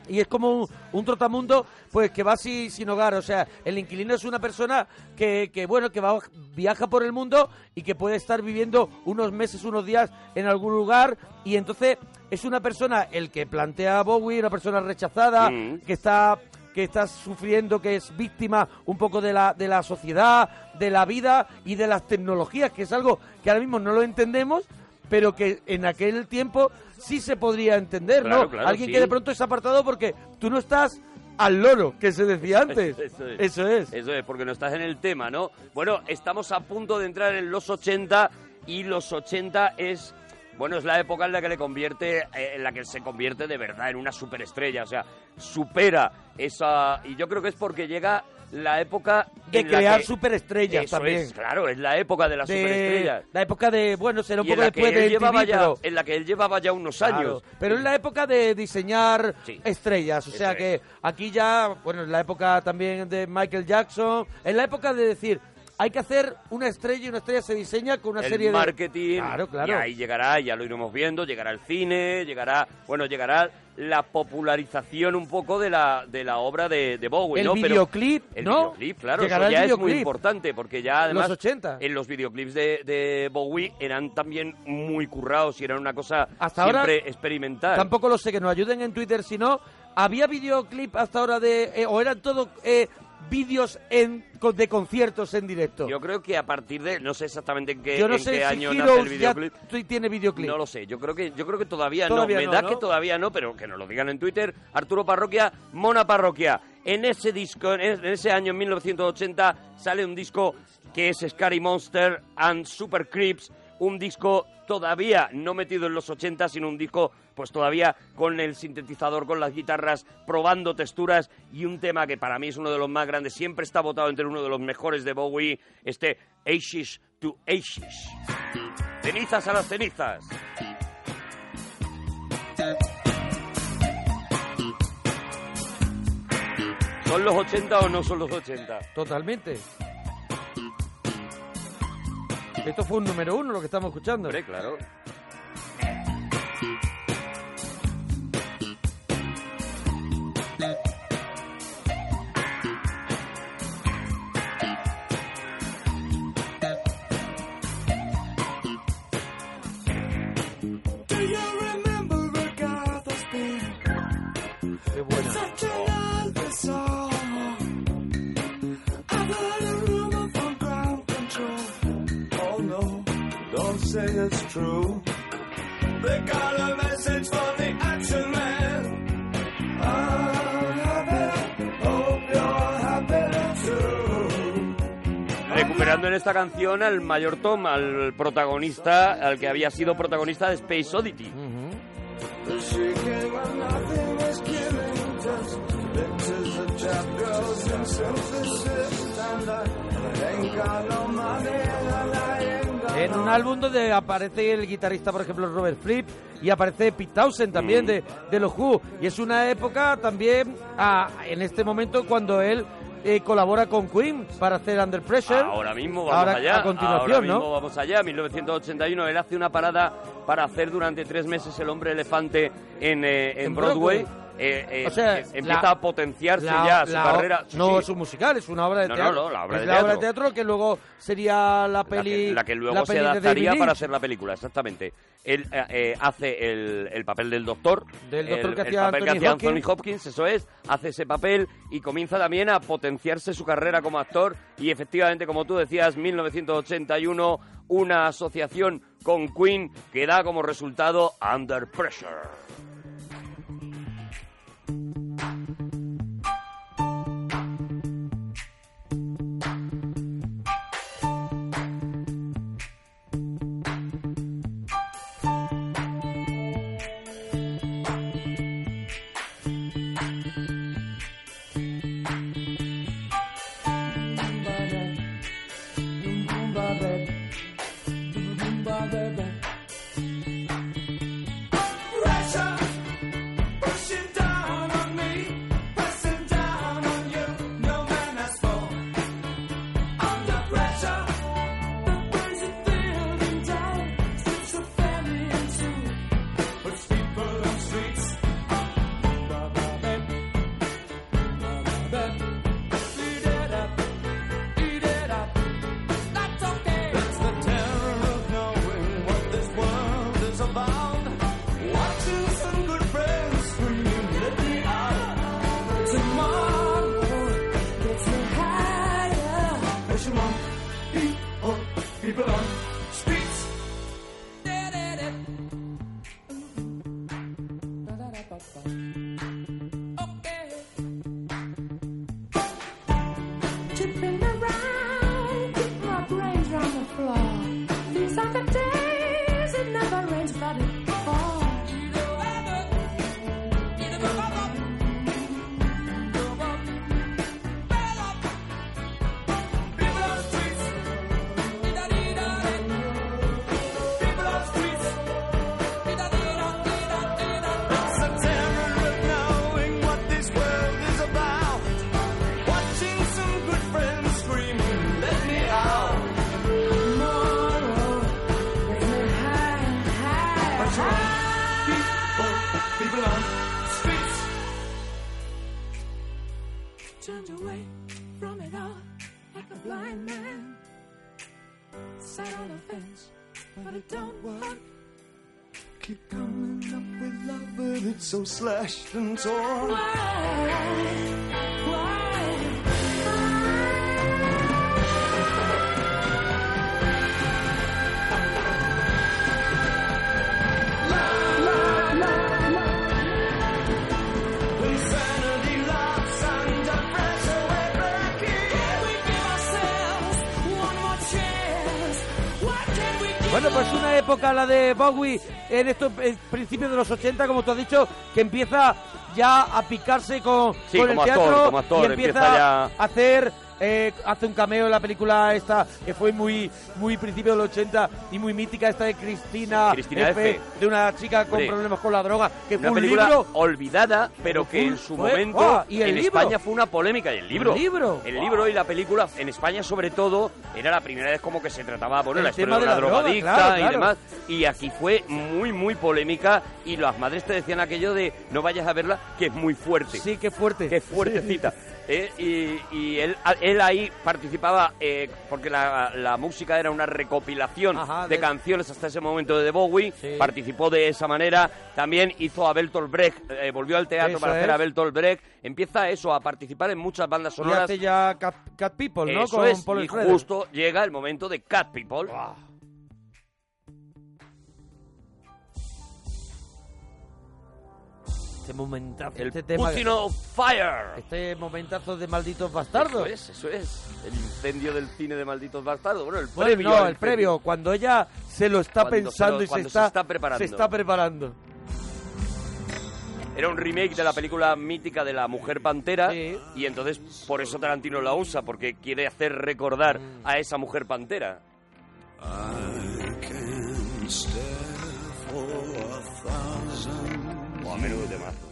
y es como un, un trotamundo pues que va si- sin hogar o sea el inquilino es una persona que, que, bueno que va, viaja por el mundo y que puede estar viviendo unos meses unos días en algún lugar y entonces es una persona el que plantea a Bowie una persona rechazada
Mm.
que está que está sufriendo, que es víctima un poco de la, de la sociedad, de la vida y de las tecnologías, que es algo que ahora mismo no lo entendemos, pero que en aquel tiempo sí se podría entender,
Claro,
¿no?
claro,
Alguien
sí.
que de pronto es apartado porque tú no estás al loro, que se decía antes.
Eso es.
Eso es.
Eso es, porque no estás en el tema, ¿no? Bueno, estamos a punto de entrar en los 80 y los 80 es... Bueno, es la época en la que le convierte, eh, en la que se convierte de verdad en una superestrella, o sea, supera esa y yo creo que es porque llega la época
De
en la
crear
que-
superestrellas
Eso
también.
es, claro, es la época de las
De-
superestrellas.
La época de, bueno, será un
Y en
poco
la que
después
él
de
llevaba
MTV,
ya-
pero-
en la que él llevaba ya unos
Claro,
años.
Pero es la época de diseñar estrellas. O
eso
sea
es.
que aquí ya, bueno, es la época también de Michael Jackson. Es la época de decir, hay que hacer una estrella y una estrella se diseña con una
el
serie
marketing.
de. Claro, claro.
Y ahí llegará, ya lo iremos viendo, llegará el cine, llegará, bueno, llegará la popularización un poco de la, de la obra de, de Bowie,
El
¿no? Pero-
videoclip,
el
¿no?
videoclip, claro,
Llegará
eso
el
ya es
videoclip.
muy importante porque ya además
Los 80.
en los videoclips de, de Bowie eran también muy currados y eran una cosa
Hasta ahora
siempre experimental.
Tampoco lo sé, que nos ayuden en Twitter, si no, ¿había videoclip hasta ahora de. eh, o eran todo eh, vídeos en, con- de conciertos en directo?
Yo creo que a partir de no sé exactamente en qué,
Yo no
en
sé
qué
si
año nace el
Heroes ya
videoclip.
t- tiene videoclip.
No lo sé, yo creo que yo creo que todavía,
Todavía
no, me
no,
da
¿no?
que todavía no, pero que nos lo digan en Twitter, Arturo Parroquia, Mona Parroquia. En ese disco, en es- en ese año en 1980 sale un disco que es Scary Monster and Super Creeps, un disco todavía no metido en los 80, sino un disco pues todavía con el sintetizador, con las guitarras, probando texturas y un tema que para mí es uno de los más grandes, siempre está votado entre uno de los mejores de Bowie, este Ashes to Ashes. Cenizas a las cenizas. ¿Son los 80 o no son los 80?
Totalmente. Esto fue un número uno lo que estamos escuchando.
Hombre, claro.
Do you remember a Gotha's beer? Such a lovely song.
say it's true. They got a message from the action man. I'm happy, Ah, hope you're happy too.
Recuperando en esta canción al mayor Tom, al protagonista, al que había sido protagonista de Space Oddity.
She came when nothing was given, just pictures of chap girls and selfish shit. And I ain't got no money, and I ain't got
En
no
un álbum donde aparece el guitarrista, por ejemplo, Robert Fripp, y aparece Pete Townshend
Mm.
también de, de los Who. Y es una época también, ah, en este momento, cuando él eh, colabora con Queen para hacer Under Pressure.
Ahora mismo vamos
Ahora,
allá.
A continuación,
Ahora
¿no?
mismo vamos allá. 1981 él hace una parada para hacer durante tres meses el hombre elefante en, eh, en
En
Broadway.
Broadway.
Eh, eh,
O sea,
eh, empieza
la-
a potenciarse
la-
ya su
la-
carrera. Sí,
no
sí.
es un musical, es una obra de
No, no,
teatro.
no, la obra
es
de
la obra de
teatro.
teatro que luego sería la
La
peli.
que, la que luego
la
se
peli de David
adaptaría para
Lynch.
hacer la película, exactamente. Él eh, eh, hace el, el papel del doctor,
Del doctor
el,
que
el
hacía
papel
Anthony
que hacía
Hopkins.
Anthony Hopkins, eso es, hace ese papel y comienza también a potenciarse su carrera como actor y efectivamente, como tú decías, 1981, una asociación con Queen que da como resultado Under Pressure.
Pressure pushing down on me, pressing down on you. No man has fallen under pressure. The birds are feeling down, streets are falling too. But people on streets, eat it up, eat it up. That's okay. That's the terror of knowing what this world is about. Watching some good friends screaming, let me out. Tomorrow gets me higher. Push 'em on, people, people on streets. Da-da-da. Okay. Tripping around, keep my brains on the floor. These are the days it never rains, but it falls. It's the terror of knowing what this world is about. Watching some good friends screaming, let me out. Tomorrow, let me high, high, high. People, people on streets. Turned away from it all like a blind man. Sat on a fence, but it don't work. Keep coming up with love, but it's so slashed and torn. Insanity laughs under pressure. We're breaking. Can we give ourselves one more chance? Why can't we give
Bueno, pues una época, la de Bowie, en estos eh, principios de los 80, como tú has dicho, que empieza ya a picarse con,
Sí,
con el
como actor,
teatro
como actor,
y empieza,
empieza ya-
a hacer... eh, hace un cameo en la película esta que fue muy muy principio del 80 y muy mítica esta de Cristina,
Cristina F.
de una chica con
Hombre.
problemas con la droga que
Una
fue un
película
libro
olvidada, pero que en su
fue-
momento
¡Ah! ¿Y el
en
libro?
España fue una polémica. Y el libro.
El libro.
El libro y la película, en España sobre todo, era la primera vez como que se trataba, bueno,
El
la
tema
historia
de
de una
la droga,
drogadicta
claro,
y
claro.
demás. Y aquí fue muy, muy polémica y las madres te decían aquello de no vayas a verla, que es muy fuerte.
Sí, que fuerte.
Que es fuertecita. Eh, y y él, él ahí participaba, eh, porque la, la música era una recopilación
Ajá,
de,
de-
canciones hasta ese momento de The Bowie,
Sí.
participó de esa manera, también hizo a Bertolt Brecht, eh, volvió al teatro
Eso
para hacer a
es.
Bertolt Brecht, empieza eso, a participar en muchas bandas
y
sonoras.
hace ya Cat, Cat People, ¿no?
Eso
con
es,
Paul
y
Schrader.
justo llega el momento de Cat People.
Este momentazo.
El
este tema.
Putin of Fire.
Este momentazo de malditos bastardos.
Eso es, eso es. El incendio del cine de Malditos Bastardos. Bueno, el
Bueno,
previo.
no,
al
el previo. Cuando ella se lo está
Cuando se lo-
pensando y se
cuando se
está,
está preparando.
se está preparando.
Era un remake de la película mítica de la Mujer Pantera y entonces por eso Tarantino la usa, porque quiere hacer recordar a esa Mujer Pantera.
Ah.
O a menudo de mazo.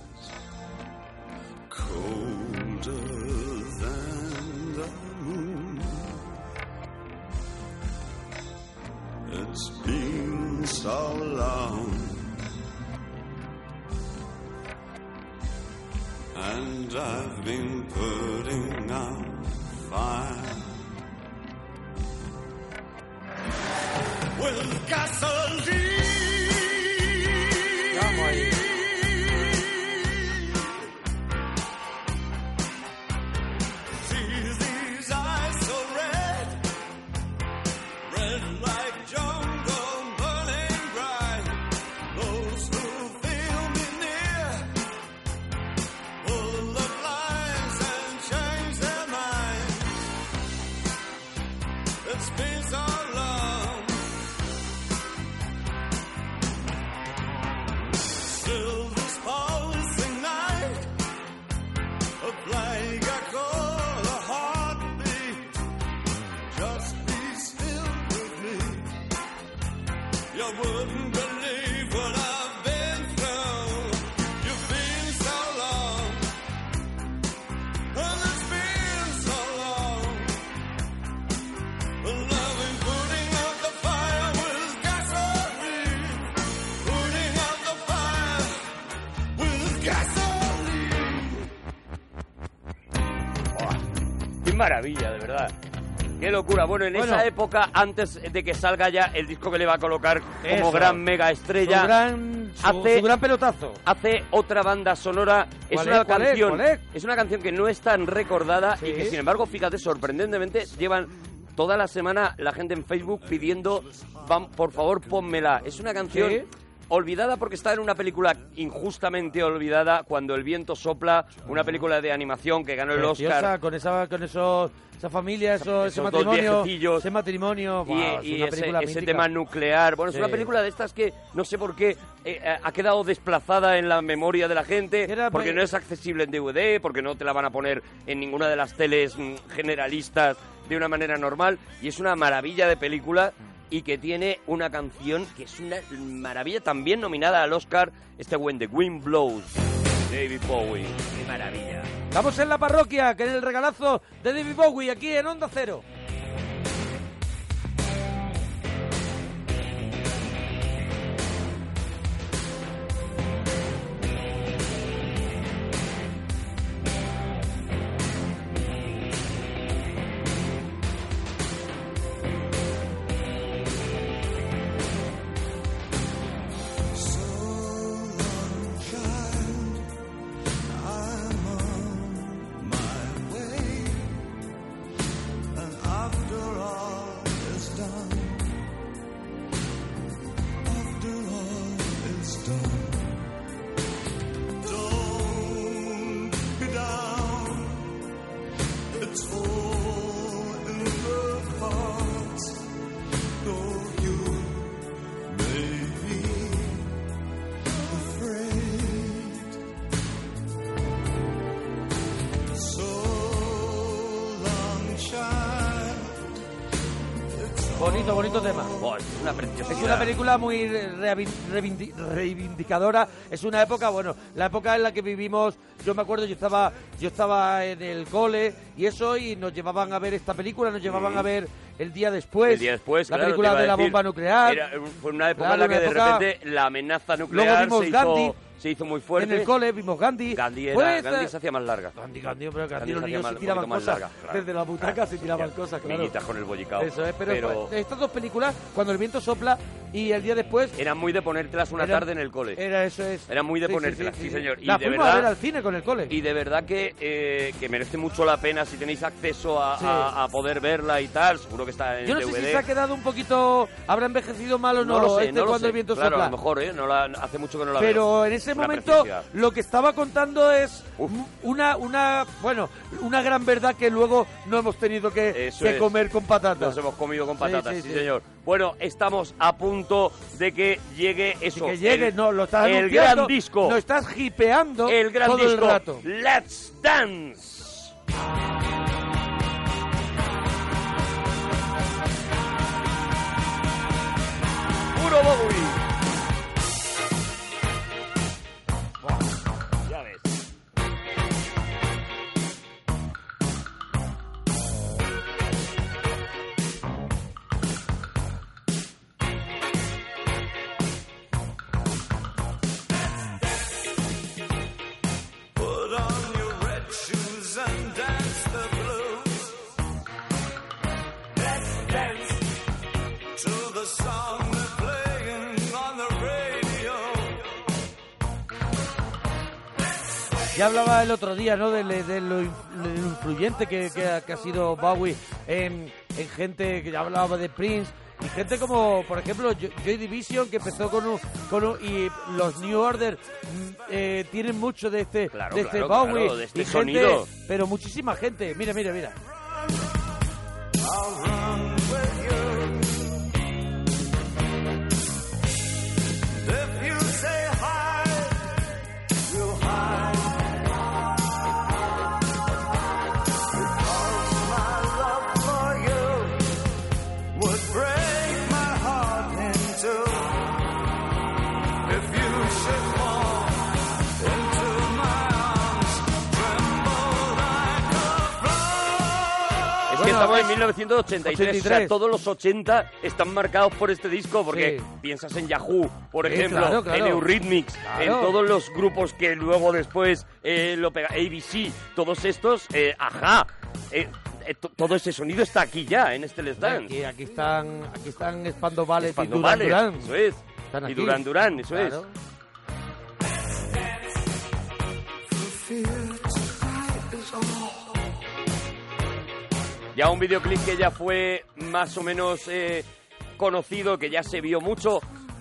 It's been so long, and I've been putting out fire with gasoline. Sees these eyes so red, red like jungle burning bright. Those who feel me near pull the blinds and change their minds. It's been so long. Still this pulsing night. Like I call a heartbeat, just be still with me. You wouldn't believe what I've been through. You've been so long, and it's been so long. And I've been putting out the fire with gasoline, putting out the fire with gasoline.
Qué maravilla, de verdad. Qué locura. Bueno, en
Bueno.
esa época, antes de que salga ya el disco que le va a colocar como
Eso.
gran mega estrella,
Su gran- su- su gran pelotazo.
Hace otra banda sonora. Es
¿Cuál
una
es? ¿Cuál es?
canción.
¿Cuál es?
una canción que no es tan recordada
Sí.
y que, sin embargo, fíjate, sorprendentemente llevan. Toda la semana la gente en Facebook pidiendo, "Vam- por favor, pónmela. Es una canción
Sí.
olvidada porque está en una película injustamente olvidada, Cuando el viento sopla, una película de animación que ganó el
Preciosa,
Oscar
con esa con esos esa familia, esos, ese
esos dos
matrimonio,
viejecillos.
ese matrimonio,
y,
Buah, es
y
una
ese,
película
ese
mítica.
tema nuclear. Bueno,
Sí.
es una película de estas que no sé por qué eh, eh, ha quedado desplazada en la memoria de la gente, porque no es accesible en DVD, porque no te la van a poner en ninguna de las teles mm, generalistas de una manera normal. Y es una maravilla de película y que tiene una canción que es una maravilla también nominada al Oscar, este When the Wind Blows, David Bowie. ¡Qué maravilla!
Vamos en la parroquia, que es el regalazo de David Bowie aquí en Onda Cero.
And after all is done, after all is done, don't be down. It's all in the past. Though you may be afraid, so.
Bonito, bonito tema.
una
Es una película muy reavi- reivindi- reivindicadora. Es una época, bueno, la época en la que vivimos. Yo me acuerdo, yo estaba, yo estaba en el cole y eso, y nos llevaban a ver esta película, nos llevaban
Sí.
a ver el día después.
El día después,
Pues, la
claro,
película
te iba
de
a
la
decir,
bomba nuclear.
era- fue una época
Claro,
en la que
una época-
de repente la amenaza nuclear
vimos
se,
Gandhi.
hizo, se hizo muy fuerte.
En el cole vimos Gandhi.
Gandhi, era-
Pues,
Gandhi
eh,
se hacía más larga.
Gandhi, Gandhi, pero Gandhi, los
se hacía
niños
más-
se
un
tiraban
poquito más
cosas.
larga, claro.
Desde la butaca se tiraban cosas, claro.
Niñitas con el bollicao.
Eso es, pero, pues, eh, estas dos películas, cuando el viento sopla y el día después...
Era muy de ponértelas una
Era-
tarde en el cole.
Era eso es.
Era muy de
Sí, sí,
ponértelas, sí,
sí, sí.
señor. Y
La
de
fuimos a ver
verdad,
al cine con el cole.
y de verdad que, eh, que merece mucho la pena si tenéis acceso a,
Sí.
a- a poder verla y tal. Seguro que está en
Yo no
DVD.
sé si se ha quedado un poquito... ¿Habrá envejecido mal o no,
lo sé,
este
no lo
cuando
sé.
el viento
Claro,
sopla?
a lo mejor, ¿eh? No la- hace mucho que no la veo.
pero en ese este
Una
momento
preciosidad.
lo que estaba contando es una, una, bueno, una gran verdad que luego no hemos tenido que,
Eso
que
es.
comer con patatas.
Nos hemos comido con
Sí,
patatas,
sí,
sí,
sí.
señor. Bueno, estamos a punto de que llegue eso.
que llegue,
el-
no, lo estás
El
anunciando,
gran disco.
lo estás hipeando
el gran
todo
disco.
el rato.
Let's Dance. Puro Bowie. Ya ves.
Put on your red shoes and dance the blues. Let's dance to the song they're playing on the radio.
Ya hablaba el otro día, ¿no? De, le- de lo, in- de lo influyente que, que ha, que ha sido Bowie en, en gente que ya hablaba de Prince. Y gente como, por ejemplo, Jo- Joy Division, que empezó con un... Con un- y los New Order mm, eh, tienen mucho de este,
Claro,
de este
claro,
Bowie.
claro, de este
y gente-
sonido.
pero muchísima gente. Mira, mira, mira.
I'll run with you. If you say hide, we'll hide. Because my love for you would break my heart in two. If you should fall into my arms, tremble like a
Es que
Bueno,
estamos
es-
en 1983, o
83.
sea, todos los 80 están marcados por este disco, porque
Sí.
piensas en Yahoo, por
Sí,
ejemplo,
claro, claro.
en Eurythmics,
Claro.
en todos los grupos que luego después eh, lo pega, ABC, todos estos, eh, ajá, eh, eh, to- todo ese sonido está aquí ya, en este Let's Dance.
Aquí, aquí están, aquí están Spando Vales
Cuando
y Duran
vales,
Duran.
Eso es.
Están
Y
aquí.
Duran Duran, eso
Claro.
es. Ya un videoclip que ya fue más o menos eh, conocido, que ya se vio mucho.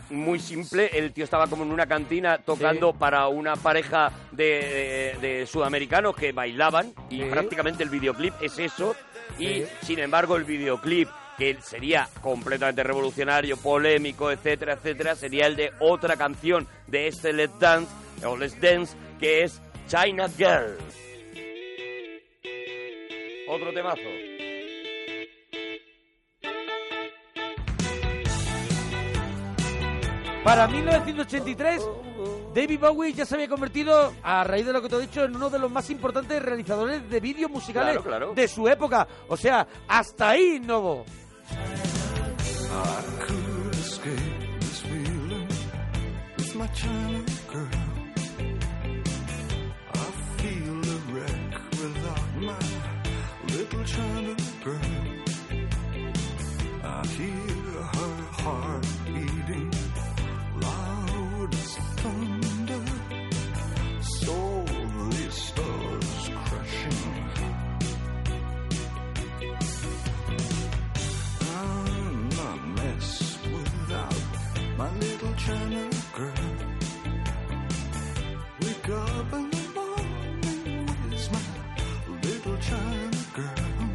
Muy simple, el tío estaba como en una cantina tocando para una pareja de, de- de sudamericanos que bailaban y
Sí.
prácticamente el videoclip es eso. Y
Sí.
sin embargo el videoclip que sería completamente revolucionario, polémico, etcétera, etcétera, sería el de otra canción de este Let's Dance o Let's Dance que es China Girl. Otro temazo.
Para 1983, David Bowie ya se había convertido, a raíz de lo que te he dicho, en uno de los más importantes realizadores de vídeos musicales
Claro, claro.
de su época. O sea, hasta ahí, Novo.
I could escape this feeling with my China girl. I feel a wreck without my little China girl. I hear her heart beating loud as thunder. Soul the stars crashing. I'm a mess without my little China girl. Wake up in the morning, where's my little China girl?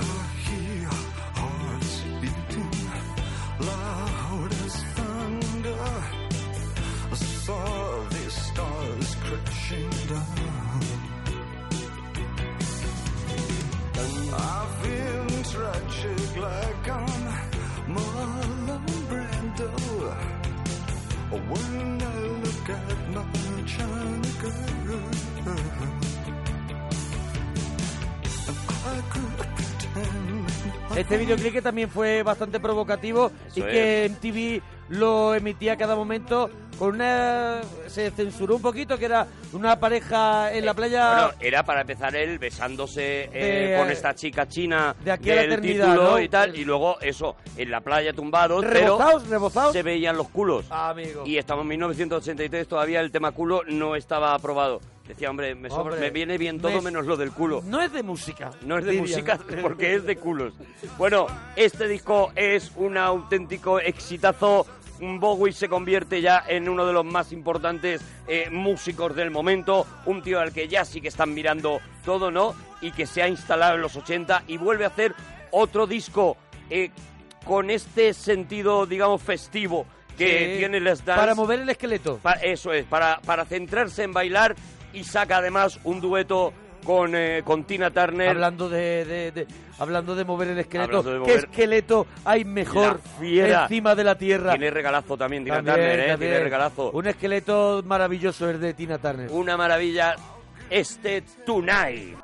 I hear hearts beating loud as thunder. I saw the stars crashing down. I've been tragic like on Marlon Brando. When I look at my China girl, I could
Este videoclip que también fue bastante provocativo y que MTV lo emitía a cada momento con una... Se censuró un poquito, que era una pareja en la playa...
Eh, Bueno, era para empezar él besándose eh,
De-
con esta chica china
de aquí a la
del
eternidad,
título
¿no?
y tal. Y luego eso, en la playa tumbados,
Rebozaos, Ah,
pero se veían los culos.
Amigo.
Y estamos en 1983, todavía el tema culo no estaba aprobado. Decía, hombre, me, sobra-
Hombre,
me viene bien todo
me-
menos lo del culo.
No es de música.
No es de
diría,
música
¿no?
porque es de culos. Bueno, este disco es un auténtico exitazo. Bowie se convierte ya en uno de los más importantes eh, músicos del momento, un tío al que ya sí que están mirando todo, ¿no? Y que se ha instalado en los 80 y vuelve a hacer otro disco eh, con este sentido, digamos, festivo que
Sí,
tiene las Dance.
para mover el esqueleto.
eso es, para, para centrarse en bailar y saca además un dueto con, eh, con Tina Turner.
Hablando de, de- de- hablando de mover el esqueleto,
Hablando de
¿qué
mover-
esqueleto hay mejor
La fiera.
encima de la tierra?
Tiene regalazo también, Tina
También,
Turner, ¿eh?
también.
Tiene regalazo.
Un esqueleto maravilloso el de Tina Turner.
Una maravilla este Tonight.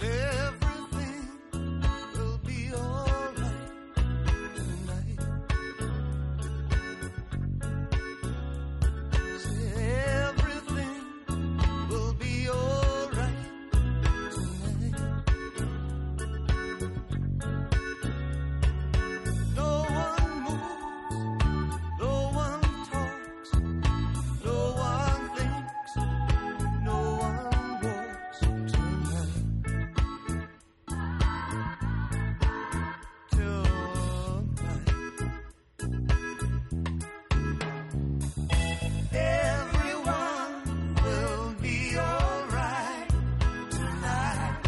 Everything will be alright tonight. Say everything will be alright tonight. No one moves, no one talks, no one thinks, no one walks tonight. Everyone will be alright tonight.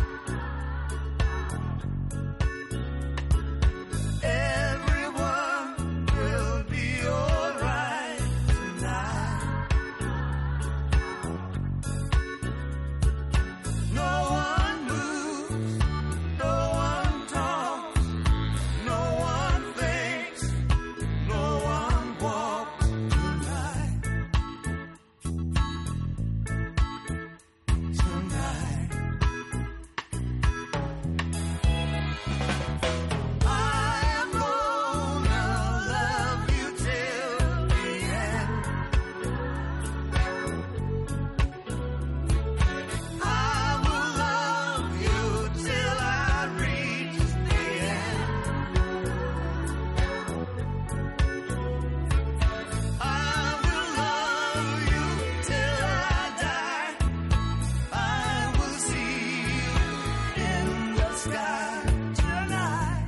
Everyone will be alright tonight. No one moves, no one talks, no one thinks, no one walks tonight. Tonight, I am gonna love you till the end. I will love you till I reach the end. I will love you till I die. I will see you in the sky tonight.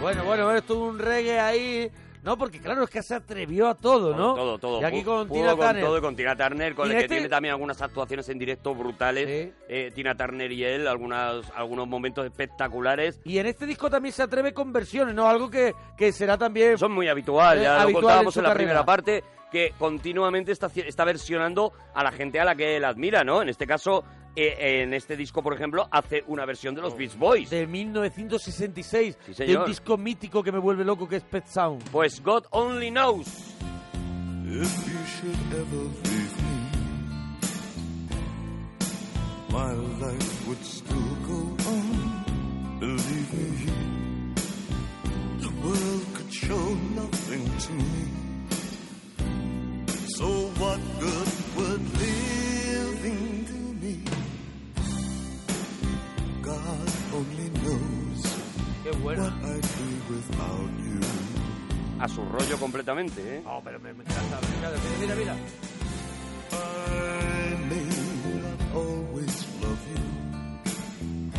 Bueno, bueno, bueno, esto un reggae ahí. No, porque claro, es que se atrevió a todo, ¿no?
Con Todo, todo.
Y aquí
Pudo-
con
pudo
Tina
con
Turner.
todo y con Tina Turner, con
Y
el que
este-
tiene también algunas actuaciones en directo brutales. Eh, Tina Turner y él, algunas, algunos momentos espectaculares.
Y en este disco también se atreve con versiones, ¿no? Algo que, que será también...
Son muy habitual, ya lo contábamos en, la primera
parte.
parte, que continuamente está, haci- está versionando a la gente a la que él admira, ¿no? En este caso, eh, en este disco, por ejemplo, hace una versión de los Beach Boys.
Oh, De 1966, de
señor.
un disco mítico que me vuelve loco, que es Pet Sound.
Pues God Only Knows.
If you should ever leave me, my life would still go on. Believe me, the world could show nothing to me. So what good would living do me? God only knows what I'd be without you.
A su rollo completamente, ¿eh?
No, pero me, encanta, me encanta. Mira, mira.
I may not always love you,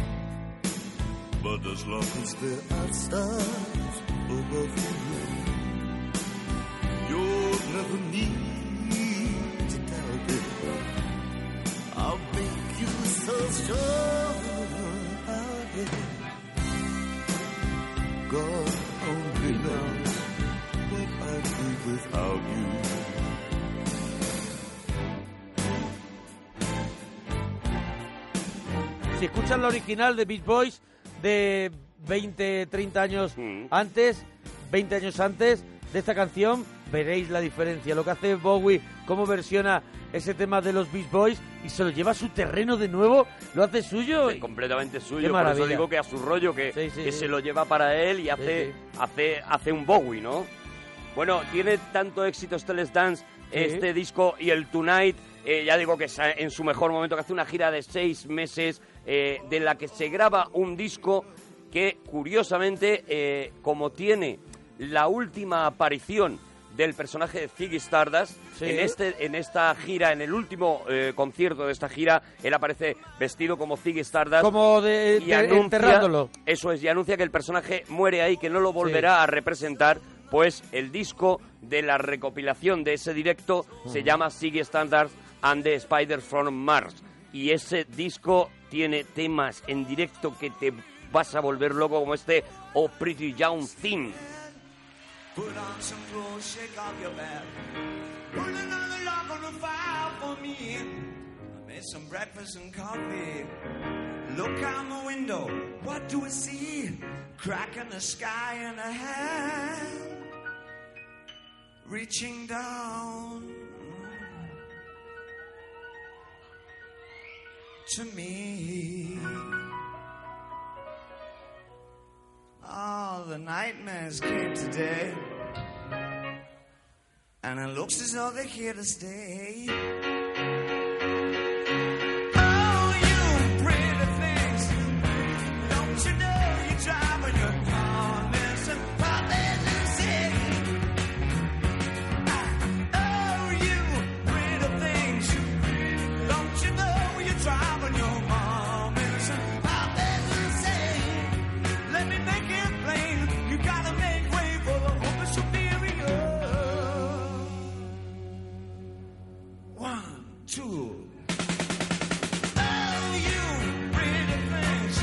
but as long as there are stars above you, you'll never need to doubt it. I'll make you so sure of it. God only knows what I'd be without you.
Si escuchas la original de Beach Boys de 20, 30 años
Mm.
antes, 20 años antes de esta canción, veréis la diferencia. Lo que hace Bowie, cómo versiona ese tema de los Beach Boys y se lo lleva a su terreno de nuevo, lo hace suyo.
Sí, completamente
Qué
suyo. Por eso
maravilla.
digo que a su rollo, que,
sí,
que
sí.
se lo lleva para él y hace, hace, hace un Bowie, ¿no? Bueno, tiene tanto éxito este Let's Dance,
Sí.
este disco y el Tonight. eh, ya digo que es eh, en su mejor momento, que hace una gira de seis meses, eh, de la que se graba un disco que curiosamente, eh, como tiene la última aparición del personaje de Ziggy Stardust,
Sí.
en, este, en esta gira, en el último eh, concierto de esta gira, él aparece vestido como Ziggy Stardust.
Como de- de- enterrándolo.
Eso es, y anuncia que el personaje muere ahí, que no lo volverá a representar, pues el disco de la recopilación de ese directo se
Ujú.
llama Siggy Standards and the Spider from Mars. Y ese disco tiene temas en directo que te vas a volver loco, como este Oh Pretty Young Thing.
Put on some clothes, shake off your bed. Rolling on the log on the fire for me. I made some breakfast and coffee. Look out my window, what do I see? Crack in the sky and a hand reaching down to me. Oh, the nightmares came today. Oh, And it looks as though they're here to stay. Oh, you pretty things. Don't you know you're driving your partners and partners insane? Oh, you pretty things. Don't you know you're driving your partners and partners insane? Let me make it plain. You gotta make way for the hope of superior. One, two. Oh, you pretty things.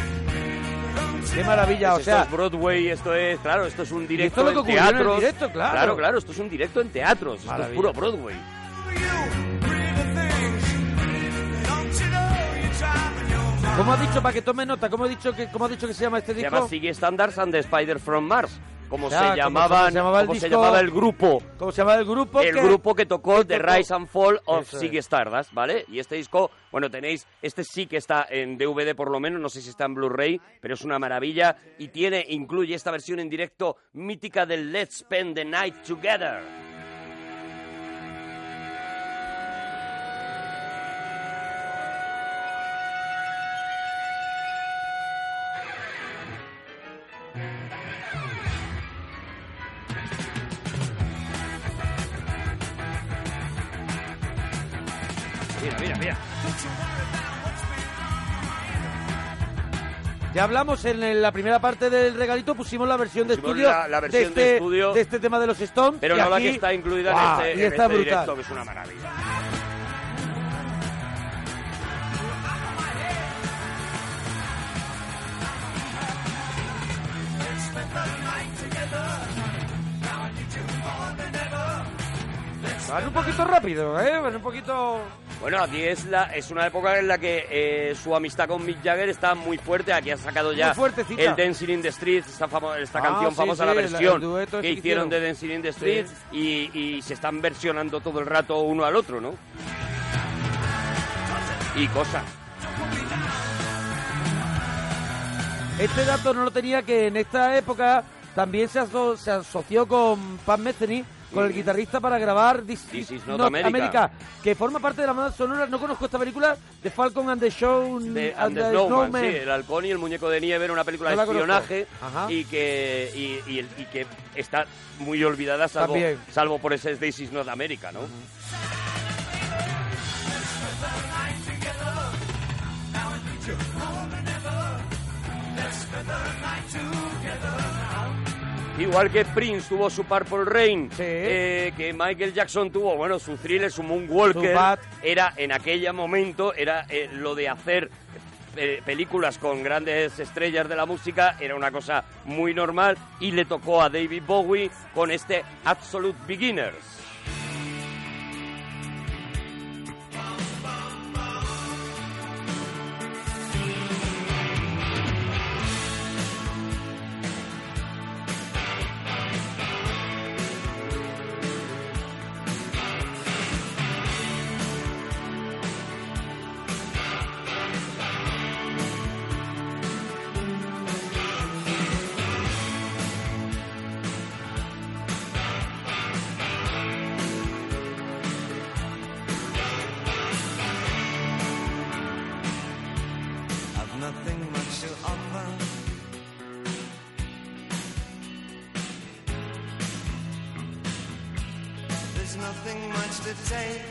Don't you
Qué maravilla, o
Esto
sea,
es Broadway, esto es, claro, esto es un
esto
directo
es lo que
en
ocurrió en el
teatros.
directo, claro.
claro, claro, esto es un directo en teatros, esto
Maravilla.
es puro Broadway.
Don't you know you're driving your
¿Cómo ha dicho, para que tome nota, cómo ha dicho que, cómo ha dicho que se llama este
Se
disco?
llama Siggy Standards and the Spider from Mars. Como
Ya,
se
como-
llamaban,
como se llamaba el
como se
disco-
llamaba el grupo.
¿Cómo se llama el grupo?
El grupo que tocó The
tocó-
Rise and Fall of
Eso
Ziggy
es.
Stardust, ¿vale? Y este disco, bueno, tenéis, este sí que está en DVD por lo menos, no sé si está en Blu-ray, pero es una maravilla y tiene, incluye esta versión en directo mítica del Let's Spend the Night Together. Mira, mira, mira.
Ya hablamos en el- la primera parte del regalito, pusimos la versión de
Pusimos
estudio,
la- la versión
este,
de estudio.
de este tema de los Stones.
Pero
y
no la
aquí-
que está incluida
¡guau!
en este,
y
en
está
este
brutal.
directo, que es una maravilla.
Let's spend the night together. Now I need you more than ever.
Van un poquito rápido, ¿eh? Van un poquito...
Bueno, aquí es la es una época en la que eh, su amistad con Mick Jagger está muy fuerte. Aquí ha sacado ya
Muy fuertecita.
el Dancing in the Streets, esta, famo- esta
Ah,
canción
sí,
famosa,
sí,
la
el- el
versión
dueto
que
ese que
hicieron
hicieron.
de Dancing in the
Sí.
Streets y, y se están versionando todo el rato uno al otro, ¿no? Y cosas.
Este dato no lo tenía que en esta época también se, aso- se asoció con Pat Metheny, con el
Sí.
guitarrista para grabar This,
This
Is
Is
Not
Not America.
America, que forma parte de la banda sonora, no conozco esta película, de Falcon and the Show
de And the Snowman, sí, el halcón y el muñeco de nieve era una película
Mm, No la
de
conozco.
espionaje
Ajá.
y que y, y el- y que está muy olvidada salvo,
También.
salvo por ese This is Not America, ¿no? Igual que Prince tuvo su Purple Rain, eh, que Michael Jackson tuvo, bueno, su thriller, su Moonwalker,
Su Bat.
era en aquel momento, era eh, lo de hacer eh, películas con grandes estrellas de la música, era una cosa muy normal y le tocó a David Bowie con este Absolute Beginners.
Don't chance to take.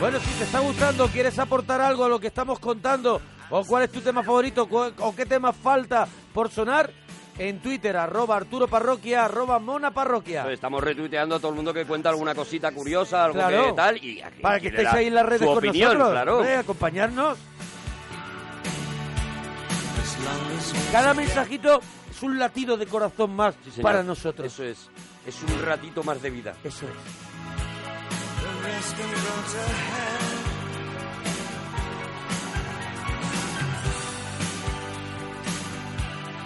Bueno, si te está gustando, quieres aportar algo a lo que estamos contando, o cuál es tu tema favorito, cu- o qué tema falta por sonar, en Twitter, arroba Arturo Parroquia, arroba Mona Parroquia.
Pues Estamos retuiteando a todo el mundo que cuenta alguna cosita curiosa, algo
Claro.
que tal. Y aquí
Para que
tiene
estéis
la-
ahí en las redes
su
con
opinión,
nosotros,
claro.
hombre, acompañarnos.
As long as we
Cada mensajito es un latido de corazón más
señor.
para nosotros.
Eso es. Es un ratito más de vida.
Eso es.
the rest can go to hell.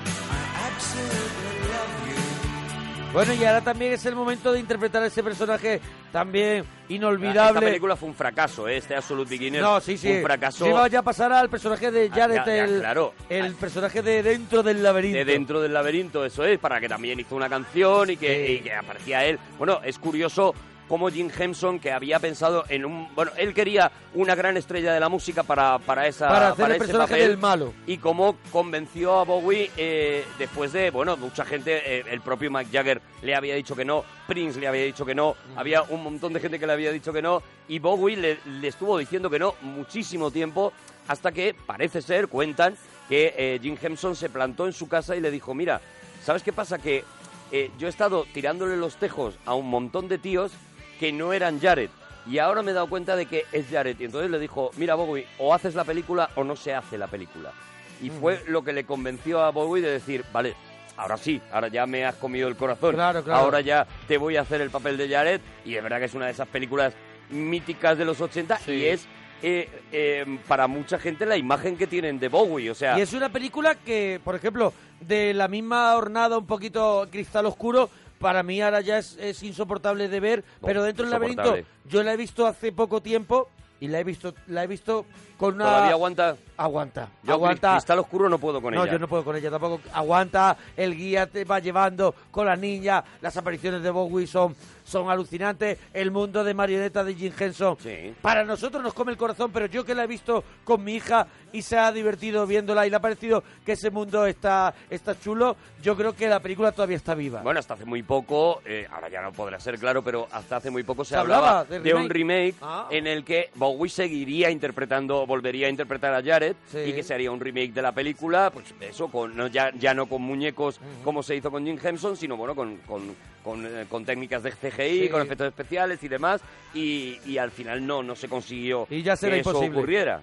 I absolutely love you.
Bueno, y ahora también es el momento de interpretar a ese personaje también inolvidable.
Ah, Esta película fue un fracaso, ¿eh? este Absolute Beginner.
No, sí, sí.
Un fracaso.
Sí, va ya a pasar al personaje de
Ah,
Jared,
ya, ya,
el,
claro. Ah.
el personaje de dentro del laberinto.
De dentro del laberinto, eso es, para que también hizo una canción y que, y que aparecía él. Bueno, es curioso cómo Jim Henson, que había pensado en un... Bueno, él quería una gran estrella de la música para, para esa...
Para hacer el
ese
personaje
papel,
del malo.
Y cómo convenció a Bowie eh, después de, bueno, mucha gente, eh, el propio Mick Jagger le había dicho que no, Prince le había dicho que no, había un montón de gente que le había dicho que no, y Bowie le, le estuvo diciendo que no muchísimo tiempo, hasta que parece ser, cuentan, que eh, Jim Henson se plantó en su casa y le dijo, mira, ¿sabes qué pasa? Que eh, yo he estado tirándole los tejos a un montón de tíos que no eran Jared. Y ahora me he dado cuenta de que es Jared. Y entonces le dijo, mira Bowie, o haces la película o no se hace la película. Y fue lo que le convenció a Bowie de decir, vale, ahora sí, ahora ya me has comido el corazón.
Claro, claro.
Ahora ya te voy a hacer el papel de Jared. Y es verdad que es una de esas películas míticas de los 80 y es... eh, eh, para mucha gente la imagen que tienen de Bowie, o sea,
Y es una película que, por ejemplo, de la misma hornada, un poquito cristal oscuro, para mí ahora ya es, es insoportable de ver, pero dentro del laberinto
Oh, insoportable.
yo la he visto hace poco tiempo y la he visto la he visto con una
todavía aguanta.
aguanta,
Yo
aguanta.
cristal oscuro no puedo con
no,
ella.
yo no puedo con ella tampoco. Aguanta, el guía te va llevando con la niña, las apariciones de Bowie son, son alucinantes, el mundo de marioneta de Jim Henson. Para nosotros nos come el corazón, pero yo que la he visto con mi hija y se ha divertido viéndola y le ha parecido que ese mundo está, está chulo, yo creo que la película todavía está viva.
Bueno, hasta hace muy poco, eh, ahora ya no podrá ser claro, pero hasta hace muy poco se,
Se
hablaba,
hablaba
de,
de
un remake
Ah.
en el que Bowie seguiría interpretando, volvería a interpretar a Jared y que se haría un remake de la película, pues eso, con, no, ya, ya no con muñecos como se hizo con Jim Henson, sino bueno, con, con, con, eh, con técnicas de CGI,
Sí.
con efectos especiales y demás, y, y al final no, no se consiguió
Y ya será
que eso
imposible.
ocurriera.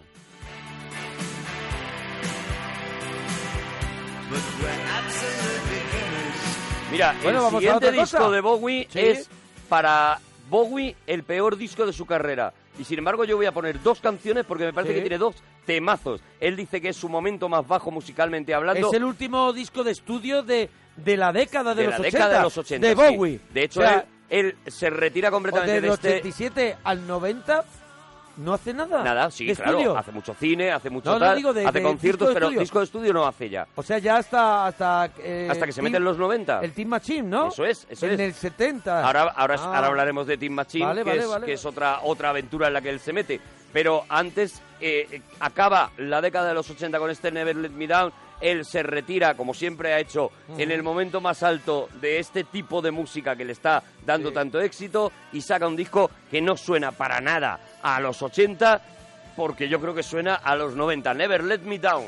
But we're absolute beginners.
Mira,
Bueno,
el
vamos a
siguiente
otra cosa.
disco de Bowie
Sí.
es para Bowie el peor disco de su carrera. Y sin embargo yo voy a poner dos canciones porque me parece
Sí.
que tiene dos temazos. Él dice que es su momento más bajo musicalmente hablando.
Es el último disco de estudio de, de la década de,
de
los,
la
80,
década de los 80.
de
sí.
Bowie.
De hecho,
O sea,
él, él se retira completamente
del
de este...
87 al 90 no hace nada.
Nada, sí,
de
claro.
estudio.
Hace mucho cine, hace mucho
No, no,
tal,
digo de-
hace
de
conciertos,
disco de
pero
estudio.
disco de estudio no hace ya.
O sea, ya hasta... Hasta, eh,
Hasta que se
Team-
meten los 90.
El Team Machine, ¿no?
Eso es, eso
en
es.
el 70.
Ahora, ahora,
Ah.
ahora hablaremos de Team Machine,
Vale,
que,
vale,
es,
vale.
que es otra, otra aventura en la que él se mete. Pero antes eh, eh, acaba la década de los 80 con este Never Let Me Down. Él se retira, como siempre ha hecho, en el momento más alto de este tipo de música que le está dando tanto éxito y saca un disco que no suena para nada a los 80, porque yo creo que suena a los 90. Never Let Me Down.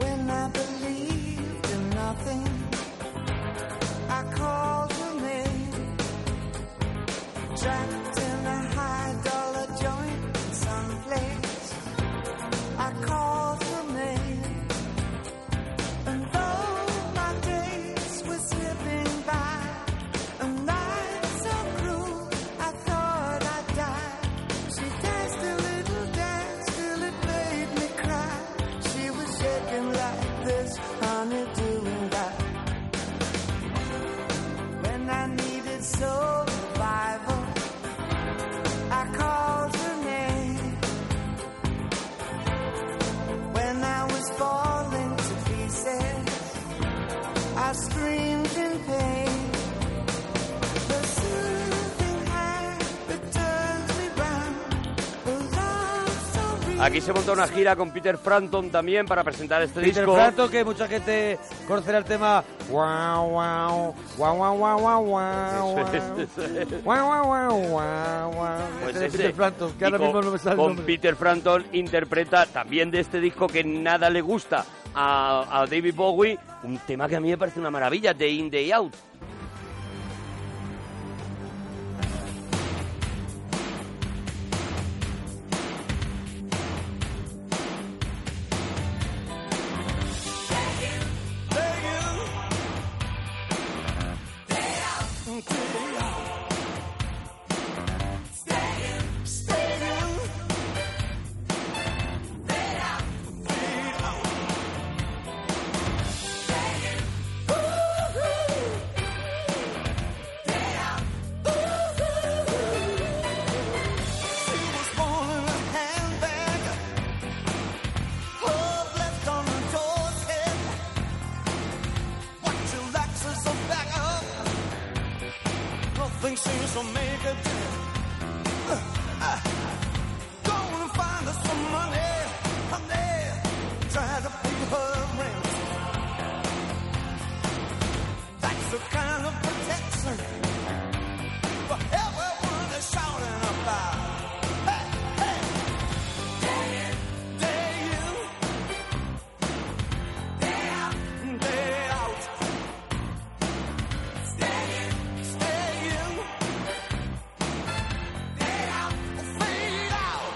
When I believed in nothing, I called her maid. Trapped in a high dollar joint someplace, I called her maid. And though my days were slipping by, and life so cruel, I thought I'd die. She danced a little dance till it made me cry. She was shaking like this, honey, doing that. When I needed survival,
Aquí se monta una gira con Peter Frampton también para presentar este
Peter
disco.
Frampton, que mucha gente conocerá el tema. Guau, guau, guau, guau, guau, guau, guau,
Eso es,
guau.
eso es.
Guau, guau, guau, guau, guau.
Pues
Este de
ese.
Peter Frampton, que
Y
ahora
con-
mismo no me sale el
Con
nombre.
Peter Frampton interpreta también de este disco que nada le gusta a, a David Bowie, un tema que a mí me parece una maravilla, Day In, Day Out.
Seems to make a difference. Gonna find us some money, money. Try to pay her rent. That's the kind of protection for everyone is shouting about. Hey, hey. Day in, day in. Day out, day out. Stay in, stay in. Day out, fade out.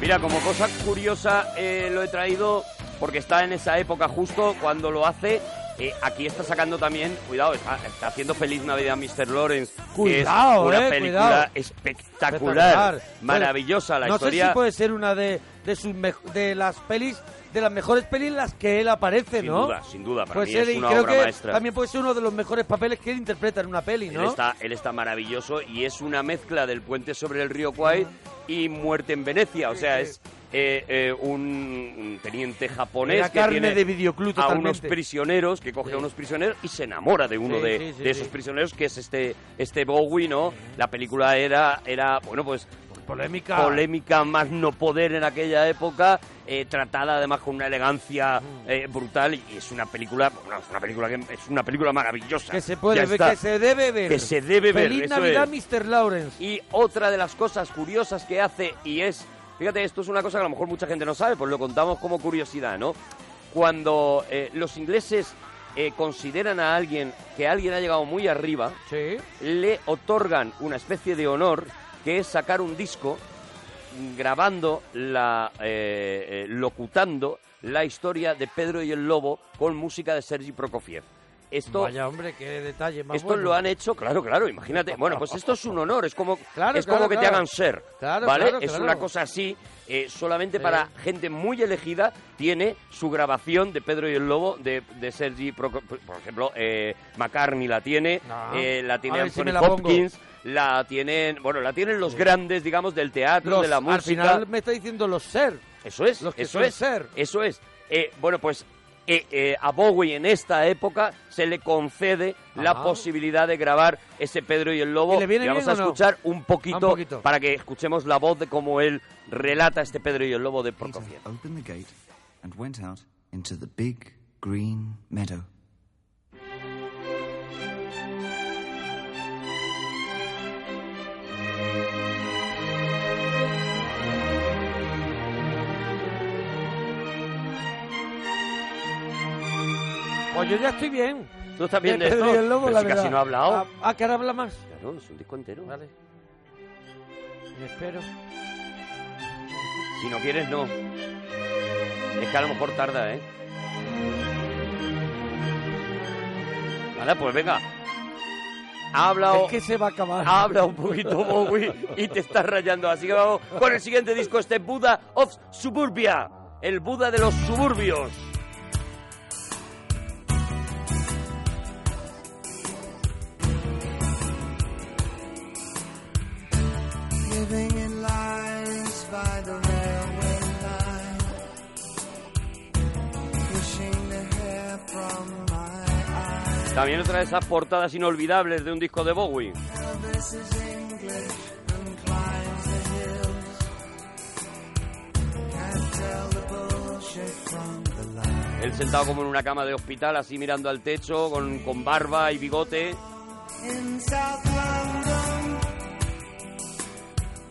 Mira, como cosa curiosa eh, lo he traído porque está en esa época justo cuando lo hace. eh, aquí está sacando también, cuidado, está, está haciendo Feliz Navidad Mr. Lawrence. que
Cuidado,
es una
eh,
película
cuidado.
espectacular, maravillosa la
no
historia.
sé si puede ser una de, de sus mej- de las pelis, de las mejores pelis en las que él aparece,
Sin
¿no?
duda, sin duda, para
Puede
mí
ser,
es
y
una
creo
obra
que
maestra.
También puede ser uno de los mejores papeles que él interpreta en una peli, ¿no?
Él está, él está maravilloso y es una mezcla del puente sobre el río Kwai y muerte en Venecia. O sea, es eh, eh, un un teniente japonés
Era
que
carne
tiene
de videoclub
a
totalmente.
unos prisioneros, que coge a
Sí.
unos prisioneros y se enamora de uno
Sí,
de,
sí, sí,
de esos
sí.
prisioneros, que es este, este Bowie, ¿no? La película era, era, bueno, pues...
Polémica.
Polémica más no poder en aquella época, eh, tratada además con una elegancia
Mm.
eh, brutal y es una película, bueno, es una película que es una película maravillosa.
Que se puede
Ya
ver,
está.
que se debe ver.
Que se debe ver,
Feliz
eso
Navidad,
es.
Mr. Lawrence.
Y otra de las cosas curiosas que hace y es, fíjate, esto es una cosa que a lo mejor mucha gente no sabe, pues lo contamos como curiosidad, ¿no? Cuando eh, los ingleses eh, consideran a alguien que alguien ha llegado muy arriba, le otorgan una especie de honor que es sacar un disco grabando, la, eh, eh, locutando la historia de Pedro y el Lobo con música de Sergi Prokofiev. Esto
Vaya, hombre, qué detalle más
esto
bueno.
lo han hecho, claro, claro, imagínate. Bueno, pues esto es un honor, es como,
Claro,
es como
claro,
que te
claro.
hagan ser,
Claro,
¿vale?
claro,
es
claro.
una cosa así, eh, solamente
Sí.
para gente muy elegida tiene su grabación de Pedro y el Lobo, de, de Sergi, Proco- por ejemplo, eh, McCartney la tiene,
No.
eh, la tiene
A ver si
Anthony
me la pongo.
Hopkins, la tienen, bueno, la tienen los grandes, digamos, del teatro,
Los-
de la música.
Al final me está diciendo los ser.
Eso es,
Los que
eso
son
es,
ser.
eso es. Eh, bueno, pues eh, eh, a Bowie en esta época se le concede la
Ajá.
posibilidad de grabar ese Pedro y el Lobo.
¿Y le viene
Y vamos
bien
a
o no?
escuchar un, poquito
Un poquito.
para que escuchemos la voz de cómo él relata este Pedro y el Lobo de Prokofiev.
opened the gate and went out into the big green meadow.
Pues yo ya estoy bien.
¿Tú estás bien de
Pedro
esto?
y el Lobo,
Pero
la
si casi
verdad.
no ha hablado.
Ah, Ah, que ahora habla más.
Claro, es un disco entero.
Vale. Y espero.
Si no quieres, no. Es que a lo mejor tarda, ¿eh? Vale, pues venga. Ha hablado...
Es que se va a acabar.
Habla un poquito Bowie y te estás rayando. Así que vamos con el siguiente disco, este Buda of Suburbia, el Buda de los suburbios.
living in lines by the railway line, pushing the hair from my eyes.
También otra de esas portadas inolvidables de un disco de Bowie.
Elvis is English and climbs the hills.
Él sentado como en una cama de hospital, así mirando al techo, con, con barba y bigote.
In South London,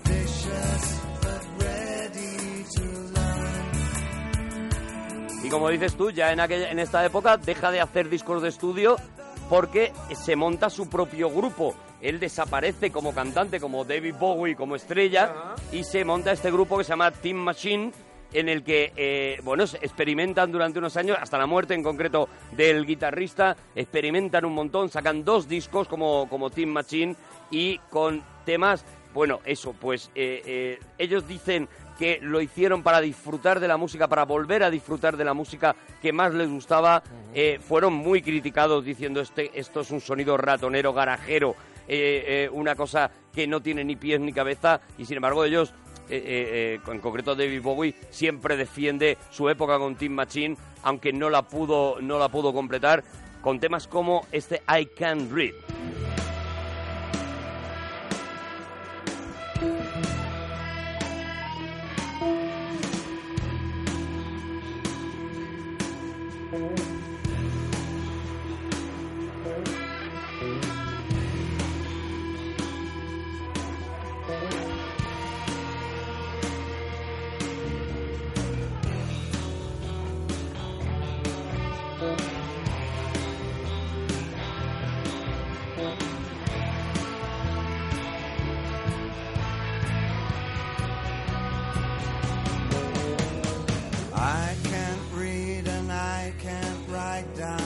vicious but ready to
Y como dices tú, ya en, aquella, en esta época deja de hacer discos de estudio porque se monta su propio grupo. Él desaparece como cantante, como David Bowie, como estrella, y se monta este grupo que se llama Team Machine, en el que, eh, bueno, se experimentan durante unos años, hasta la muerte en concreto del guitarrista, experimentan un montón, sacan dos discos como, como Team Machine y con temas, bueno, eso, pues eh, eh, ellos dicen que lo hicieron para disfrutar de la música, para volver a disfrutar de la música que más les gustaba, eh, fueron muy criticados diciendo este, esto es un sonido ratonero, garajero, eh, eh, una cosa que no tiene ni pies ni cabeza, y sin embargo ellos, eh, eh, eh, en concreto David Bowie, siempre defiende su época con Tim Machine, aunque no la pudo, no la pudo completar, con temas como este I Can't Read.
I can't read and I can't write down.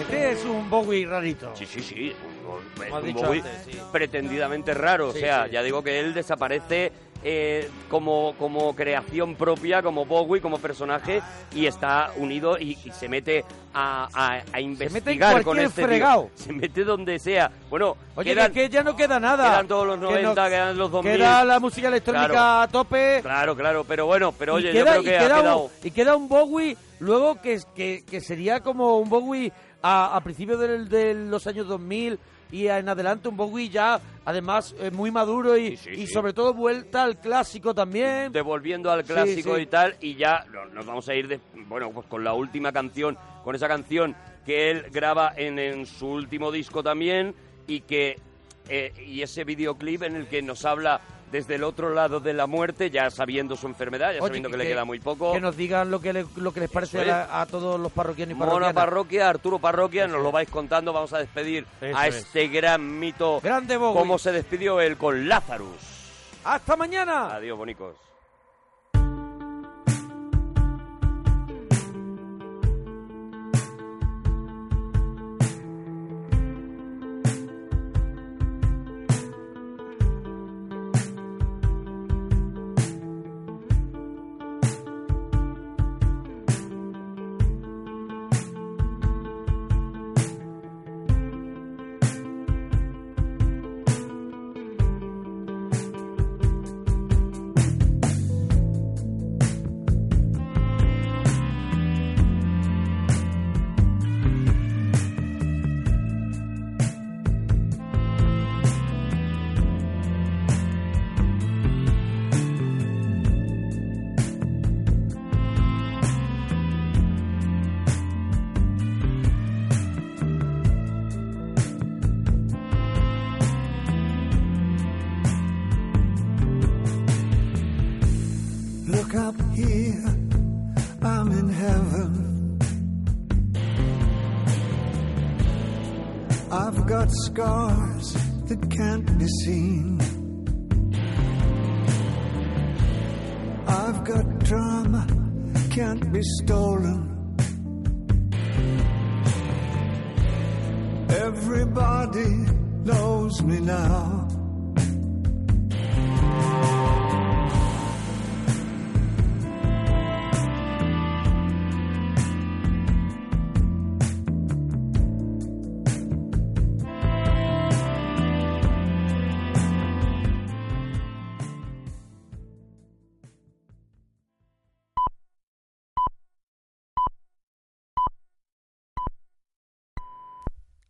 Este es un Bowie rarito.
Sí, sí, sí. un-
Como has
un
dicho
Bowie
antes, sí.
pretendidamente raro.
Sí,
o sea,
sí.
ya digo que él desaparece eh, como, como creación propia, como Bowie, como personaje,
Ah.
y está unido y, y se mete a, a- a investigar con
cualquier
este tío.
fregao.
Se mete donde sea. Bueno,
Oye,
quedan-
que ya no queda nada.
quedan todos los
Que
90, quedan los 2000.
Queda la música electrónica
Claro.
a tope.
Claro, claro, pero bueno, pero oye,
y queda,
yo creo
y
que ha
queda
quedado...
un, y queda un Bowie luego que, es- que, que sería como un Bowie a, a principios del- de los años 2000 y en adelante un Bowie ya además eh, muy maduro y, y sobre todo vuelta al clásico también.
devolviendo al
Sí,
clásico
sí.
y tal y ya no- nos vamos a ir de, bueno pues con la última canción con esa canción que él graba en, en su último disco también y que eh, y ese videoclip en el que nos habla desde el otro lado de la muerte ya sabiendo su enfermedad ya
Oye,
sabiendo
y
que, le queda muy poco
Que nos digan lo que, le- lo que les parece a,
es.
la- a todos los parroquianos y
Mona
parroquianas.
Parroquia, Arturo Parroquia, nos lo vais contando. Vamos a despedir
Eso
a
es.
este gran mito.
Grande Bowie.
Cómo se despidió él con Lazarus.
¡Hasta mañana!
Adiós, bonicos.
Look up here, I'm in heaven. I've got scars that can't be seen. I've got trauma, can't be stolen. Everybody knows me now.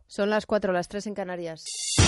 Son las 4, las 3 en Canarias.